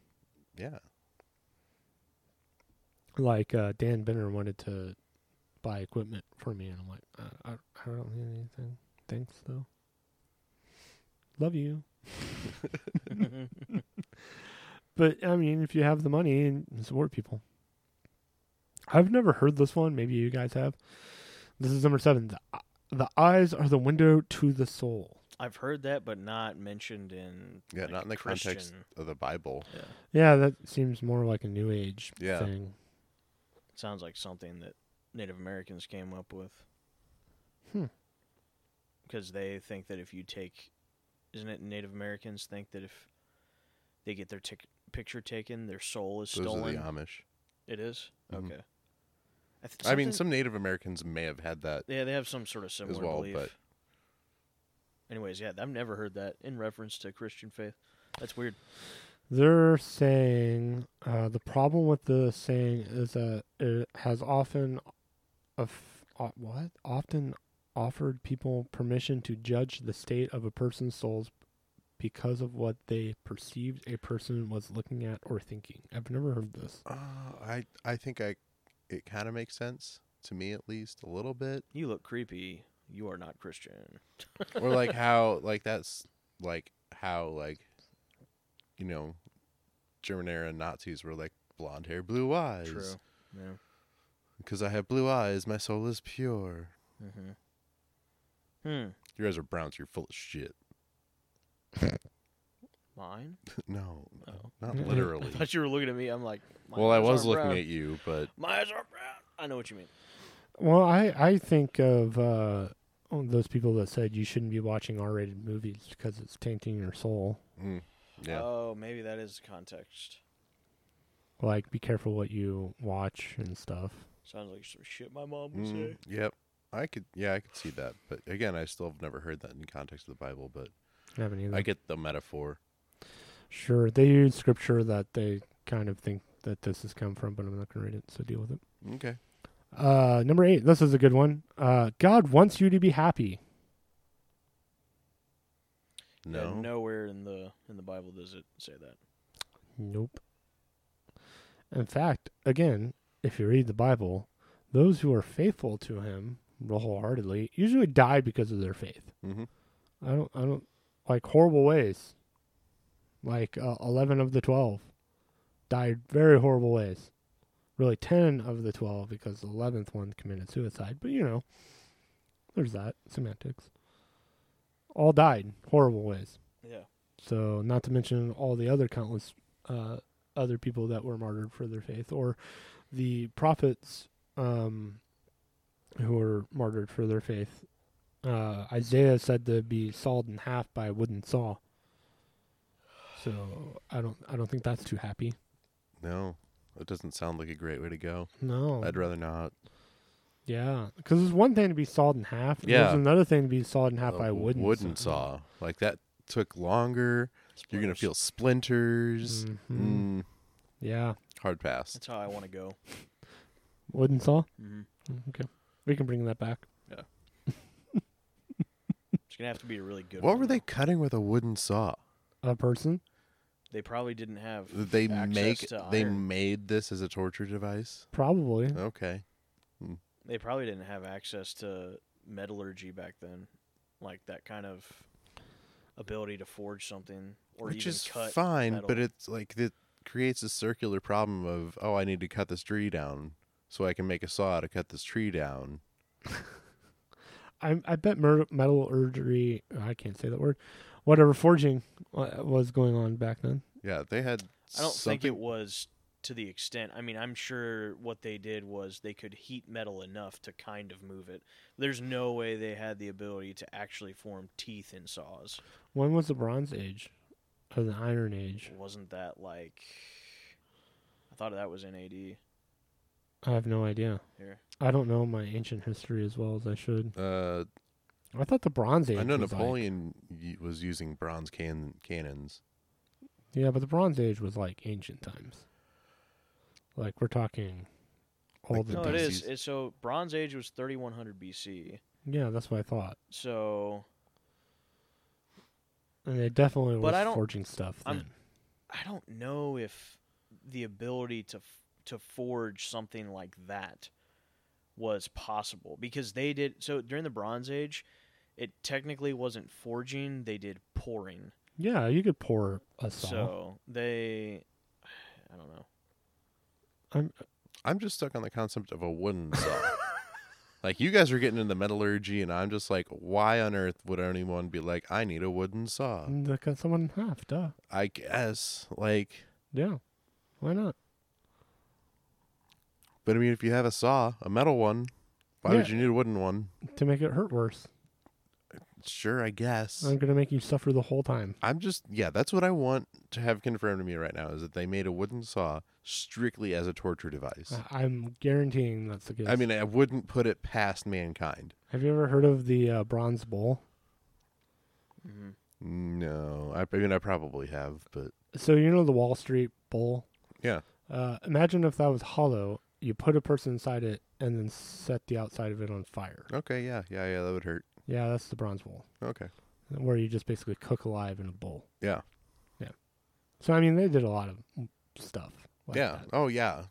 [SPEAKER 3] Yeah.
[SPEAKER 1] Like uh, Dan Benner wanted to buy equipment for me, and I'm like, "Uh, I, I, I don't need anything. Thanks, though. Love you. But I mean, if you have the money and support people. I've never heard this one. Maybe you guys have. This is number seven. The, the eyes are the window to the soul.
[SPEAKER 2] I've heard that, but not mentioned in
[SPEAKER 3] Yeah,
[SPEAKER 2] like,
[SPEAKER 3] not in the context
[SPEAKER 2] Christian-
[SPEAKER 3] of the Bible.
[SPEAKER 2] Yeah,
[SPEAKER 1] Yeah, that seems more like a new age
[SPEAKER 3] Yeah.
[SPEAKER 1] thing.
[SPEAKER 2] it sounds like something that Native Americans came up with.
[SPEAKER 1] Hmm.
[SPEAKER 2] Because they think that if you take, isn't it Native Americans think that if they get their tic- picture taken, their soul is
[SPEAKER 3] Those
[SPEAKER 2] stolen.
[SPEAKER 3] are the Amish.
[SPEAKER 2] It is
[SPEAKER 3] Mhm.
[SPEAKER 2] okay. I, th-
[SPEAKER 3] I mean,
[SPEAKER 2] something-
[SPEAKER 3] some Native Americans may have had that.
[SPEAKER 2] yeah, they have some sort of similar
[SPEAKER 3] well,
[SPEAKER 2] belief.
[SPEAKER 3] but-
[SPEAKER 2] Anyways, yeah, I've never heard that in reference to Christian faith. That's weird.
[SPEAKER 1] They're saying uh, the problem with the saying is that it has often, of o- what often offered people permission to judge the state of a person's souls because of what they perceived a person was looking at or thinking. I've never heard this.
[SPEAKER 3] Uh, I I think I it kind of makes sense to me at least a little bit.
[SPEAKER 2] You look creepy. You are not Christian.
[SPEAKER 3] or
[SPEAKER 2] *laughs*
[SPEAKER 3] like how like that's like how like you know German era Nazis were like blonde hair, blue eyes.
[SPEAKER 2] True. Yeah.
[SPEAKER 3] Because I have blue eyes, my soul is pure.
[SPEAKER 2] Mm-hmm. Hmm.
[SPEAKER 3] You guys are browns. You're full of shit. *laughs*
[SPEAKER 2] Mine?
[SPEAKER 3] No,
[SPEAKER 2] Oh. *laughs*
[SPEAKER 3] not
[SPEAKER 1] Mm-mm.
[SPEAKER 2] I
[SPEAKER 3] literally.
[SPEAKER 2] thought you were looking at me. I'm like, my
[SPEAKER 3] well, I
[SPEAKER 2] eyes
[SPEAKER 3] was
[SPEAKER 2] aren't
[SPEAKER 3] looking
[SPEAKER 2] brown.
[SPEAKER 3] at you,
[SPEAKER 2] *laughs*
[SPEAKER 3] but
[SPEAKER 2] My eyes are brown. I know what you mean.
[SPEAKER 1] Well, I I think of uh, those people that said you shouldn't be watching R-rated movies because it's tainting your soul.
[SPEAKER 3] mm, yeah,
[SPEAKER 2] Oh, maybe that is the context.
[SPEAKER 1] Like, be careful what you watch and stuff.
[SPEAKER 2] Sounds like some shit my mom would
[SPEAKER 3] Mm,
[SPEAKER 2] say.
[SPEAKER 3] yep. I could, yeah, I could see that. But again, I still have never heard that in context of the Bible. But
[SPEAKER 1] I haven't either.
[SPEAKER 3] I get the metaphor.
[SPEAKER 1] Sure, they use scripture that they kind of think that this has come from, but I'm not going to read it, so deal with it.
[SPEAKER 3] Okay.
[SPEAKER 1] Uh, number eight, this is a good one. Uh, God wants you to be happy.
[SPEAKER 2] Yeah,
[SPEAKER 3] No.
[SPEAKER 2] nowhere in the in the Bible does it say that.
[SPEAKER 1] Nope. In fact, again, if you read the Bible, those who are faithful to Him wholeheartedly usually die because of their faith.
[SPEAKER 3] Mm-hmm.
[SPEAKER 1] I don't, I don't like horrible ways. Like uh, eleven of the twelve died very horrible ways. Really, ten of the twelve because the eleventh one committed suicide. But you know, there's that semantics. All died horrible ways.
[SPEAKER 2] Yeah.
[SPEAKER 1] So, not to mention all the other countless uh, other people that were martyred for their faith, or the prophets um, who were martyred for their faith. Uh, Isaiah is said to be sawed in half by a wooden saw. So I don't, I don't think that's too happy.
[SPEAKER 3] No, that doesn't sound like a great way to go.
[SPEAKER 1] No,
[SPEAKER 3] I'd rather not.
[SPEAKER 1] yeah, because it's one thing to be sawed in half. and
[SPEAKER 3] Yeah.
[SPEAKER 1] there's another thing to be sawed in half
[SPEAKER 3] a
[SPEAKER 1] by a wooden
[SPEAKER 3] wooden saw. Like that took longer. You're gonna
[SPEAKER 2] Spoilers.
[SPEAKER 3] feel splinters.
[SPEAKER 1] Mhm.
[SPEAKER 3] Mm,
[SPEAKER 1] Yeah,
[SPEAKER 3] hard pass.
[SPEAKER 2] That's how I want to go.
[SPEAKER 1] wooden saw.
[SPEAKER 2] Mm-hmm.
[SPEAKER 1] Mm, Okay, we can bring that back.
[SPEAKER 2] It's gonna have to be a really good.
[SPEAKER 3] What
[SPEAKER 2] one,
[SPEAKER 3] were they
[SPEAKER 2] though.
[SPEAKER 3] cutting with a wooden saw?
[SPEAKER 1] A person.
[SPEAKER 2] They probably didn't have.
[SPEAKER 3] They
[SPEAKER 2] access
[SPEAKER 3] make
[SPEAKER 2] to
[SPEAKER 3] they
[SPEAKER 2] iron.
[SPEAKER 3] made this as a torture device.
[SPEAKER 1] Probably.
[SPEAKER 3] Okay.
[SPEAKER 2] They probably didn't have access to metallurgy back then, like that kind of ability to forge something or
[SPEAKER 3] Which
[SPEAKER 2] even
[SPEAKER 3] is
[SPEAKER 2] cut.
[SPEAKER 3] fine,
[SPEAKER 2] metal.
[SPEAKER 3] but it's like it creates a circular problem of oh, I need to cut this tree down so I can make a saw to cut this tree down.
[SPEAKER 1] I I bet mer- metal urgery. I can't say that word. Whatever forging wa- was going on back then.
[SPEAKER 3] Yeah, they had.
[SPEAKER 2] I don't think it
[SPEAKER 3] something-
[SPEAKER 2] was to the extent. I mean, I'm sure what they did was they could heat metal enough to kind of move it. There's no way they had the ability to actually form teeth in saws.
[SPEAKER 1] When was the Bronze Age? Or the Iron Age?
[SPEAKER 2] Wasn't that like? I thought that was in AD.
[SPEAKER 1] I have no idea.
[SPEAKER 2] Here,
[SPEAKER 1] I don't know my ancient history as well as I should.
[SPEAKER 3] Uh,
[SPEAKER 1] I thought the Bronze Age.
[SPEAKER 3] I know
[SPEAKER 1] was like-
[SPEAKER 3] Napoleon y was using bronze can- cannons.
[SPEAKER 1] yeah, but the Bronze Age was like ancient times. Like we're talking all
[SPEAKER 3] Like
[SPEAKER 1] the.
[SPEAKER 2] no, it is.
[SPEAKER 3] BCs.
[SPEAKER 2] It's, so Bronze Age was 3100 BC.
[SPEAKER 1] Yeah, that's what I thought.
[SPEAKER 2] So
[SPEAKER 1] And they definitely
[SPEAKER 2] But I
[SPEAKER 1] were
[SPEAKER 2] don't-
[SPEAKER 1] forging stuff then.
[SPEAKER 2] I'm- I don't know if the ability to f- to forge something like that was possible because they did so during the Bronze Age. It technically wasn't forging; they did pouring.
[SPEAKER 1] yeah, you could pour a saw.
[SPEAKER 2] So they, *sighs* I don't know.
[SPEAKER 3] I'm just stuck on the concept of a
[SPEAKER 1] *laughs*
[SPEAKER 3] wooden saw. like you guys are getting into metallurgy, and I'm just like, why on earth would anyone be like, I need a wooden
[SPEAKER 2] uh,
[SPEAKER 3] saw?
[SPEAKER 1] And they cut someone in half. Duh.
[SPEAKER 3] I guess like,
[SPEAKER 1] Yeah. Why not?
[SPEAKER 3] but I mean, if you have a saw, a metal one, why would
[SPEAKER 1] Yeah.
[SPEAKER 3] you need a wooden one?
[SPEAKER 1] To make it hurt worse.
[SPEAKER 3] Sure, I guess.
[SPEAKER 1] I'm gonna make you suffer the whole time.
[SPEAKER 3] I'm just yeah, that's what I want to have confirmed to me right now is that they made a wooden saw strictly as a torture device.
[SPEAKER 1] I- I'm guaranteeing that's the case.
[SPEAKER 3] I mean, I wouldn't put it past mankind.
[SPEAKER 1] have you ever heard of the uh, Bronze Bull?
[SPEAKER 2] hmm
[SPEAKER 3] No, I, I mean I probably have, but
[SPEAKER 1] So you know the Wall Street Bull.
[SPEAKER 3] Yeah.
[SPEAKER 1] Uh, imagine if that was hollow. You put a person inside it and then set the outside of it on fire.
[SPEAKER 3] okay, yeah, yeah, yeah, that would hurt.
[SPEAKER 1] Yeah, that's the Bronze Bull,
[SPEAKER 3] Okay,
[SPEAKER 1] where you just basically cook alive in a bowl.
[SPEAKER 3] Yeah.
[SPEAKER 1] Yeah. So I mean, they did a lot of stuff. Like
[SPEAKER 3] yeah,
[SPEAKER 1] that.
[SPEAKER 3] oh yeah.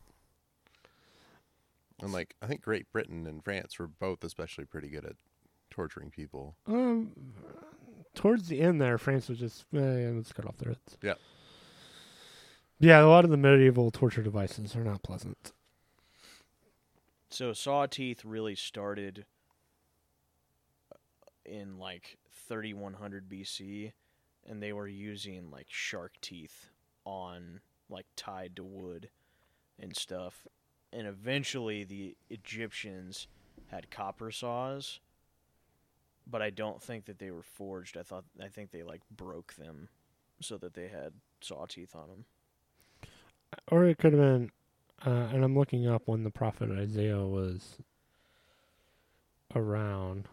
[SPEAKER 3] And like I think Great Britain and France were both especially pretty good at torturing people.
[SPEAKER 1] Um, towards the end there, France was just eh, yeah, let's cut off their heads.
[SPEAKER 3] Yeah.
[SPEAKER 1] Yeah, a lot of the medieval torture devices are not pleasant.
[SPEAKER 2] So saw teeth really started uh, in like 3100 BC, and they were using like shark teeth on like tied to wood and stuff. And eventually the Egyptians had copper saws, but I don't think that they were forged. I thought I think they like broke them so that they had saw teeth on them.
[SPEAKER 1] Or it could have been, uh, and I'm looking up when the prophet Isaiah was around.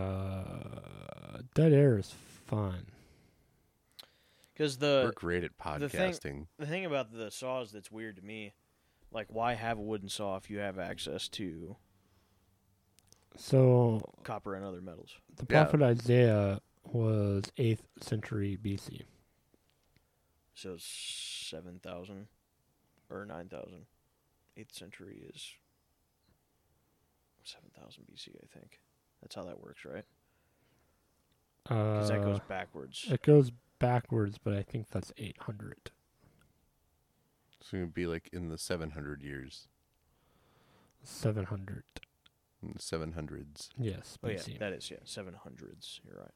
[SPEAKER 1] Uh, dead air is fun.
[SPEAKER 2] Cuz the
[SPEAKER 3] We're great at
[SPEAKER 2] the thing-
[SPEAKER 3] podcasting.
[SPEAKER 2] the thing about the saws that's weird to me, like why have a wooden saw if you have access to
[SPEAKER 1] So
[SPEAKER 2] copper and other metals?
[SPEAKER 1] the
[SPEAKER 3] Yeah.
[SPEAKER 1] prophet Isaiah was eighth century BC.
[SPEAKER 2] So seven thousand or nine thousand. Eighth century is seven thousand BC, I think. That's how that works, right?
[SPEAKER 1] Uh,
[SPEAKER 2] Because that goes backwards.
[SPEAKER 1] It goes backwards, but I think that's 800.
[SPEAKER 3] So it would be like in the seven hundred years,
[SPEAKER 1] 700.
[SPEAKER 3] in the seven hundreds.
[SPEAKER 1] Yes.
[SPEAKER 2] oh yeah,
[SPEAKER 1] BC.
[SPEAKER 2] that is yeah, seven hundreds. You're right.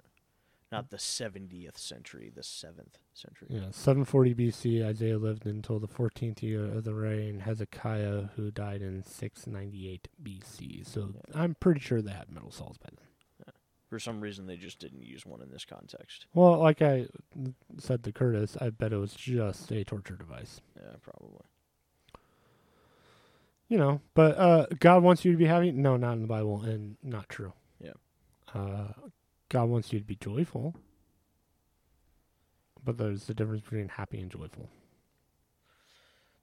[SPEAKER 2] Not the seventieth century, the seventh century.
[SPEAKER 1] Yeah, 740 BC, Isaiah lived until the 14th year of the reign Hezekiah, who died in 698 BC. So I'm pretty sure they had metal saws by then.
[SPEAKER 2] For some reason, they just didn't use one in this context.
[SPEAKER 1] Well, like I said to Curtis, I bet it was just a torture device.
[SPEAKER 2] Yeah, probably.
[SPEAKER 1] You know, but uh, God wants you to be happy? No, not in the Bible, and not true.
[SPEAKER 2] Yeah.
[SPEAKER 1] Uh, God wants you to be joyful. But there's the difference between happy and joyful.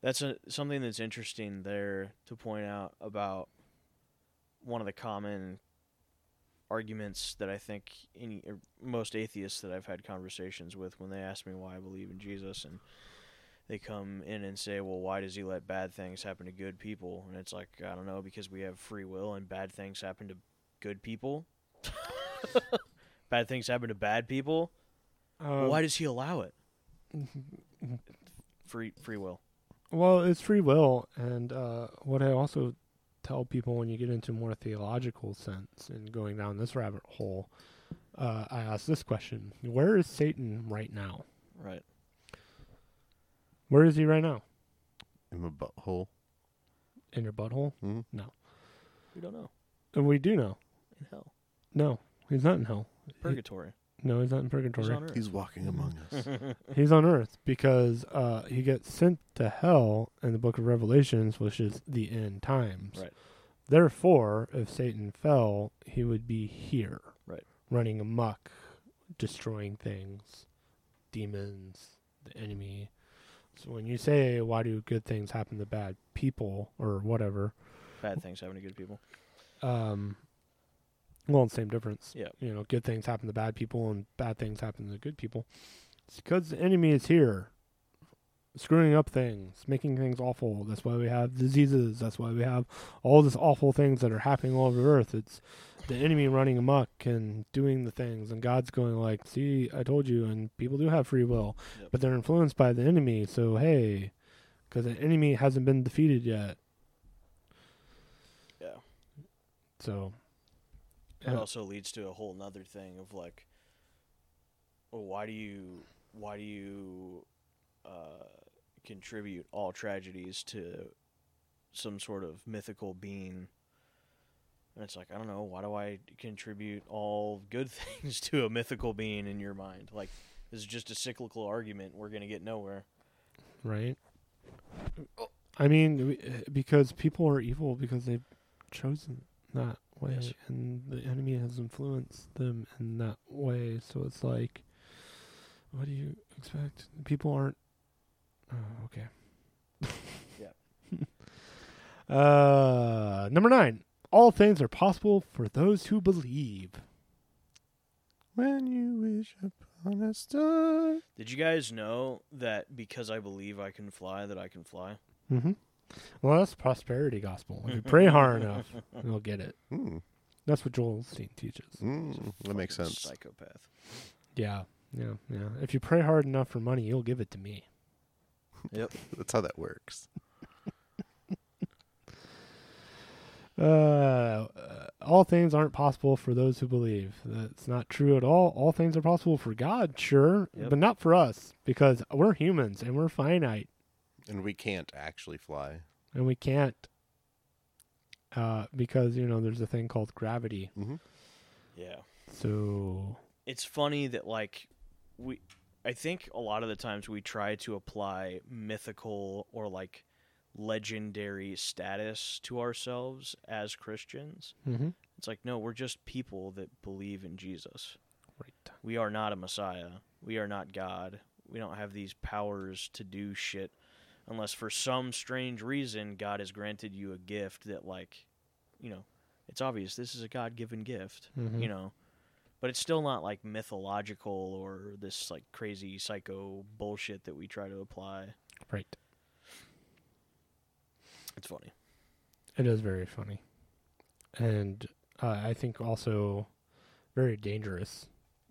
[SPEAKER 2] That's a, something that's interesting there to point out about one of the common arguments that I think any or most atheists that I've had conversations with when they ask me why I believe in Jesus and they come in and say, "Well, why does he let bad things happen to good people?" And it's like, I don't know, because we have free will and bad things happen to good people. *laughs* bad things happen to bad people.
[SPEAKER 1] Um,
[SPEAKER 2] why does he allow it? Free free will.
[SPEAKER 1] Well, it's free will, and uh, what I also tell people when you get into more theological sense and going down this rabbit hole, uh, I ask this question: Where is Satan right now?
[SPEAKER 2] Right.
[SPEAKER 1] Where is he right now?
[SPEAKER 3] In my butthole.
[SPEAKER 1] In your butthole?
[SPEAKER 3] Mhm.
[SPEAKER 2] We don't know.
[SPEAKER 1] And we do know.
[SPEAKER 2] In hell.
[SPEAKER 1] No, he's not in hell.
[SPEAKER 2] Purgatory.
[SPEAKER 1] No, he's not in purgatory.
[SPEAKER 2] He's on earth.
[SPEAKER 3] He's walking among
[SPEAKER 2] Mm.
[SPEAKER 3] us. *laughs*
[SPEAKER 1] He's on Earth because uh, he gets sent to hell in the Book of Revelations, which is the end times.
[SPEAKER 2] Right.
[SPEAKER 1] Therefore, if Satan fell, he would be here.
[SPEAKER 2] Right.
[SPEAKER 1] Running amok, destroying things, demons, the enemy. So when you say, "Why do good things happen to bad people?" or whatever,
[SPEAKER 2] *laughs* Bad things happen to good people.
[SPEAKER 1] um, well, same difference.
[SPEAKER 2] Yeah.
[SPEAKER 1] You know, good things happen to bad people and bad things happen to good people. It's because the enemy is here, screwing up things, making things awful. That's why we have diseases. That's why we have all this awful things that are happening all over Earth. It's the enemy running amok and doing the things, and God's going like, "See, I told you." And people do have free will,
[SPEAKER 2] Yep.
[SPEAKER 1] but they're influenced by the enemy. So hey, because the enemy hasn't been defeated yet.
[SPEAKER 2] Yeah.
[SPEAKER 1] So.
[SPEAKER 2] It
[SPEAKER 1] Yeah.
[SPEAKER 2] also leads to a whole nother thing of like, well, why do you why do you uh, contribute all tragedies to some sort of mythical being? And it's like I don't know. Why do I contribute all good *laughs* things to a mythical being in your mind? Like this is just a cyclical argument. We're gonna get nowhere.
[SPEAKER 1] right? I mean, we- eh, because people are evil because they've chosen that way,
[SPEAKER 2] Yes.
[SPEAKER 1] and the enemy has influenced them in that way. So it's like, what do you expect? People aren't. Oh, okay. yeah. *laughs* Uh, number nine. All things are possible for those who believe.
[SPEAKER 3] when you wish upon a star.
[SPEAKER 2] Did you guys know that because I believe I can fly, that I can fly?
[SPEAKER 1] Mm-hmm. Well, that's prosperity gospel. If you pray hard *laughs* enough, you'll get it.
[SPEAKER 3] Mm,
[SPEAKER 1] That's what Joel Stein teaches.
[SPEAKER 3] mm, that makes
[SPEAKER 2] Fucking
[SPEAKER 3] sense.
[SPEAKER 2] Psychopath.
[SPEAKER 1] Yeah, yeah, yeah. If you pray hard enough for money, you'll give it to me.
[SPEAKER 2] Yep.
[SPEAKER 3] That's how that works.
[SPEAKER 1] Uh, uh, all things aren't possible for those who believe. That's not true at all. All things are possible for God, sure,
[SPEAKER 2] Yep.
[SPEAKER 1] but not for us because we're humans and we're finite
[SPEAKER 3] And we can't actually fly.
[SPEAKER 1] and we can't. Uh, because you know there's a thing called gravity.
[SPEAKER 2] Yeah.
[SPEAKER 1] So
[SPEAKER 2] it's funny that like we I think a lot of the times we try to apply mythical or like legendary status to ourselves as Christians.
[SPEAKER 1] mm-hmm.
[SPEAKER 2] It's like no, we're just people that believe in Jesus.
[SPEAKER 1] right,
[SPEAKER 2] We are not a messiah. We are not God. We don't have these powers to do shit unless for some strange reason God has granted you a gift that like, you know, it's obvious this is a God-given gift
[SPEAKER 1] mm-hmm.
[SPEAKER 2] you know but it's still not like mythological or this like crazy psycho bullshit that we try to apply
[SPEAKER 1] right.
[SPEAKER 2] it's funny
[SPEAKER 1] It is very funny, and uh, I think also very dangerous.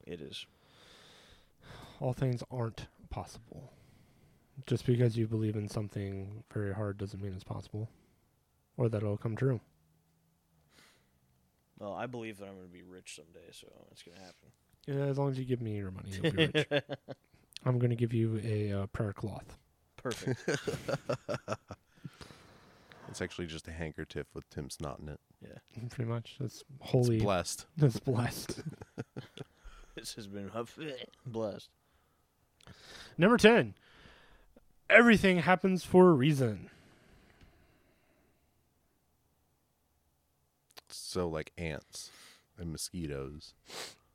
[SPEAKER 2] it is
[SPEAKER 1] all things aren't possible. Just because you believe in something very hard doesn't mean it's possible or that it'll come true.
[SPEAKER 2] well i believe that i'm going to be rich someday so it's going to happen
[SPEAKER 1] Yeah, as long as you give me your money, you'll be
[SPEAKER 3] *laughs*
[SPEAKER 1] rich. I'm going to give you a uh, prayer cloth.
[SPEAKER 2] *laughs* perfect *laughs*
[SPEAKER 3] It's actually just a handkerchief with Tim Snot in it.
[SPEAKER 1] Pretty much. That's
[SPEAKER 3] It's
[SPEAKER 1] holy.
[SPEAKER 3] blessed.
[SPEAKER 1] *laughs* that's blessed.
[SPEAKER 2] this has been *laughs* blessed
[SPEAKER 1] Number 10. Everything happens for a reason.
[SPEAKER 3] So like ants and mosquitoes,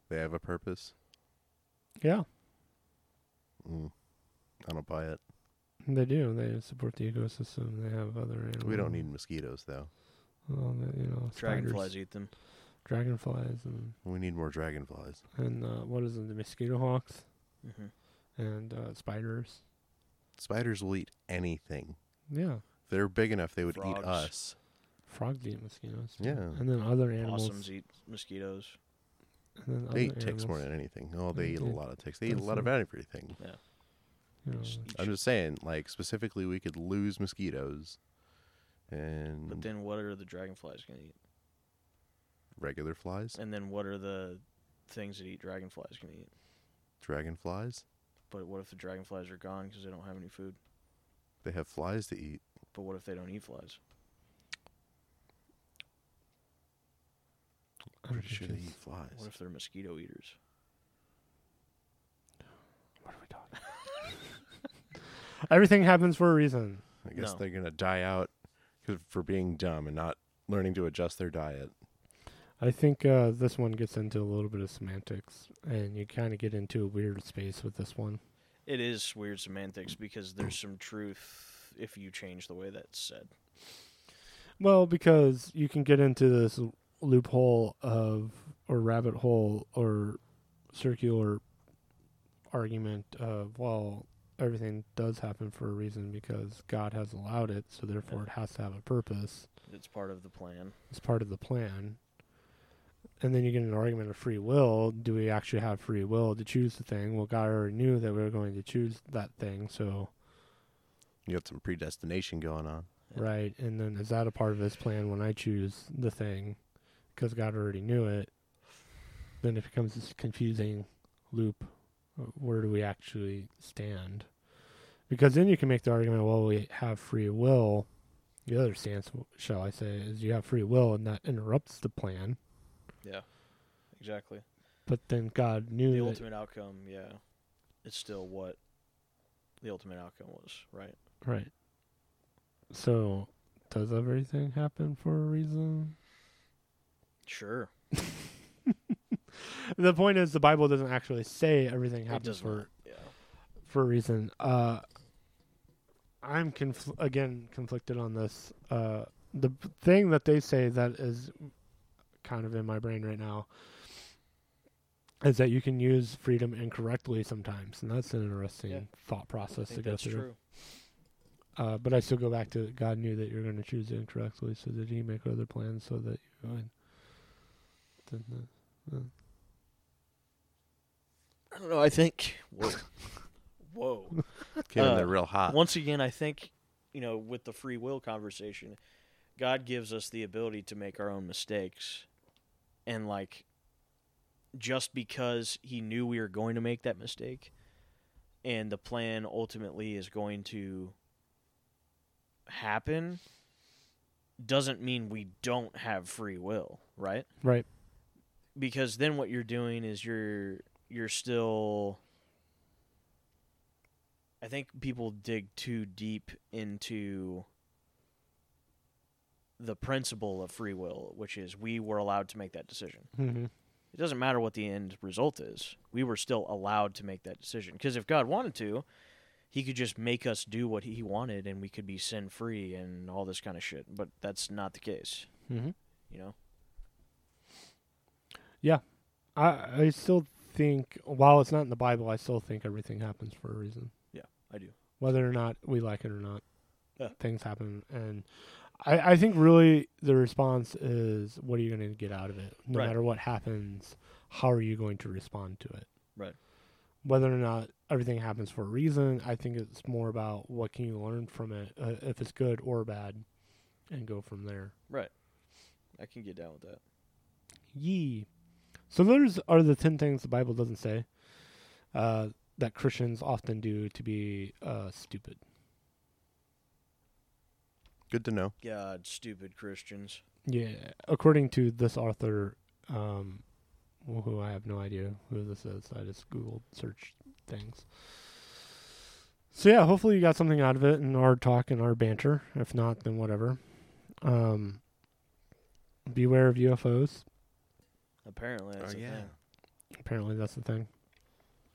[SPEAKER 3] they have a purpose.
[SPEAKER 1] Yeah,
[SPEAKER 3] Mm. I don't buy it.
[SPEAKER 1] they do. They support the ecosystem. They have other animals.
[SPEAKER 3] We don't need mosquitoes though.
[SPEAKER 1] Well, they- you know,
[SPEAKER 2] dragonflies
[SPEAKER 1] spiders,
[SPEAKER 2] eat them
[SPEAKER 1] Dragonflies. And,
[SPEAKER 3] We need more dragonflies.
[SPEAKER 1] and uh, what is it? The mosquito hawks
[SPEAKER 2] hmm
[SPEAKER 1] and uh, spiders.
[SPEAKER 3] Spiders will eat anything.
[SPEAKER 1] Yeah.
[SPEAKER 3] If they're big enough, they would eat
[SPEAKER 2] Frogs.
[SPEAKER 3] us.
[SPEAKER 1] Frogs eat mosquitoes.
[SPEAKER 3] Yeah.
[SPEAKER 1] And then other animals.
[SPEAKER 2] possums eat mosquitoes
[SPEAKER 1] And then
[SPEAKER 3] They
[SPEAKER 1] other
[SPEAKER 3] eat ticks more
[SPEAKER 1] animals,
[SPEAKER 3] than anything. Oh, they eat a
[SPEAKER 1] Yeah.
[SPEAKER 3] lot of ticks. They eat a
[SPEAKER 1] That's
[SPEAKER 3] lot of
[SPEAKER 1] it.
[SPEAKER 3] everything.
[SPEAKER 1] you know.
[SPEAKER 2] Just eat
[SPEAKER 3] I'm
[SPEAKER 2] shit.
[SPEAKER 3] just saying, like specifically, we could lose mosquitoes and
[SPEAKER 2] But then what are the dragonflies going to eat?
[SPEAKER 3] regular flies,
[SPEAKER 2] And then what are the things that eat dragonflies going to eat?
[SPEAKER 3] dragonflies.
[SPEAKER 2] But what if the dragonflies are gone because they don't have any food?
[SPEAKER 3] They have flies to eat.
[SPEAKER 2] But what if they don't eat flies?
[SPEAKER 1] I'm
[SPEAKER 3] Pretty sure they
[SPEAKER 1] confused.
[SPEAKER 3] eat flies.
[SPEAKER 2] What if they're mosquito eaters?
[SPEAKER 1] What are we talking? about? *laughs* Everything happens for a reason.
[SPEAKER 3] I guess
[SPEAKER 2] No.
[SPEAKER 3] they're gonna die out 'cause- for being dumb and not learning to adjust their diet.
[SPEAKER 1] I think uh, this one gets into a little bit of semantics, and you kind of get into a weird space with this one.
[SPEAKER 2] It is weird semantics because there's some truth if you change the way that's said.
[SPEAKER 1] Well, because you can get into this loophole of or rabbit hole or circular argument of well, everything does happen for a reason because God has allowed it, so therefore it has to have a purpose.
[SPEAKER 2] It's part of the plan.
[SPEAKER 1] It's part of the plan. And then you get an argument of free will. Do we actually have free will to choose the thing? Well, God already knew that we were going to choose that thing, so
[SPEAKER 3] You got some predestination going on.
[SPEAKER 2] Yeah.
[SPEAKER 1] Right. And then is that a part of his plan when I choose the thing because God already knew it? Then it becomes this confusing loop. Uh, Where do we actually stand? Because then you can make the argument, well, we have free will. The other stance, shall I say, is you have free will and that interrupts the plan.
[SPEAKER 2] Yeah, exactly.
[SPEAKER 1] But then God
[SPEAKER 2] The
[SPEAKER 1] knew that,
[SPEAKER 2] ultimate outcome, yeah, it's still what the ultimate outcome was, right?
[SPEAKER 1] right. So does everything happen for a reason?
[SPEAKER 2] Sure.
[SPEAKER 1] The point is, the Bible doesn't actually say everything
[SPEAKER 2] It
[SPEAKER 1] happens
[SPEAKER 2] does
[SPEAKER 1] for
[SPEAKER 2] not. Yeah.
[SPEAKER 1] for a reason. Uh, I'm confl- again conflicted on this. Uh, the p- thing that they say that is kind of in my brain right now is that you can use freedom incorrectly sometimes, and that's an interesting
[SPEAKER 2] Yeah.
[SPEAKER 1] thought process to
[SPEAKER 2] I think
[SPEAKER 1] go
[SPEAKER 2] that's
[SPEAKER 1] through.
[SPEAKER 2] true.
[SPEAKER 1] Uh, but I still go back to God knew that you're going to choose incorrectly, so did He make other plans so that you would? Then the, uh,
[SPEAKER 2] I don't know. I think. Whoa.
[SPEAKER 3] *laughs*
[SPEAKER 2] Whoa.
[SPEAKER 3] Came in
[SPEAKER 2] Uh,
[SPEAKER 3] there real hot.
[SPEAKER 2] Once again, I think you know with the free will conversation, God gives us the ability to make our own mistakes, and like just because He knew we were going to make that mistake, and the plan ultimately is going to happen, doesn't mean we don't have free will, right?
[SPEAKER 1] right,
[SPEAKER 2] because then what you're doing is you're you're still I think people dig too deep into the principle of free will, which is we were allowed to make that decision.
[SPEAKER 1] mm-hmm.
[SPEAKER 2] It doesn't matter what the end result is. We were still allowed to make that decision because if God wanted to, he could just make us do what he wanted and we could be sin free and all this kind of shit, but that's not the case,
[SPEAKER 1] Mm-hmm.
[SPEAKER 2] you know.
[SPEAKER 1] I I still think while it's not in the Bible, I still think everything happens for a reason,
[SPEAKER 2] I do.
[SPEAKER 1] whether or not we like it or not.
[SPEAKER 2] Yeah.
[SPEAKER 1] Things happen, and I I think really the response is what are you going to get out of it? No
[SPEAKER 2] Right.
[SPEAKER 1] matter what happens, how are you going to respond to it?
[SPEAKER 2] Right.
[SPEAKER 1] Whether or not everything happens for a reason, I think it's more about what can you learn from it, uh, if it's good or bad, and go from there.
[SPEAKER 2] I can get down with that.
[SPEAKER 1] Ye. So those are the ten things the Bible doesn't say uh, that Christians often do to be uh, stupid.
[SPEAKER 3] Good to know.
[SPEAKER 2] God, stupid Christians.
[SPEAKER 1] Yeah, according to this author, um, wh- who I have no idea who this is. I just googled search things. So yeah, hopefully you got something out of it in our talk and our banter. If not, then whatever. Um, beware of UFOs.
[SPEAKER 2] Apparently, that's
[SPEAKER 3] Oh,
[SPEAKER 2] the
[SPEAKER 3] yeah.
[SPEAKER 2] thing.
[SPEAKER 1] Apparently that's the thing.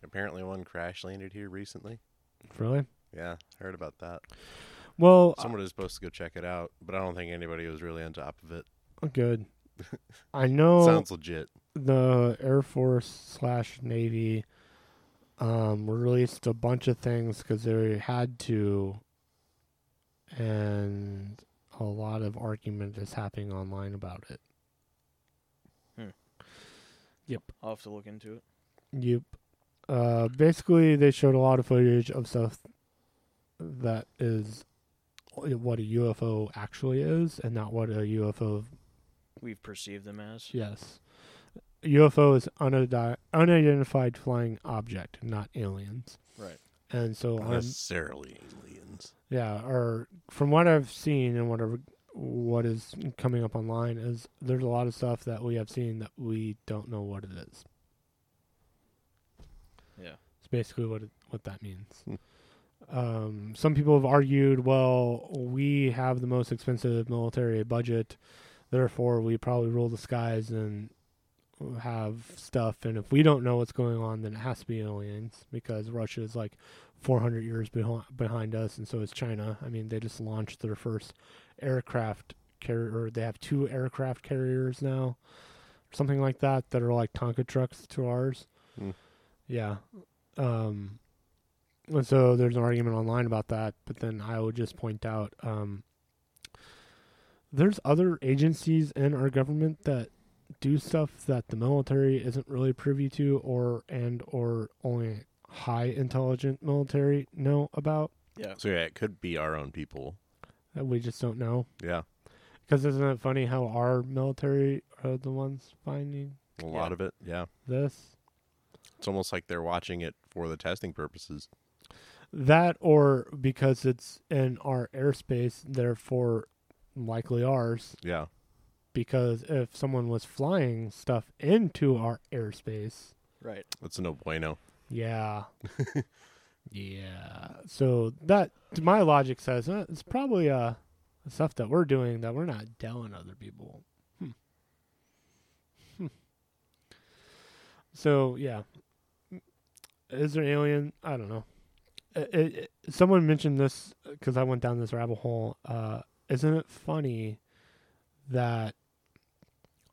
[SPEAKER 3] Apparently, one crash landed here recently.
[SPEAKER 1] Really?
[SPEAKER 3] Yeah, heard about that.
[SPEAKER 1] Well,
[SPEAKER 3] Someone was supposed to go check it out, but I don't think anybody was really on top of it.
[SPEAKER 1] uh, good. I know.
[SPEAKER 3] *laughs* Sounds legit.
[SPEAKER 1] the Air Force slash Navy um, released a bunch of things because they had to, and a lot of argument is happening online about it.
[SPEAKER 2] I'll have to look into it.
[SPEAKER 1] Yep. Uh, basically, they showed a lot of footage of stuff that is what a UFO actually is and not what a UFO
[SPEAKER 2] We've perceived them as.
[SPEAKER 1] yes. UFO is unidi- unidentified flying object, not aliens.
[SPEAKER 2] Right.
[SPEAKER 1] And so
[SPEAKER 4] Not
[SPEAKER 1] I'm
[SPEAKER 4] necessarily aliens.
[SPEAKER 1] Yeah, or from what I've seen and whatever what is coming up online is there's a lot of stuff that we have seen that we don't know what it is.
[SPEAKER 2] Yeah.
[SPEAKER 1] It's basically what it, what that means. *laughs* um, some people have argued, well, we have the most expensive military budget, therefore we probably rule the skies and have stuff. And if we don't know what's going on, then it has to be aliens because Russia is like 400 years behind, behind us, and so is China. I mean, they just launched their first aircraft carrier. Or they have two aircraft carriers now, something like that, that are like Tonka trucks to ours.
[SPEAKER 3] Hmm.
[SPEAKER 1] Yeah. Um, and so there's an argument online about that, but then I would just point out um, there's other agencies in our government that do stuff that the military isn't really privy to or and or only high intelligent military know about
[SPEAKER 2] Yeah.
[SPEAKER 4] So yeah, it could be our own people.
[SPEAKER 1] that we just don't know.
[SPEAKER 4] Yeah,
[SPEAKER 1] Because isn't it funny how our military are the ones finding
[SPEAKER 4] a lot of it. Yeah,
[SPEAKER 1] this?
[SPEAKER 4] it's almost like they're watching it for the testing purposes.
[SPEAKER 1] That or because it's in our airspace, therefore likely ours.
[SPEAKER 4] Yeah,
[SPEAKER 1] Because if someone was flying stuff into our airspace,
[SPEAKER 2] Right.
[SPEAKER 4] it's no bueno.
[SPEAKER 1] yeah. yeah. So that, to my logic says, uh, it's probably uh, stuff that we're doing that we're not telling other people. Hmm. Hmm. So, yeah. Is there an alien? I don't know. It, it, it- someone mentioned this because I went down this rabbit hole. Uh, isn't it funny that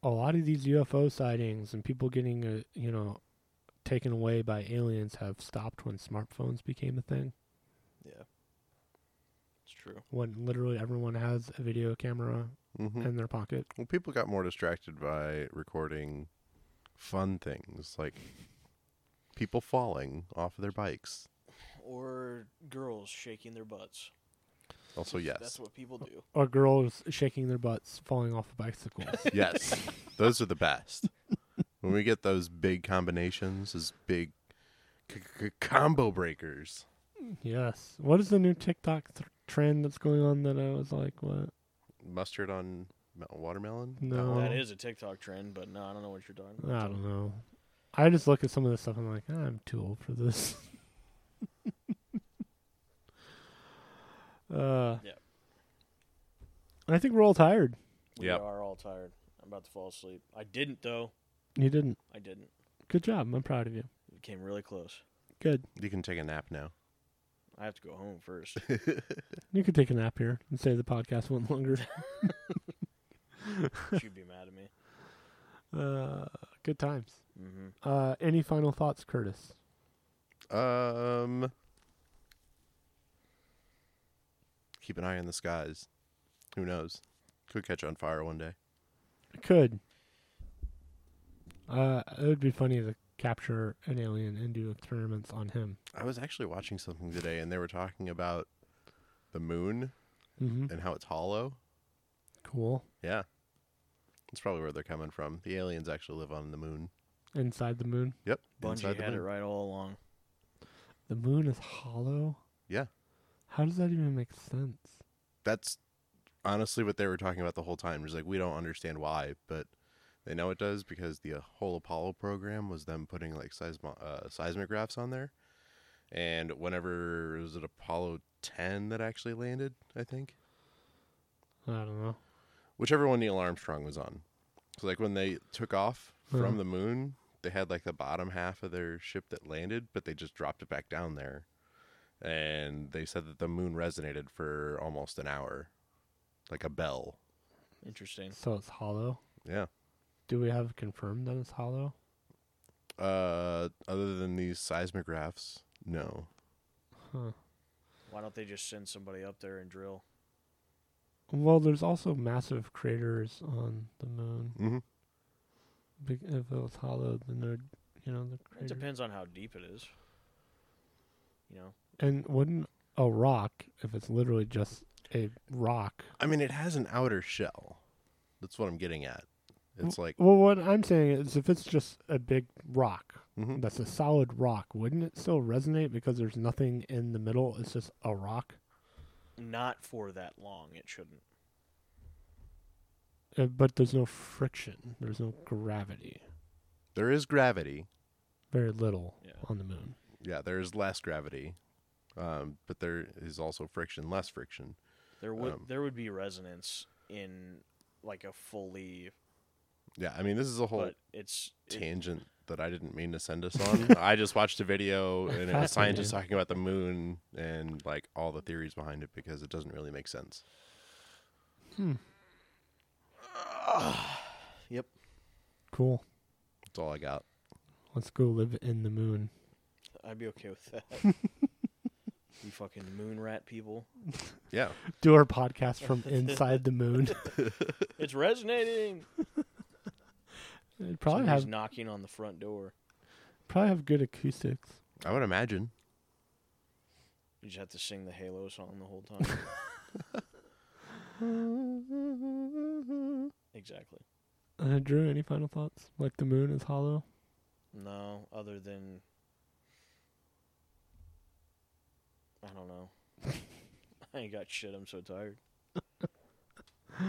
[SPEAKER 1] a lot of these UFO sightings and people getting, uh, you know, taken away by aliens have stopped when smartphones became a thing?
[SPEAKER 2] Yeah. It's true.
[SPEAKER 1] When literally everyone has a video camera
[SPEAKER 3] Mm-hmm.
[SPEAKER 1] in their pocket.
[SPEAKER 3] Well, people got more distracted by recording fun things like people falling off of their bikes.
[SPEAKER 2] Or girls shaking their butts.
[SPEAKER 3] Also, yes,
[SPEAKER 2] That's what people do.
[SPEAKER 1] Or girls shaking their butts falling off of bicycles.
[SPEAKER 3] *laughs*
[SPEAKER 4] Yes,
[SPEAKER 3] those are the best. when we get those big combinations, those big c- c- combo breakers.
[SPEAKER 1] yes. What is the new TikTok th- trend that's going on that I was like, what?
[SPEAKER 3] Mustard on me- watermelon.
[SPEAKER 1] No.
[SPEAKER 2] That is a TikTok trend, but no, I don't know what you're talking about.
[SPEAKER 1] I don't know. I just look at some of this stuff and I'm like, "Ah, I'm too old for this. *laughs* uh,
[SPEAKER 2] Yeah.
[SPEAKER 1] I think we're all tired.
[SPEAKER 2] We
[SPEAKER 4] Yep.
[SPEAKER 2] are all tired. I'm about to fall asleep. I didn't though.
[SPEAKER 1] You didn't.
[SPEAKER 2] I didn't.
[SPEAKER 1] Good job. I'm proud of you.
[SPEAKER 2] It came really close.
[SPEAKER 1] Good.
[SPEAKER 3] You can take a nap now.
[SPEAKER 2] I have to go
[SPEAKER 1] *laughs*
[SPEAKER 2] home first.
[SPEAKER 1] You could take a nap here and say the podcast *laughs* went longer.
[SPEAKER 2] She'd be mad at me.
[SPEAKER 1] Uh, good times.
[SPEAKER 2] hmm
[SPEAKER 1] Uh, any final thoughts, Curtis?
[SPEAKER 3] Um, keep an eye on the skies. Who knows? Could catch on fire one day.
[SPEAKER 1] Could. Uh, it would be funny to capture an alien and do experiments on him.
[SPEAKER 3] I was actually watching something today, and they were talking about the moon
[SPEAKER 1] Mm-hmm.
[SPEAKER 3] and how it's hollow.
[SPEAKER 1] Cool.
[SPEAKER 3] Yeah, that's probably where they're coming from. The aliens actually live on the moon.
[SPEAKER 1] Inside the moon.
[SPEAKER 3] Yep,
[SPEAKER 2] Bungie
[SPEAKER 3] inside the
[SPEAKER 2] had it
[SPEAKER 3] moon.
[SPEAKER 2] right all along.
[SPEAKER 1] The moon is hollow.
[SPEAKER 3] Yeah.
[SPEAKER 1] How does that even make sense?
[SPEAKER 3] That's honestly what they were talking about the whole time. It's like we don't understand why, but they know it does because the uh, whole Apollo program was them putting like seismo- uh, seismographs on there. And whenever was it Apollo ten that actually landed? I think.
[SPEAKER 1] I don't know.
[SPEAKER 3] whichever one Neil Armstrong was on. So like when they took off from
[SPEAKER 1] Uh-huh.
[SPEAKER 3] the moon, they had like the bottom half of their ship that landed, but they just dropped it back down there. And they said that the moon resonated for almost an hour, like a bell.
[SPEAKER 2] Interesting.
[SPEAKER 1] So it's hollow.
[SPEAKER 3] Yeah.
[SPEAKER 1] Do we have confirmed that it's hollow?
[SPEAKER 3] Uh, other than these seismographs, no.
[SPEAKER 1] Huh.
[SPEAKER 2] Why don't they just send somebody up there and drill?
[SPEAKER 1] Well, there's also massive craters on the moon.
[SPEAKER 3] Mm-hmm.
[SPEAKER 1] Big- If it was hollow, then there'd, you know, the
[SPEAKER 2] It
[SPEAKER 1] crater.
[SPEAKER 2] depends on how deep it is. You know,
[SPEAKER 1] And wouldn't a rock, if it's literally just a rock.
[SPEAKER 3] I mean, it has an outer shell. That's what I'm getting at. It's like
[SPEAKER 1] Well, what I'm saying is, if it's just a big rock,
[SPEAKER 3] Mhm.
[SPEAKER 1] that's a solid rock, wouldn't it still resonate because there's nothing in the middle? It's just a rock.
[SPEAKER 2] Not for that long, it shouldn't.
[SPEAKER 1] Uh, but there's no friction. There's no gravity.
[SPEAKER 3] there is gravity.
[SPEAKER 1] Very little
[SPEAKER 2] Yeah.
[SPEAKER 1] on the moon.
[SPEAKER 3] Yeah, there is less gravity, um, but there is also friction, less friction.
[SPEAKER 2] There would
[SPEAKER 3] Um,
[SPEAKER 2] there would be resonance in like a fully,
[SPEAKER 3] Yeah, I mean, this is a whole
[SPEAKER 2] but it's it-
[SPEAKER 3] tangent that I didn't mean to send us on. I just watched a video and it was scientists talking about the moon and like all the theories behind it because it doesn't really make sense.
[SPEAKER 2] yep.
[SPEAKER 1] Cool.
[SPEAKER 3] That's all I got.
[SPEAKER 1] Let's go live in the moon.
[SPEAKER 2] I'd be okay with
[SPEAKER 3] *laughs*
[SPEAKER 2] that. you fucking moon rat people.
[SPEAKER 3] Yeah,
[SPEAKER 1] Do our podcast
[SPEAKER 2] *laughs*
[SPEAKER 1] from inside the moon.
[SPEAKER 2] It's resonating.
[SPEAKER 1] It'd probably
[SPEAKER 2] Somebody's
[SPEAKER 1] have
[SPEAKER 2] knocking on the front door.
[SPEAKER 1] probably have good acoustics.
[SPEAKER 3] I would imagine.
[SPEAKER 2] You just have to sing the Halo song the whole time.
[SPEAKER 3] *laughs*
[SPEAKER 2] exactly.
[SPEAKER 1] Uh, Drew, any final thoughts? Like the moon is hollow.
[SPEAKER 2] No, other than I don't
[SPEAKER 3] *laughs*
[SPEAKER 2] know. I ain't got shit. I'm so tired.
[SPEAKER 1] *gasps*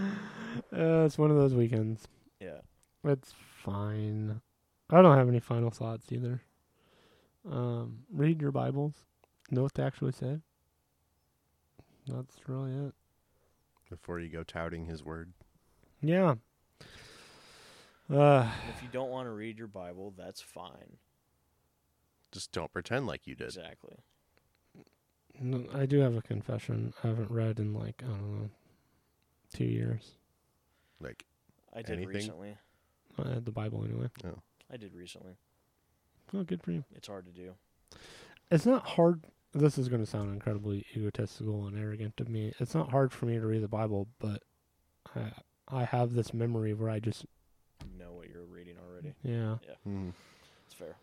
[SPEAKER 1] Uh, it's one of those weekends.
[SPEAKER 2] Yeah.
[SPEAKER 1] It's fine. I don't have any final thoughts either. Um, read your Bibles. Know what they actually say. That's really it.
[SPEAKER 3] Before you go touting his word,
[SPEAKER 1] Yeah. Uh,
[SPEAKER 2] And if you don't want to read your Bible, that's fine.
[SPEAKER 3] just don't pretend like you did.
[SPEAKER 2] Exactly.
[SPEAKER 1] no, I do have a confession. I haven't read in like I don't know, two years.
[SPEAKER 3] Like,
[SPEAKER 2] I did
[SPEAKER 3] Anything?
[SPEAKER 2] recently.
[SPEAKER 1] I had the Bible anyway.
[SPEAKER 2] I did recently.
[SPEAKER 1] Oh, good for you.
[SPEAKER 2] It's hard to do.
[SPEAKER 1] It's not hard. This is going to sound incredibly egotistical and arrogant to me. It's not hard for me to read the Bible, but I I have this memory where I just
[SPEAKER 2] You know what you're reading already.
[SPEAKER 1] yeah.
[SPEAKER 3] hmm.
[SPEAKER 2] It's fair.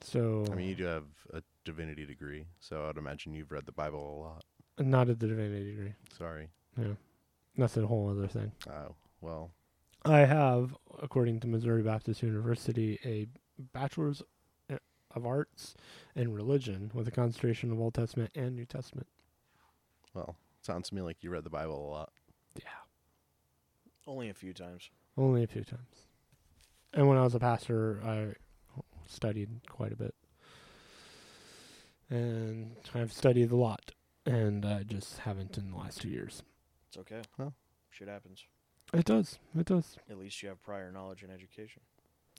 [SPEAKER 1] So
[SPEAKER 3] I mean, you do have a divinity degree, so I'd imagine you've read the Bible a lot.
[SPEAKER 1] not at the divinity degree.
[SPEAKER 3] Sorry.
[SPEAKER 1] That's a whole other thing.
[SPEAKER 3] Oh, well,
[SPEAKER 1] I have, according to Missouri Baptist University, a bachelor's eh, of arts in religion with a concentration of Old Testament and New Testament.
[SPEAKER 3] well, sounds to me like you read the Bible a lot.
[SPEAKER 2] Only a few times.
[SPEAKER 1] Only a few times. And when I was a pastor, I studied quite a bit. And I've studied a lot. And I just haven't in the last two years.
[SPEAKER 2] It's okay.
[SPEAKER 3] Well.
[SPEAKER 2] Shit happens.
[SPEAKER 1] It does. It does.
[SPEAKER 2] At least you have prior knowledge and education.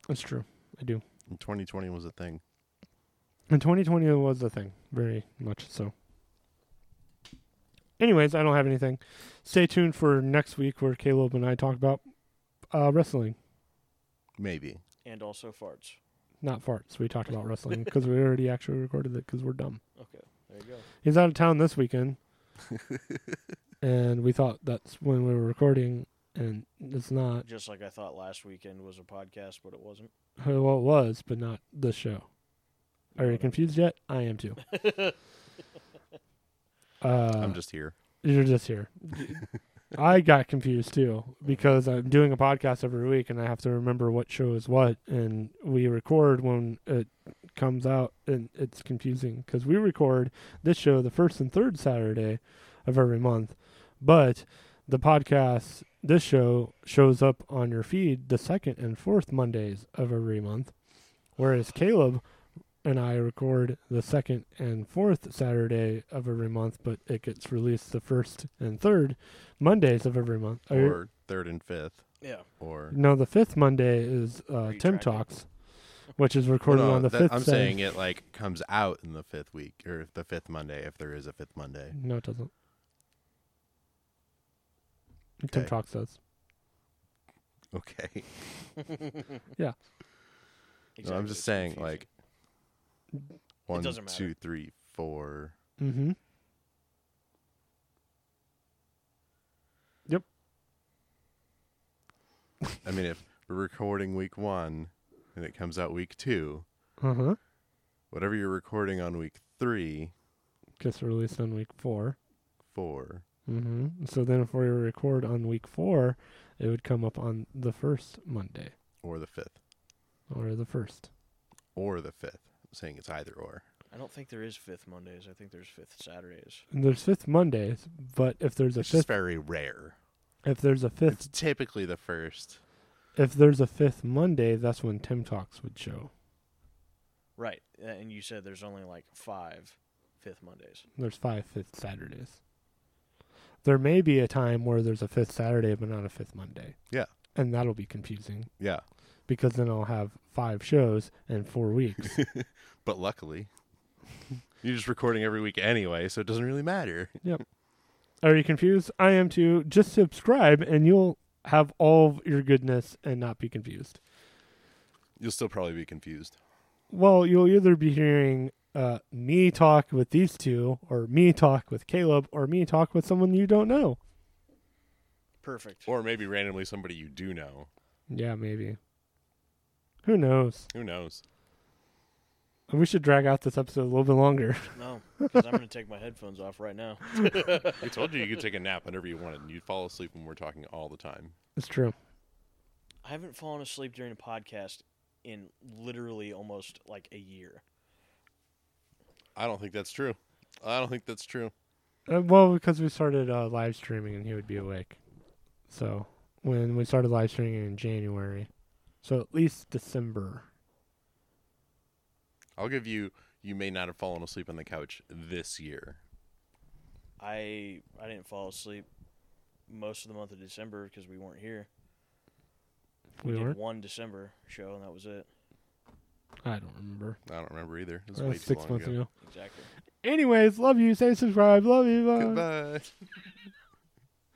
[SPEAKER 1] It's true. I do.
[SPEAKER 3] And 2020 was a thing.
[SPEAKER 1] And 2020 was a thing, very much so. Anyways, I don't have anything. Stay tuned for next week where Caleb and I talk about uh, wrestling,
[SPEAKER 3] Maybe.
[SPEAKER 2] And also farts.
[SPEAKER 1] not farts. We talked about wrestling because we already actually recorded it because we're dumb.
[SPEAKER 2] Okay. There you go.
[SPEAKER 1] He's out of town this weekend, and we thought that's when we were recording, and it's not.
[SPEAKER 2] Just like I thought last weekend was a podcast, but it wasn't.
[SPEAKER 1] Well, it was, but not this show.
[SPEAKER 2] You
[SPEAKER 1] Are you
[SPEAKER 2] know what I-
[SPEAKER 1] confused yet? I am too. uh,
[SPEAKER 3] I'm just here.
[SPEAKER 1] You're just here. I got confused too because I'm doing a podcast every week and I have to remember what show is what, and we record when it comes out, and it's confusing because we record this show the first and third Saturday of every month, but the podcast this show shows up on your feed the second and fourth Mondays of every month, whereas Caleb and I record the second and fourth Saturday of every month, but it gets released the first and third Mondays of every month. Or,
[SPEAKER 3] Or third and fifth.
[SPEAKER 2] Yeah. *laughs*
[SPEAKER 3] Or
[SPEAKER 1] no, the fifth Monday is uh,
[SPEAKER 2] Are you
[SPEAKER 1] Tim
[SPEAKER 2] tracking?
[SPEAKER 1] Talks, which is recorded
[SPEAKER 3] Well, no,
[SPEAKER 1] on the
[SPEAKER 3] that-
[SPEAKER 1] fifth.
[SPEAKER 3] I'm
[SPEAKER 1] Saturday.
[SPEAKER 3] saying it like comes out in the fifth week or the fifth Monday if there is a fifth Monday.
[SPEAKER 1] no, it doesn't. Tim
[SPEAKER 3] Okay.
[SPEAKER 1] Talks does. Mm.
[SPEAKER 3] Okay.
[SPEAKER 2] Exactly.
[SPEAKER 3] *laughs* no, I'm just
[SPEAKER 2] It's
[SPEAKER 3] saying
[SPEAKER 2] confusing.
[SPEAKER 3] like one,
[SPEAKER 2] doesn't matter.
[SPEAKER 3] two, three, four.
[SPEAKER 1] Mm-hmm.
[SPEAKER 3] I mean, if we're recording week one and it comes out week two,
[SPEAKER 1] Uh huh.
[SPEAKER 3] whatever you're recording on week three,
[SPEAKER 1] Just released on week four.
[SPEAKER 3] four,
[SPEAKER 1] hmm So then, if we record on week four, it would come up on the first Monday
[SPEAKER 3] or the fifth,
[SPEAKER 1] or the first.
[SPEAKER 3] or the fifth. I'm saying it's either or.
[SPEAKER 2] I don't think there is fifth Mondays. I think there's fifth Saturdays.
[SPEAKER 1] And there's fifth Mondays, but if there's a
[SPEAKER 3] It's just
[SPEAKER 1] fifth,
[SPEAKER 3] very rare.
[SPEAKER 1] if there's a fifth,
[SPEAKER 3] It's typically the first.
[SPEAKER 1] if there's a fifth Monday, that's when Tim Talks would show.
[SPEAKER 2] Right. uh, And you said there's only like five fifth Mondays.
[SPEAKER 1] There's five fifth Saturdays. There may be a time where there's a fifth Saturday, but not a fifth Monday.
[SPEAKER 3] Yeah.
[SPEAKER 1] and that'll be confusing
[SPEAKER 3] Yeah,
[SPEAKER 1] because then I'll have five shows in four weeks.
[SPEAKER 3] but
[SPEAKER 1] *laughs*
[SPEAKER 3] luckily, you're just recording every week anyway, so it doesn't really matter.
[SPEAKER 1] Are you confused? I am too. Just subscribe and you'll have all of your goodness and not be confused.
[SPEAKER 3] You'll still probably be confused.
[SPEAKER 1] Well, you'll either be hearing uh, me talk with these two, or me talk with Caleb, or me talk with someone you don't know.
[SPEAKER 2] Perfect.
[SPEAKER 3] Or maybe randomly somebody you do know.
[SPEAKER 1] Yeah, maybe. Who knows?
[SPEAKER 3] Who knows?
[SPEAKER 1] We should drag out this episode a little bit longer. *laughs*
[SPEAKER 2] no, because I'm going to take my headphones off right now.
[SPEAKER 3] We told you you could take a nap whenever you wanted, and you'd fall asleep when we're talking all the time.
[SPEAKER 1] it's true.
[SPEAKER 2] I haven't fallen asleep during a podcast in literally almost like a year.
[SPEAKER 3] I don't think that's true. I don't think that's true.
[SPEAKER 1] Uh, well, because we started uh, live streaming and he would be awake. So when we started live streaming in January, so at least December.
[SPEAKER 3] I'll give you. You may not have fallen asleep on the couch this year.
[SPEAKER 2] I I didn't fall asleep most of the month of December because we weren't here.
[SPEAKER 1] We
[SPEAKER 2] did
[SPEAKER 1] weren't.
[SPEAKER 2] one December show and that was it.
[SPEAKER 1] I don't remember.
[SPEAKER 3] I don't remember either. It was
[SPEAKER 1] That
[SPEAKER 3] way
[SPEAKER 1] was
[SPEAKER 3] too
[SPEAKER 1] Uh, six
[SPEAKER 3] long
[SPEAKER 1] months
[SPEAKER 3] ago.
[SPEAKER 1] ago.
[SPEAKER 2] Exactly.
[SPEAKER 1] Anyways, love you. Say subscribe. Love you. Bye.
[SPEAKER 3] Goodbye.